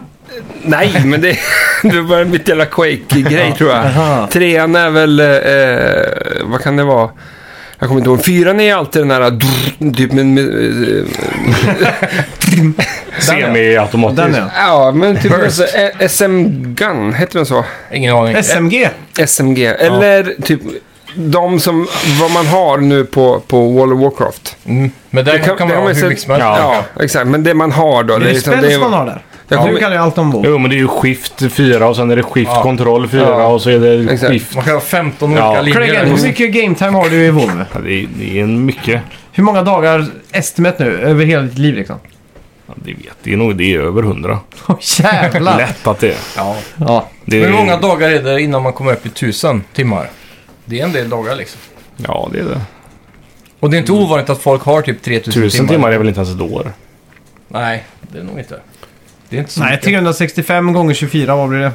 C: Nej, men det, [laughs] det var mitt jävla Quake-grej tror jag.
D: Aha.
C: Trean är väl, eh, vad kan det vara? Jag kommer inte ihåg. Fyran är alltid den här drr, typ med, med, eh,
A: Semi-automatiskt.
D: Den är.
C: Ja, men typ alltså, eh, SM-gun, heter den så?
B: Ingen aning.
D: SMG.
C: SMG. Eller typ de som, vad man har nu på, på World of Warcraft.
B: Mm. Men där
C: Det
B: kan, man ha
C: ju
B: hur
C: se-
B: mycket som helst.
C: Ja, exakt. Men det man har då.
D: Det är
C: liksom-
D: spänst man har där.
C: Jag
D: Du
C: kommer-
D: kan ju allt om WoW.
A: Jo, men det är ju skift 4 och sen är det skift
B: Ja.
A: kontroll 4
C: Ja.
A: och så är det
C: Exakt.
A: skift.
B: Man kan ha 15
A: Ja.
B: olika linjer.
D: Craig, hur
B: där.
D: mycket game time har du i WoW?
A: Ja, Det är, det är en mycket.
D: Hur många dagar estimate nu över hela ditt liv liksom?
A: Ja, Det vet det är nog det är över 100.
D: [laughs] Åh jävlar!
A: Lätt att det är.
B: Ja.
D: ja.
A: Det är
B: Men hur många dagar är det innan man kommer upp i 1000 timmar? Det är en del dagar liksom.
A: Ja, det är det.
B: Och det är inte ovanligt att folk har typ 3000
A: 1000 timmar är väl inte ens ett år?
B: Nej, det är nog inte. Det är inte så
D: Nej,
B: mycket.
D: 365 gånger 24, vad blir det?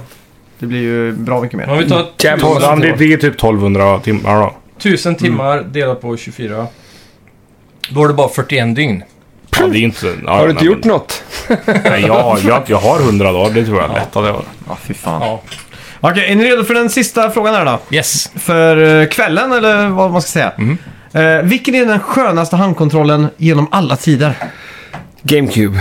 D: Det blir ju bra mycket mer.
B: Om vi tar
C: Jävlar.
B: 1000
A: Ja, men Det,
B: timmar,
A: det är typ 1200 timmar då.
B: 1000 timmar delat på 24. Då är det bara 41 dygn.
A: Ja, det är inte, ja,
C: Har du inte
A: nej,
C: gjort något?
A: men- Nej, jag, jag, jag har 100 dagar. Det tror jag lätt att jag har.
D: Ja, fy fan.
B: Ja.
D: Okej, är ni redo för den sista frågan här då?
B: Yes.
D: För eh, kvällen, eller vad man ska säga. Eh, vilken är den skönaste handkontrollen genom alla tider?
C: GameCube.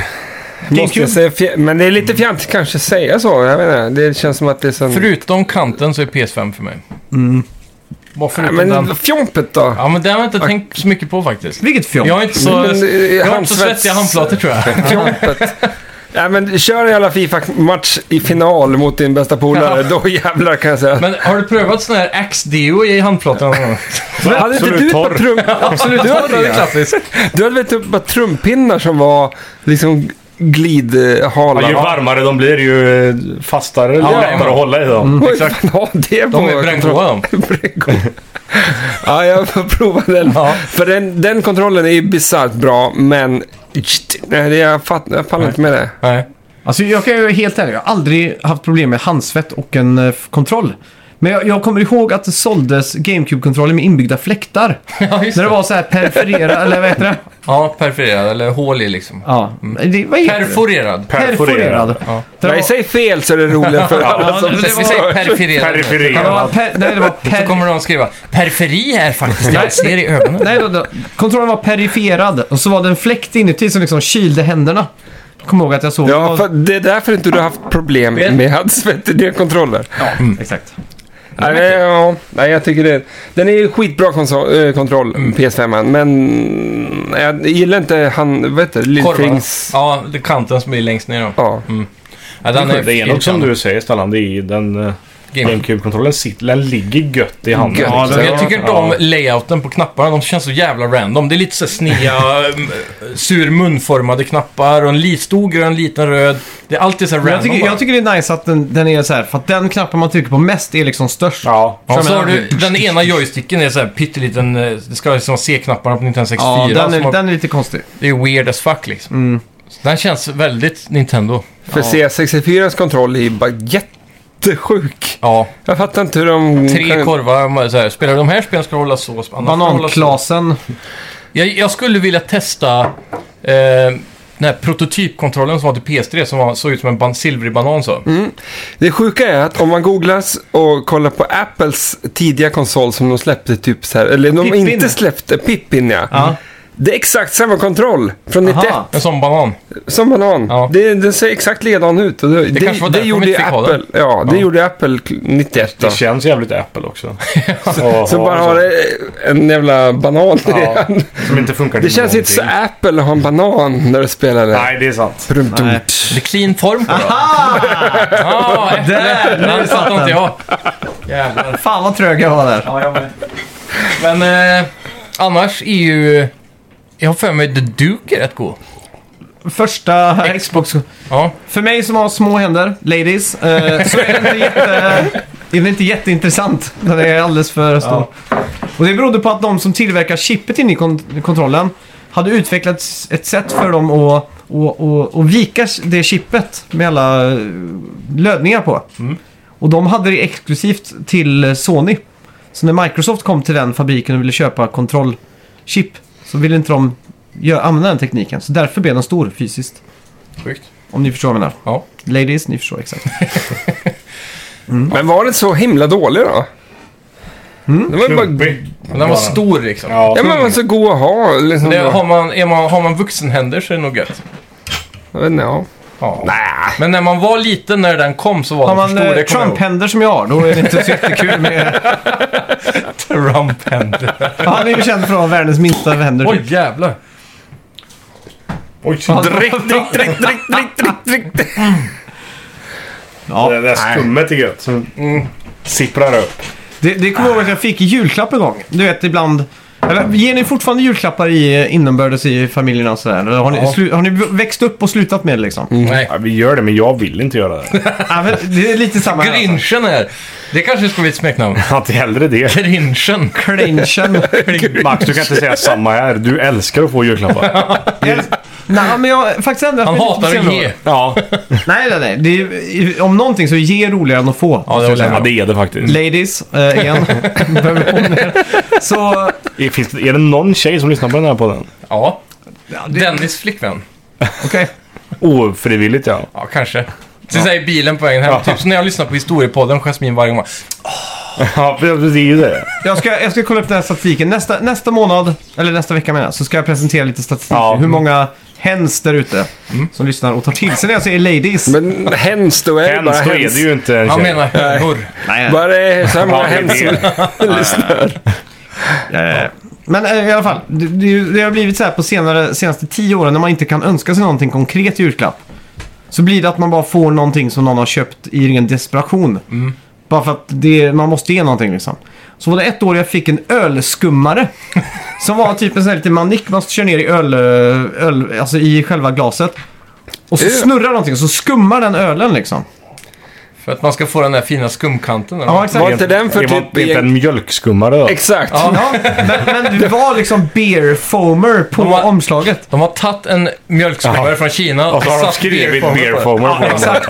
C: Måste jag säga fj- men det är lite fjantigt kanske att säga så. Jag vet inte. Det känns som att det är sån...
B: Förutom kanten så är PS5 för mig. Bara
C: Nej,
B: förutom den.
C: men fjompet då?
B: Ja, men det har jag inte tänkt så mycket på faktiskt.
D: Vilket fjol.
B: Jag har inte så,
C: Men, eh,
B: jag har inte så
C: handsvets-
B: svettiga handflator tror jag.
C: Fjompet. Nej, men kör en jävla Fifa-match i final mot din bästa polare. Då jävlar kan jag säga.
B: Men har du prövat sån här Axe-deo i handflatan?
C: hade inte
A: Absolut
C: du ett par
A: torr.
C: trum...
B: [laughs] Absolut,
C: Du har det, ja.
B: klassiskt.
C: Du hade väl typ bara trumpinnar som var liksom
A: Ja,
C: glidhalar?
A: ju varmare de blir ju eh, fastare och
B: Ja,
A: lättare
B: ja.
A: att hålla i dem.
C: Oj, [laughs]
B: exakt.
C: fan, ha det på
B: De är bränngåa de.
C: [laughs] Bränngo. ja, jag får prova den.
B: Ja.
C: För den, den kontrollen är ju bisarrt bra, men... Nej, det- jag, fatt, jag faller inte med det.
B: Nej.
D: Alltså jag kan ju vara helt ärlig, jag har aldrig haft problem med handsvett och en eh, f- kontroll. Men jag, jag kommer ihåg att det såldes GameCube-kontroller med inbyggda fläktar.
B: Ja, just
D: När det
B: det.
D: var så
B: [laughs]
D: här perforerad, eller vad heter det?
B: Ja, perforerad eller hål i liksom.
D: Ja. Det, vad heter det?
B: Perforerad.
A: Perforerad.
B: Ja.
D: Det
C: Nej,
D: var,
C: säg fel så är det roligare för alla
D: Ja,
C: som
D: det- det var-
B: Vi säger perforerad.
D: Ja, det var,
A: Perifererad.
D: per, nej, det var
B: Så
D: per,
B: kommer de att skriva periferi här faktiskt. Jag ser i ögonen.
D: nej, då, då, kontrollen var perifierad och så var det en fläkt inuti som liksom kylde händerna. Jag kommer ihåg att jag såg
C: Ja, för det är därför inte du har haft problem med handsvett i dina kontroller.
D: Ja, exakt.
C: Nej, nej, ja, nej, jag tycker det. Den är ju skitbra konsol, eh, kontroll, PS5, men jag gillar inte han, vad heter det,
B: Korvarna.
C: Lillfings...
B: Ja, det är kanten som blir längst ner då.
C: Ja.
B: Ja, den är
A: Det är något som du säger Stellan, det är ju den eh,
B: Game.
A: GameCube-kontrollen. sitter- Den ligger gött i handen.
C: Gött.
A: Ja,
B: Men
A: den-
B: jag tycker inte
A: ja.
B: om layouten på knapparna. De känns så jävla random. Det är lite så här snea,
D: [laughs]
B: mm, sur munformade knappar och en li- stor grön, liten röd. Det är alltid så här
D: Men
B: random.
D: jag, tycker,
B: bara.
D: jag tycker det är nice att den, den är så här, för att den knappen man trycker på mest är liksom störst.
A: Ja.
B: Ja,
D: Jag
B: så har
D: menar-
B: du, den ena joysticken är så här pytteliten, eh, det ska liksom vara C-knapparna på Nintendo 64.
D: Ja, den,
B: som
D: är,
B: har-
D: den Mm. är lite konstig.
B: Det är weird as fuck liksom. Så Den känns väldigt Nintendo.
C: För C64s kontroll är ju bara jättesjuk.
B: Ja,
C: Jag fattar inte hur de...
D: Mm,
B: tre korvar. man- Så här, spelar du de här spelen ska du hålla så. annars ska du hålla så.
D: Bananklasen.
B: Jag, jag skulle vilja testa eh, den här prototypkontrollen som var till PS3 som var, såg ut som en ban- silvrig banan så.
C: Det sjuka är att om man googlar och kollar på Apples tidiga konsol som de släppte typ så här, eller de
D: Pippin.
C: inte släppte, Pippin ja. Det är exakt samma kontroll från 91
D: Aha.
B: En sån banan.
C: som banan.
B: Ja.
C: Det, den ser exakt likadan ut. Och det det,
B: kanske var därför de
C: gjorde
B: inte fick
C: ju
B: ha
C: Apple,
B: den.
C: ja, det gjorde Apple 91 då.
A: Det känns jävligt Apple
C: [laughs]
A: också. Och
C: Så bara har det en jävla banan i
A: Ja,
C: den.
A: som inte funkar
C: [laughs] Det
A: till
C: känns inte så
A: någonting.
C: Apple att ha en banan när du spelar det.
A: Nej, det är sant.
C: Brum, dum.
D: Nej.
B: Det är clean form på den. Ah,
D: Där,
B: äpple!
D: nu
B: Den
D: satt
B: fattar inte
D: den.
B: jag. Jävlar.
D: Fan vad trög jag var där.
B: Men eh, annars är ju... Jag har för mig The Duke är rätt god.
D: Första Xbox.
B: Ja.
D: För mig som har små händer, ladies, eh, så är den inte, jätte, är den inte jätteintressant. Den är alldeles för stor. Och det berodde på att de som tillverkar chippet in i kon- kontrollen hade utvecklat ett sätt för dem att och, och, och vika det chippet med alla eh, lödningar på. Och de hade det exklusivt till eh, Sony. Så när Microsoft kom till den fabriken och ville köpa kontrollchip så ville inte de gö- använda den tekniken. Så därför blev den stor fysiskt.
B: Sjukt.
D: Om ni förstår vad jag menar.
B: Ja.
D: Ladies, ni förstår exakt.
C: Men var det så himla dålig då?
B: Mm.
C: Det var ju bara
A: Klumpig.
B: Men den var stor liksom.
A: Ja.
C: Ja, men man så god att ha. Liksom,
B: Det, har, man, är man, har man vuxenhänder så är det nog gött.
C: Jag vet inte, ja.
B: Ja. Men när man var liten när den kom så var den
D: Har man
B: för stor.
D: eh,
B: det kommer jag ihåg.
D: Trump-händer som jag har, då är
B: [laughs]
D: det inte så jättekul med...
B: Trump-händer.
D: Han är ju känd för att ha världens minsta
B: [laughs]
D: händer. typ.
B: Oj jävlar.
A: Oj,
C: Drick, drick, drick, drick, drick, drick, drick, drick.
A: det där skummet är gött. Som
C: Mm.
A: sipprar upp.
D: Det, det kommer jag ihåg att jag fick i julklapp en gång. Du vet, ibland... Eller, ger ni fortfarande julklappar i, eh, inbördes i familjerna och sådär? Eller Har, ni
B: Ja. Mm.
D: slu- har ni växt upp och slutat med det liksom?
B: Nej.
A: Ja, vi gör det, men jag vill inte
C: [laughs]
A: göra det.
D: Ja, men det är lite samma här, alltså.
B: Grinchen är. Det kanske ska bli ett smeknamn.
A: Att hellre det.
B: [laughs] Grinchen.
D: Crinchen.
A: Max, du kan inte säga samma här. Du älskar att
C: [laughs]
A: få julklappar.
D: Nej, men jag har faktiskt ändrat
B: Han
D: mig lite på
B: hatar att
D: senare
B: ge.
D: år.
A: Ja,
D: Nej, nej, nej. Det är, ju- om någonting så är ge roligare än att få.
B: Ja, det håller jag
A: ja
B: med om.
A: det är det faktiskt.
D: Ladies,
B: [laughs]
D: eh, igen. Behöver påminna er. Så
A: Är- Finns det, är det någon tjej som lyssnar på den här podden?
B: Ja. Dennis flickvän.
D: Okej.
A: Ofrivilligt ja.
B: Ja, kanske. Så ja. säger bilen på vägen hem. Typ som när jag lyssnar på historiepodden, Jasmin varje gång.
A: Ja, det är ju det.
D: Jag, ska, jag ska kolla upp den här statistiken. Nästa, nästa månad, eller nästa vecka menar jag, så ska jag presentera lite statistik.
A: Ja.
D: Hur många hens där ute som lyssnar och tar till sig när jag säger ladies.
C: Men hens, då är det bara
A: Hens, då är det
C: hens.
A: ju inte en
B: Han
A: tjej.
B: menar hönor.
D: Nej,
C: Bara det är så här många
A: Ja, det är
C: hens som
A: det.
C: lyssnar.
D: eh, Men eh, i alla fall, det, det, är ju- det har blivit så här på senare, senaste tio åren när man inte kan önska sig någonting konkret i julklapp. Så blir det att man bara får någonting som någon har köpt i ren desperation. Bara för att det, man måste ge någonting liksom. Så var det ett år jag fick en ölskummare. som var typ en sån här liten manick man kör ner i öl, öl, alltså i själva glaset. Och så
C: Ö.
D: snurrar någonting så skummar den ölen liksom.
B: För att man ska få den där fina skumkanten. eller?
D: Ja,
C: Var
D: exakt.
C: inte den för
A: Det var
C: typ...
A: inte en
C: egent-
A: mjölkskummare då?
C: Exakt.
D: Ja, men, men du var liksom beer foamer på
B: De var-
D: omslaget.
B: De har tagit en mjölkskummare
A: Ja.
B: från Kina
A: Och så har de
B: satt
A: skrivit
B: beerformer på den.
A: beerfoamer på den.
D: Exakt.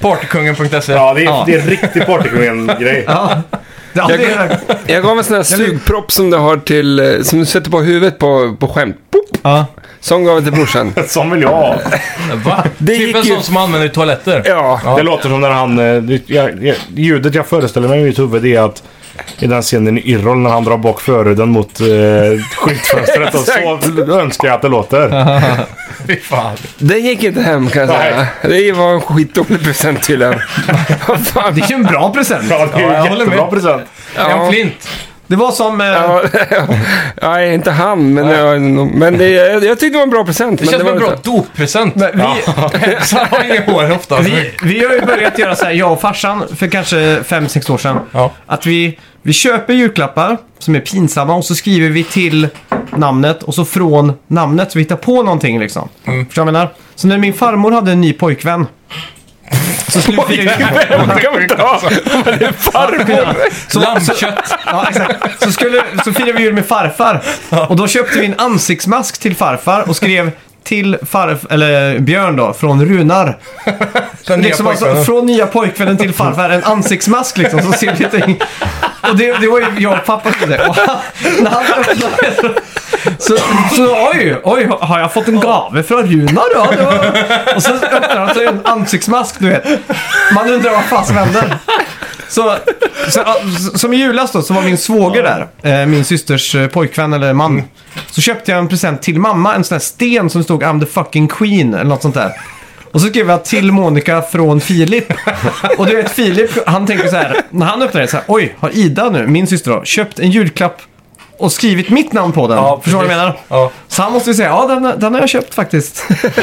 B: Partykungen.se.
A: Ja, det är,
D: Ja.
A: det är en riktig partykungen-grej.
D: Ja, det är,
C: Jag gav en sån här sugpropp som du har till... eh, Som du sätter på huvudet på, på skämt. Boop!
D: ja.
C: Sån gav jag
B: [laughs]
C: till brorsan.
A: [laughs] Som vill jag ha.
B: Va?
C: Det
B: typ
C: gick
B: en
C: ju-
B: sån som man använder i toaletter.
C: Ja.
B: Ja.
A: Det låter som när han... eh, det- Jag, jag, ljudet jag föreställer mig i mitt huvud är att i den scenen i Yrrol när han drar bak förhuden mot eh, skyltfönstret. och så önskar jag att det låter.
B: Fy fan.
C: Det gick inte hem kan jag säga. Det var en skitdålig present tydligen.
B: [laughs]
C: Vad fan.
D: det är ju en bra present.
A: Ja, det är ju
B: Ja, jag håller
A: jättebra
B: med.
A: present.
C: Ja.
B: En flint.
D: Det var som... Eh,
C: Ja, Nej, inte han. Men, jag, men det, jag tyckte det var en bra present.
B: Det
C: men
B: känns
C: det
B: som en
C: var
B: bra
C: inte-
B: doppresent. [laughs]
D: vi,
B: Så har inga hår ofta. alltså.
D: vi, vi har ju börjat göra så här, jag och farsan, för kanske fem sex år sedan.
B: Ja.
D: Att vi, vi köper julklappar som är pinsamma och så skriver vi till namnet och så från namnet så vi hittar på någonting liksom. Förstår du vad jag menar? Så när min farmor hade en ny pojkvän. Så skulle vi fira jul-
C: Det kan vi inte ha. Men det är farmor.
B: Lammkött.
D: Ja, exakt. Så, skulle, så firade vi jul med farfar. Och då köpte vi en ansiktsmask till farfar och skrev till farf, eller Björn då, från Runar.
B: Den nya
D: Liksom alltså,
B: pojkvännen.
D: från nya pojkvännen till farfar, en ansiktsmask liksom. Så ser vi lite Och det, det var ju jag och pappa som det. Och han, när han öppnade så, så oj, oj, har jag fått en gave från Runar då? Det var... Och så öppnar han sig en ansiktsmask, du vet. Man undrar vad fan som händer. Så, så, som i julas då, så var min svåger där, eh, min systers eh, pojkvän eller man. Så köpte jag en present till mamma, en sån här sten som stod I'm the fucking queen eller något sånt där. Och så skrev jag till Monica från Filip. Och du vet Filip, han tänker så här, när han öppnar det så här, oj, har Ida nu, min syster då, köpt en julklapp och skrivit mitt namn på den?
B: Ja,
D: Förstår du vad jag
B: precis.
D: menar?
B: Ja.
D: Så han måste ju säga, ja den, den har jag köpt faktiskt.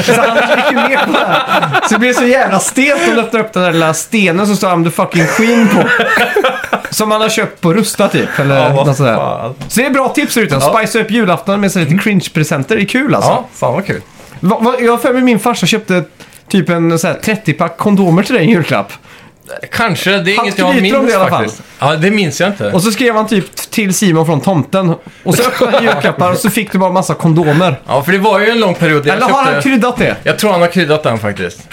D: Så han gick ju med på det här. Så det blev så jävla stelt att öppna upp den där lilla stenen som står I'm the fucking queen på. Som han har köpt på Rusta typ, eller
B: Ja, vad
D: något sådär.
B: fan. Mm.
D: Så det är bra tips där ute. Spicea upp julafton med så lite cringe-presenter. Det är kul alltså.
B: Ja, fan vad kul.
D: Va, va, jag har för mig min farsa köpte typ en så här 30-pack kondomer till dig i julklapp.
B: Kanske, det är
D: Han
B: inget jag
D: skryter om det
B: minns
D: i alla fall.
B: faktiskt. Ja, det minns jag inte.
D: Och så skrev han typ till Simon från tomten. Och så öppnade han julklappar och så fick du bara massa kondomer.
B: Ja, för det var ju en lång period där jag
D: Eller har han
B: köpte...
D: kryddat det?
B: Jag tror han har kryddat den faktiskt.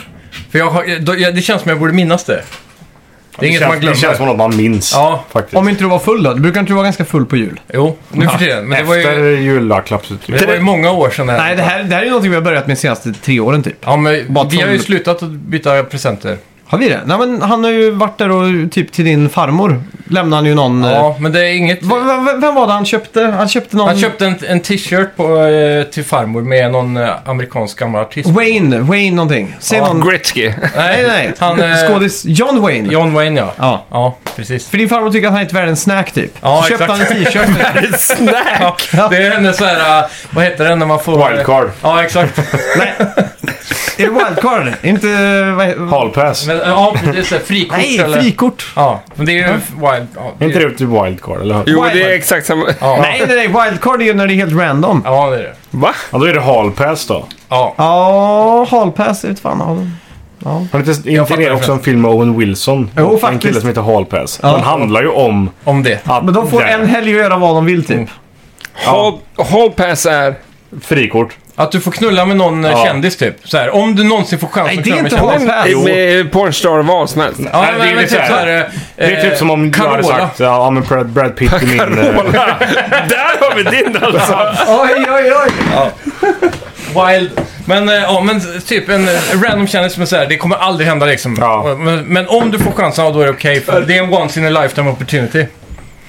B: För jag har... då- jag- Det känns som jag borde minnas det. Det är
A: Det
B: inget man
A: känns, det känns
B: glömmer.
A: som något man minns.
B: Ja.
A: faktiskt.
D: Om inte du var full då? Du brukar inte du vara ganska full på jul?
B: Jo, nu för tiden. Men det var
A: Efter
B: ju...
A: julklappsuttryck.
B: Det var ju många år sedan det här.
D: Nej, det här, det här är ju någonting vi har börjat med de senaste tre åren typ.
B: Ja, men
D: Bara
B: vi har ju
D: tom-
B: slutat att byta presenter.
D: Har vi det? Nej men han har ju varit där och typ till din farmor lämnade han ju någon... eh,
B: Ja, men det är inget...
D: Va, va, va, vem var det han köpte? Han köpte någon...
B: Han köpte en, en t-shirt på, eh, till farmor med någon eh, amerikansk gammal artist.
D: Wayne, Wayne någonting. Säg någon...
C: Gretzky.
D: Nej, nej.
B: Han, eh,
D: Skådis John Wayne.
B: John Wayne, ja. ja.
D: Ja.
B: precis.
D: För din farmor tycker att han inte är värd en snack typ.
B: Ja,
D: så köpte han en
B: exakt.
D: [laughs] t-shirt.
C: Snack.
B: Det är hennes så här, eh, vad heter det när man får...
A: Wildcard.
B: Ja, exakt.
D: är det wildcard? Inte... Vad, he-
A: Hallpass.
B: Men, eh, ja, precis. så här, Frikort
D: nej,
B: eller...
D: frikort.
B: Ja, men det är
A: Mm.
B: ju wild... Ja,
A: Är inte
B: det?
A: det typ wildcard? Eller?
C: Jo, det är exakt samma.
B: Ja,
D: Nej, nej, nej. Wildcard är ju när det är helt random.
B: ja, det är det.
C: Va?
A: Ja, då är det hallpass då.
B: Ja.
D: Ja, hallpass. Jag vet fan. hall-
A: Har ni inte, inte
B: fattar
A: det också en film med Owen Wilson?
D: Jo,
A: En
D: faktiskt.
A: kille som heter Hallpass. Den handlar ju om
B: Om det.
A: att...
D: Men de får
A: där-
D: en helg att göra vad de vill typ.
C: Hall, hall pass är...
A: Frikort.
B: Att du får knulla med någon eh,
A: Ja.
B: kändis typ. Så här, om du någonsin får chans
D: Nej,
B: att
D: det
B: knulla
D: är
B: med
D: inte
B: kändis.
D: hallpass.
A: Jo.
C: Med pornstar vad som helst.
B: Ja,
A: Nej,
B: men,
A: det är
B: men
A: ju
B: typ så
A: lite så här-
B: här... eh,
A: Det är typ som om jag
B: Carola.
A: hade sagt ja, men Brad- Brad Pitt i min... eh,
C: Där har vi din alltså!
D: Oj, oj, oj.
B: Wild. Men, eh, ja, men typ en eh, random kändis som är såhär, det kommer aldrig hända liksom.
A: Ja.
B: Men, men om du får chansen, ja, då är det okej. för det är en once in a lifetime opportunity.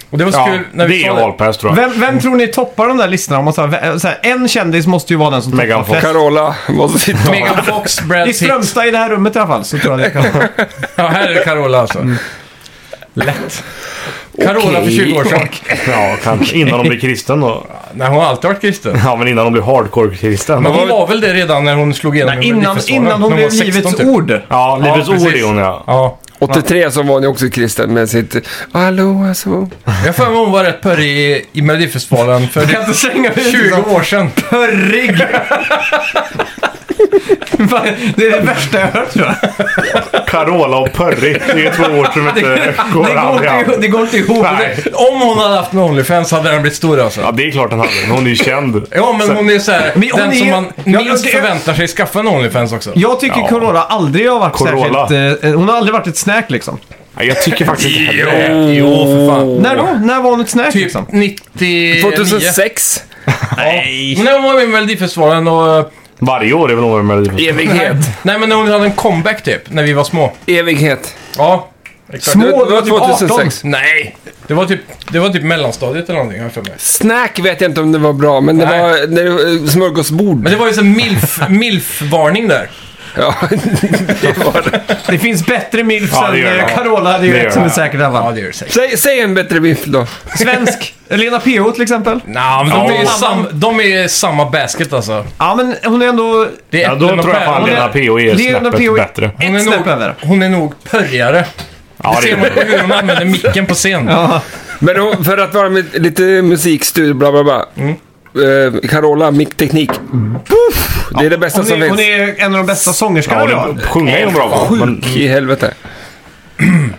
B: Och det var så
A: Ja,
B: kul när vi
A: det är
B: sa det.
A: All Pass tror jag.
D: Vem, vem tror ni toppar de där listorna? Om man så här, så här, en kändis måste ju vara den som toppar
A: Megan Fox.
D: flest.
C: Carola, vad sitter
B: Megan Fox,
D: I
B: Brad Pitt.
D: Strömstad i det här rummet i alla fall så tror jag det kan vara.
B: Ja, här är det Carola alltså.
A: Mm.
B: Lätt. Carola för 20 år sedan.
A: Ja, kanske. Innan de blir kristen då.
B: Nej, hon har alltid varit kristen.
A: Ja, men innan de blir hardcore-kristen.
B: Men hon var väl det redan när hon slog igenom
D: Nej,
B: i
D: Innan,
B: Melodifestivalen.
D: innan hon
B: När
D: blev
B: var 16
D: Livets
B: typ.
D: Ord.
A: Ja, Livets
B: precis.
A: Ord är hon ja.
B: Ja,
C: 83 så var han ju också kristen med sitt Hallå alltså.
B: jag har för mig hon var rätt pörrig i, i Melodifestivalen för
D: kan inte slänga ut
B: 20
D: som
B: år sedan.
D: pörrig. Fan, det är det värsta jag har hört tror jag.
A: Carola och Pörri. Det är två ord som inte går
D: Det
A: hand i
D: går inte, ihop-
A: hand.
D: det går inte ihop.
A: Nej.
B: Om hon hade haft en Onlyfans hade den blivit stor alltså.
A: Ja, det är klart den hade. Men hon är ju känd.
B: Ja, men hon är så här,
D: Men hon
B: den
D: är-
B: som man
D: Ja,
B: minst
D: det-
B: förväntar sig skaffa en Onlyfans också.
D: Jag tycker
A: Ja.
D: Carola aldrig har varit
A: Carola.
D: särskilt... Eh, hon har aldrig varit ett snack liksom.
A: Ja, jag tycker faktiskt inte heller det.
B: Nej, Jo, för fan.
D: När då? När var hon ett snack
B: Typ
D: liksom?
B: 99.
C: 2006.
B: Nej. Men när hon var med i Melodifestivalen och...
A: Varje år är väl hon med i
C: Evighet.
B: Nej, men när hon hade en comeback typ, när vi var små.
C: [laughs] Evighet.
B: Ja. exakt.
D: Små,
C: Det var
D: det var typ
C: 2006.
B: Nej! Det var typ, det var typ mellanstadiet eller någonting, har jag för mig.
C: Snack vet jag inte om det var bra, men det
B: Nej.
C: var, det var eh,
B: [laughs]
C: smörgåsbord.
B: Men det var ju en milf, milf-varning där.
C: Ja, det var det.
D: Det finns bättre milfs
A: Ja, det
D: än
A: gör det.
D: eh, Carola hade ju
A: Det gör
D: rätt som
A: det.
D: är säkert i alla fall.
B: det gör det säkert.
C: Säg, säg en bättre biff då.
D: Svensk. Lena PH till exempel.
B: Nej, men de,
A: Ja.
B: är ju sam, de är ju samma basket alltså.
D: Ja, men hon är ändå...
B: Det är
A: Ja, då
B: äpplen och
A: tror jag
B: päron.
A: fan
D: Hon
A: Lena
D: är-
A: PH är
D: Lena
A: snäppet
D: PH
A: bättre.
B: Hon är
D: Ett snäpp
B: nog-
D: över.
B: Hon är nog pörjare.
A: Ja, det
B: Ser
A: är
B: man
A: det.
B: på hur hon använder micken på scen.
C: Men då, för att vara med lite musikstudio, bla bla bla. Eh, Carola, mickteknik. Puff! Det är det bästa
D: Hon
C: som
D: är, hon
C: finns.
D: är en av de bästa sångerskorna vi
A: Ja,
D: har.
A: hon sjunger ju bra på. Men,
C: Sjuk i helvete.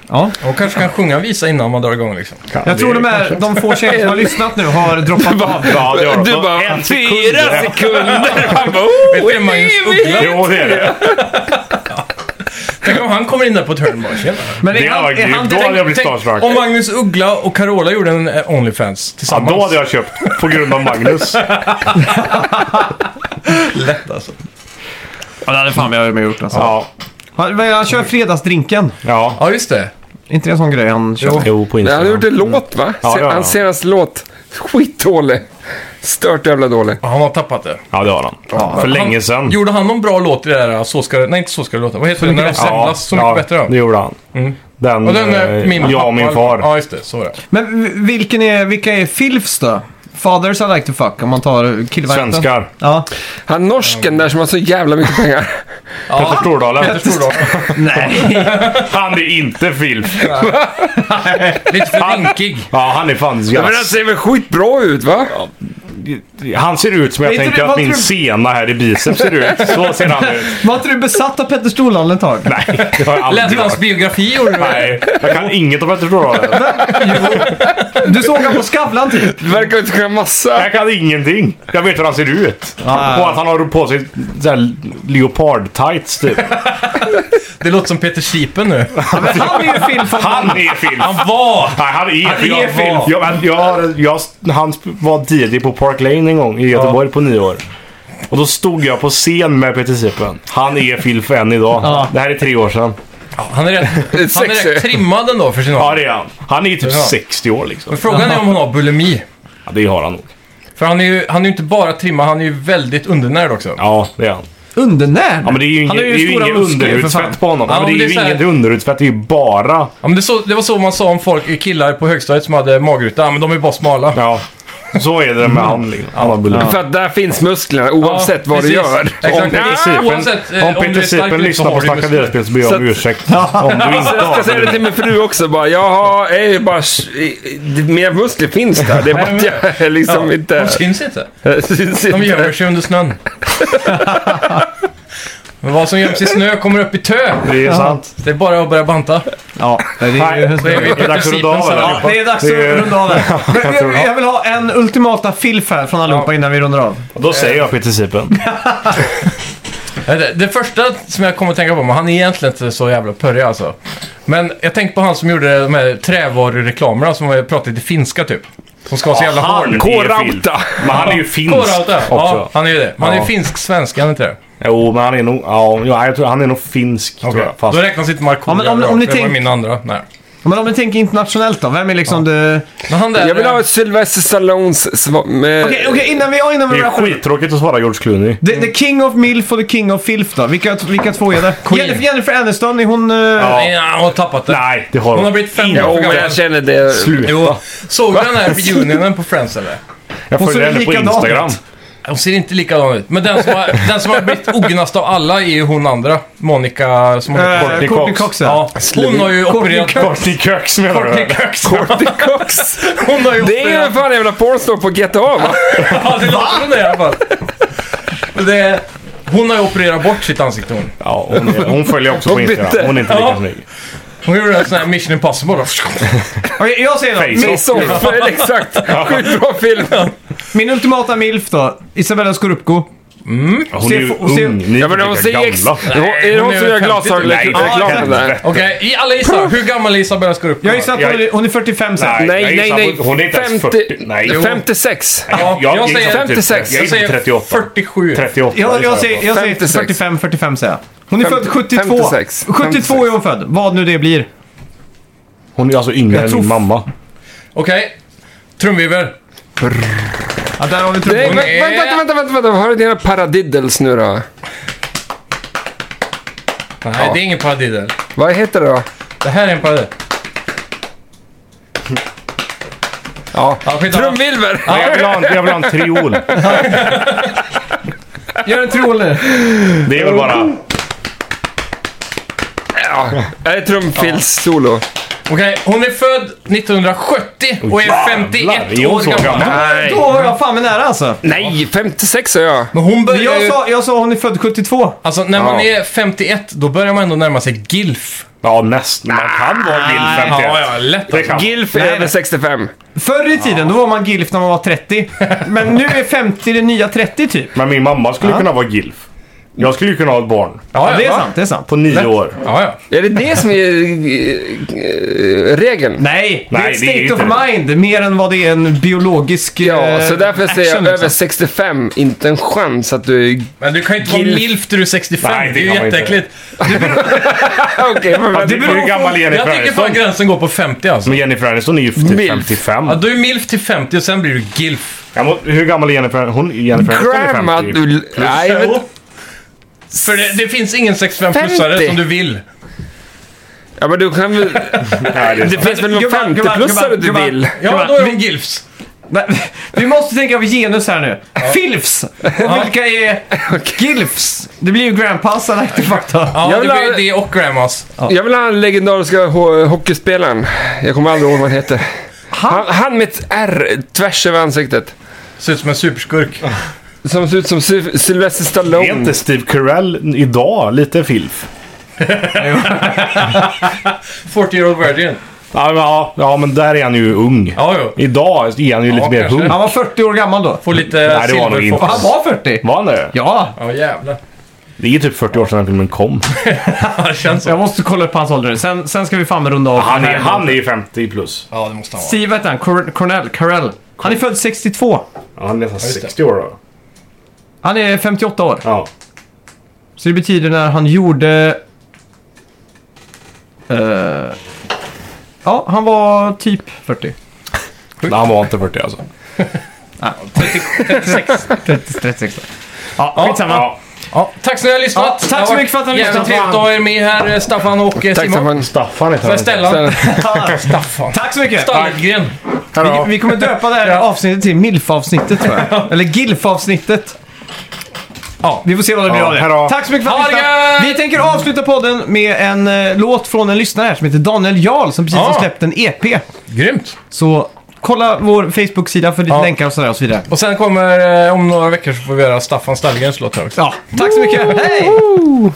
D: Ja.
B: Hon kanske kan sjunga en visa innan man drar igång liksom.
D: Jag tror de,
A: är...
D: är, de få tjejer som har lyssnat nu
A: [laughs]
D: har droppat av.
A: Ja, det gör de.
C: Du bara,
A: En sekund.
C: fyra sekunder! Han bara,
B: Vet
C: oh,
B: du, Magnus Uggla.
A: Jo, det är det.
B: Tänk om han kommer in där på ett hörn bara, "Tjena."
D: Men
A: Det
D: är
A: hade
D: han,
A: varit
D: är han
A: grymt. Då hade jag
D: direkt,
A: blivit starstruck.
B: Tänk om Magnus Uggla och Carola gjorde en eh, Onlyfans
A: Ja,
B: tillsammans.
A: då hade jag köpt. På grund av
B: [laughs]
A: Magnus.
B: Lätt alltså.
D: Ja, det hade fan jag med gjort alltså.
A: Ja.
D: Han, vad är- han kör fredagsdrinken.
A: Ja.
B: Ja, just det.
D: Är inte det en sån grej han kör?
B: Jo.
A: Jo, på
C: Han har
A: Instagram.
C: gjort en låt va?
A: Ja,
C: Se-
A: det har han.
C: Hans senaste låt. Skitdålig. Stört jävla dålig.
B: Ja, Han har tappat det.
A: Ja, det har han. För länge sedan.
B: Han, gjorde han någon bra låt i det där? Så ska det, nej, inte Så ska det låta. Vad heter det? När de samlas. Så mycket bättre.
A: det
B: Ja.
A: gjorde han. Den,
B: Och den, eh,
A: eh,
B: min
A: jag
B: pappa,
A: och min far.
B: Ja, just det. Så var det.
D: Men v- vilken är, vilka är filfs då? Fathers I like to fuck om man tar killvarianten.
A: Svenskar.
D: Ja.
C: Han norsken där som har så jävla mycket pengar.
A: Petter Stordalen.
B: Jag tror då.
A: [laughs]
D: Nej.
A: Han är inte Filf.
B: Lite för rinkig.
A: Ja, han är fan
C: Men alltså- han
A: yes.
C: ser väl skitbra ut va?
A: Han ser ut som jag
D: Vet du
A: tänker
D: vad
A: att min
D: tror-
A: sena här i biceps ser ut. Så ser han ut.
D: Var inte du besatt av Petter Stordalen ett tag?
A: Nej, det har jag
B: Läste
A: aldrig
B: du hans
A: varit.
B: biografi? gjorde du?
A: Nej, jag kan inget om Petter Stordalen.
D: Du såg honom på
A: [laughs]
D: Skavlan typ.
C: Verkar inte kunna massa.
A: Jag kan ingenting. Jag vet hur han ser ut.
D: Ja, ja.
A: Och att han har på sig så här leopard-tights typ.
B: Det låter som Peter Sipen nu.
D: Men han är ju filf.
A: Han är Filf.
B: Han var!
A: Nej, han är, han
B: är
A: jag,
B: Filip.
A: Jag, men jag, har- jag, han var DJ på Park Lane en gång i Göteborg på nio år. Och då stod jag på scen med Peter Sippen. Han är Filf än idag.
D: Ja.
A: Det här är tre år sedan.
B: Ja, Han är rätt, han är
C: Sexy.
B: rätt trimmad ändå för sin
A: Ja,
B: ålder.
A: det är han. Han är ju typ
B: Ja.
A: 60 år liksom.
B: Men frågan är om han har bulimi.
A: Ja, det har han nog.
B: För han är ju, han är ju inte bara trimmad, han är ju väldigt undernärd också.
A: Ja, det är han.
D: Undernärd.
A: Ja, men det är ju inget,
D: han har
A: det är ju
D: stora
A: inget
D: muskler, för fan.
A: underhudsfett på honom.
B: Ja,
A: Ja, men
B: men det
A: det är
B: är
A: ju
B: så här-
A: inget underhudsfett. Det är ju bara...
B: Ja, men det, så, det var så man sa om folk, eh, killar på högstadiet som hade magruta. Ja, men de är bara smala.
A: Ja. Så är det med han. liksom. Han har bulimi.
C: För att där finns musklerna oavsett vad du
B: precis.
C: gör.
B: Exakt.
A: Om Peter
B: Ja, oavsett,
A: Sipen,
B: eh,
A: om
B: om du
A: Peter
B: är stark
A: Sipen
B: ut så
A: lyssnar på
B: har du
A: Snacka
B: muskler.
A: Delspel så ber jag om ursäkt. Om du inte
C: Jag ska säga det till min fru också bara. Jaha, jag är bara... Mina muskler finns där. Det är bara att jag liksom
B: De
C: inte...
B: syns inte.
C: [laughs] syns
B: De
C: inte.
B: gömmer sig under
C: [laughs]
B: snön. men vad som göms i snö kommer upp i tö.
A: Det är sant.
B: Det är bara att börja banta.
D: Ja, det är ju...
A: Nej, det
B: vi
A: är dags att runda
B: principen så
A: av eller?
D: Ja, det är dags att
A: [laughs]
D: runda av här. Men
A: tror det.
D: jag, jag vill ha en ultimata filf här från allihopa innan vi rundar av.
A: Då säger jag Peter [laughs] Sipen.
B: Det, det första som jag kommer att tänka på, men han är egentligen inte så jävla pörrig alltså. Men jag tänkte på han som gjorde de här trävarureklamerna som var- pratade lite finska typ. Som ska ha så jävla hård.
A: Han är ju
C: K-Rauta.
A: finsk. Men han är ju finsk
B: Kårauta. Ja,
A: också.
B: han är ju det. Men han är
A: Ja.
B: finsk-svensk, är han inte det?
A: Jo, men han är nog... Ja, jag tror han är nog finsk. Tror
B: Okej.
A: jag, fast,
B: Då räknas inte Markoolio
D: Ja, men om-
B: bra,
D: om ni
B: för det var
D: tänk-
B: min andra. Nej.
D: Men om du tänker internationellt då, vem är liksom the...
B: Men han där...
C: Jag vill
B: eh,
C: ha ett Sylvester Stallones svar. Med...
D: Okej, okej, innan vi... Innan vi
A: Det är
D: wrappar-
A: skittråkigt att svara George Clooney.
D: the, the King of Milf och The King of Filf då? Vilka, vilka två är det?
A: [laughs]
B: Queen.
D: Jennifer, Jennifer Aniston, är hon... eh,
B: Nej, hon har tappat det.
A: Nej, det har
B: Hon har blivit 50 år
C: Jo,
B: för
C: men
B: gammal.
C: jag känner det.
A: Sluta.
B: Jo, såg du
D: [laughs]
B: den här reunionen på Friends eller?
A: Jag
D: Hon ser
A: följer henne på
D: likadan
A: Instagram.
D: ut.
B: Hon ser inte likadan ut. Men den som har, den som har blivit ognast av alla är ju hon andra. Monica som har gått
D: eh,
B: bort.
A: Courtney
D: Courtney
A: Cox.
D: Cox
B: Ja,
D: ja.
B: hon har ju opererat
D: Courtney
B: bort...
A: Courtney Cox menar
B: Courtney
A: du?
B: Cox.
C: Courtney Cox.
B: Hon har ju
C: Det är ju
B: opererat...
C: fan jävla pornstar på GTA va?
B: Ja, det låter som det i alla fall. Men Det, hon har ju opererat bort sitt ansikte hon.
A: Ja, hon, är, hon följer också på
C: Hon bytte.
A: Instagram. Hon är inte
B: Ja.
A: lika snygg.
B: Hon gjorde en sån här Mission Impossible.
D: Okej, jag säger då.
A: Face
D: Min,
C: [laughs]
A: off.
C: Soffer, exakt. Sjukt bra film.
D: min ultimata milf då. Isabella Scorupco.
A: Hon är ju
D: Ser- ser-
A: ung. Ni
C: Ja, men
A: är
C: hon
A: lika
C: ser ex...
A: gamla.
C: Är det hon som gör glasögonreklamen där?
B: Okej, i- alla gissar. Hur gammal är Isabella Scorupco?
D: Jag gissar att hon
A: Jag-
D: är, hon är 45 sen.
A: Nej.
C: Nej, nej, nej.
A: Hon är inte ens 40. Nej, jo.
C: 56.
B: Ja,
A: Jag,
B: jag
A: jag
B: säger
A: gissar på typ
C: 56.
A: Jag
B: Jag
A: gissar
B: säger
A: på 38.
B: 47.
A: 38.
D: Jag, jag, säger, jag säger
C: 56.
D: 45, 45 säger jag. Hon är född 72.
C: 56.
D: 72 är hon född, vad nu det blir.
A: Hon är alltså yngre
D: Jag
A: än
D: tror-
A: min mamma.
B: Okej. Trumvirvel.
D: Ja, där har vi
C: Nej,
D: trumman.
C: vänta, vänta, vänta, vänta, vänta. Har du dina paradiddles nu då?
B: Nej, det är ingen paradiddel.
C: Vad heter det då?
B: Det här är en paradiddel.
C: Ja.
B: Ja, skitsamma.
C: Trumvirvel!
A: Nej, Jag vill ha en, jag vill ha en triol.
D: Gör en troll nu.
A: Det är väl bara...
C: Ja. Är det trumfils solo?
B: Okej, hon är född 1970 och är 51
A: är hon
B: år
A: så gammal?
B: gammal.
C: Nej.
D: Då var jag fan med nära alltså.
C: Nej, 56 är jag.
B: Men hon
D: Men
B: börjar
D: Jag
B: ju...
D: sa, jag sa hon är född 72.
B: Alltså, när man
C: Ja.
B: är 51, då börjar man ändå närma sig GILF.
A: Ja, nästan. Man kan vara
D: Nej.
A: lill 51.
B: ja, lätt
A: Det kan
C: Gilf är
D: Nej.
C: över 65.
D: Förr i tiden, då var man gilf när man var 30. Men nu är 50 det nya 30 typ.
A: Men min mamma skulle kunna vara gilf. Jag skulle ju kunna ha ett barn.
B: Ja,
D: Ja, det är
B: va?
D: sant, det är sant.
A: På nio år.
B: Ja, ja.
C: Är det det som är eh, eh, regeln?
D: Nej, det
A: Nej,
D: är ett
A: det är
D: state
A: ju
D: of
A: inte det.
D: mind mer än vad det är en biologisk
C: Ja,
D: eh,
C: så därför säger jag
D: action,
C: över
D: liksom.
C: 65, inte en chans att du är... [laughs]
B: Men du kan ju inte vara
C: Gilf.
B: MILF till du är 65.
A: Nej,
B: det,
A: det
B: är
A: kan
B: ju
A: man inte.
B: jätteäckligt.
C: Okej, men
A: Det beror hur gammal
B: Jag
A: är Jennifer
B: tycker fan
A: Aniston?
B: gränsen går på 50 alltså.
A: Men Jennifer Aniston är ju typ
C: Milf.
A: 55.
B: Ja, du är MILF till 50 och sen blir du GILF.
A: Ja, men hur gammal är Jennifer Aniston? Hon, Jennifer Aniston
C: Grandma,
A: är 50.
C: du... Nej, jag vet...
B: För det, det finns ingen 65-plussare
C: 50.
B: som du vill.
C: Ja, men du kan väl...
A: Nej, det är
C: Det
A: sant.
C: finns väl någon
D: Gubbar, gubbar,
C: 50-plussare du
D: gubbar,
C: vill?
B: Ja,
D: Gubbar,
B: då är de GILFs.
D: Nej, Vi måste tänka på genus här nu. Filfs! Och vilka är gilfs? Det blir ju grandpas eller inte fakta.
B: Ja,
C: Jag
B: det
C: vill
B: blir
C: ha-
B: det och grandmas.
C: Jag vill ha den legendariska ho- hockeyspelaren. Jag kommer aldrig ihåg vad han heter. Han, han med ett R tvärs över ansiktet.
B: Ser ut som en superskurk.
C: Som ser ut som Sy- Sylvester
A: Är
C: Stallone.
A: inte Steve Carell idag lite filf?
B: 40 year old virgin.
A: Ja, men, ja, ja, men där är han ju ung.
B: Ja, jo.
A: Idag är han ju lite mer
B: kanske.
A: ung.
D: Han var 40 år gammal då.
B: Får lite
A: Nej, det var nog
B: silverfox.
A: inte.
D: Han var 40?
A: Var han det?
D: Ja,
B: Ja, jävlar.
A: Det är ju typ 40 år sedan den filmen kom.
B: Ja, det känns så.
D: jag måste kolla upp hans ålder nu. Sen, sen ska vi fan med runda av.
A: Han är, han är ju 50 plus.
B: Ja, det måste han vara.
D: Steve hette han, Cor- Cornell, Carell. Han är född 62.
A: Ja, han är nästan
B: just det.
A: 60 år då.
D: Han är 58 år.
A: Ja.
D: Så det betyder när han gjorde... eh, ja, han var typ 40.
A: Nej, han var inte 40 alltså.
B: 36.
D: 36 Ja, skitsamma.
A: Ja.
B: Ja, tack så mycket för att ni har lyssnat.
D: Ja, tack så mycket för att ni har lyssnat.
B: Jävligt trevligt att ha er med här, eh, Staffan och eh,
C: Tack
B: Simon.
C: Staffan.
A: Staffan heter
B: Nej,
A: han.
B: Stellan.
D: Staffan. [laughs] Tack så mycket!
B: Stallgren.
D: Vi, vi kommer döpa det här avsnittet till MILF-avsnittet tror jag. Eller GILF-avsnittet.
B: Ja.
D: Vi får se vad det blir
A: Ja,
D: av
A: hej då.
D: det. Tack så mycket för att ni
B: Ha det
D: lyssnade.
B: gött!
D: Vi tänker avsluta podden med en eh, låt från en lyssnare här som heter Daniel Jarl som precis
B: Ja.
D: har släppt en EP.
B: Grymt.
D: Så kolla vår Facebook-sida för lite
B: Ja.
D: länkar och sådär och så vidare.
B: Och sen kommer, eh, om några veckor så får vi göra Staffan Stallgrens låt här också.
D: Ja, tack så mycket. Hej!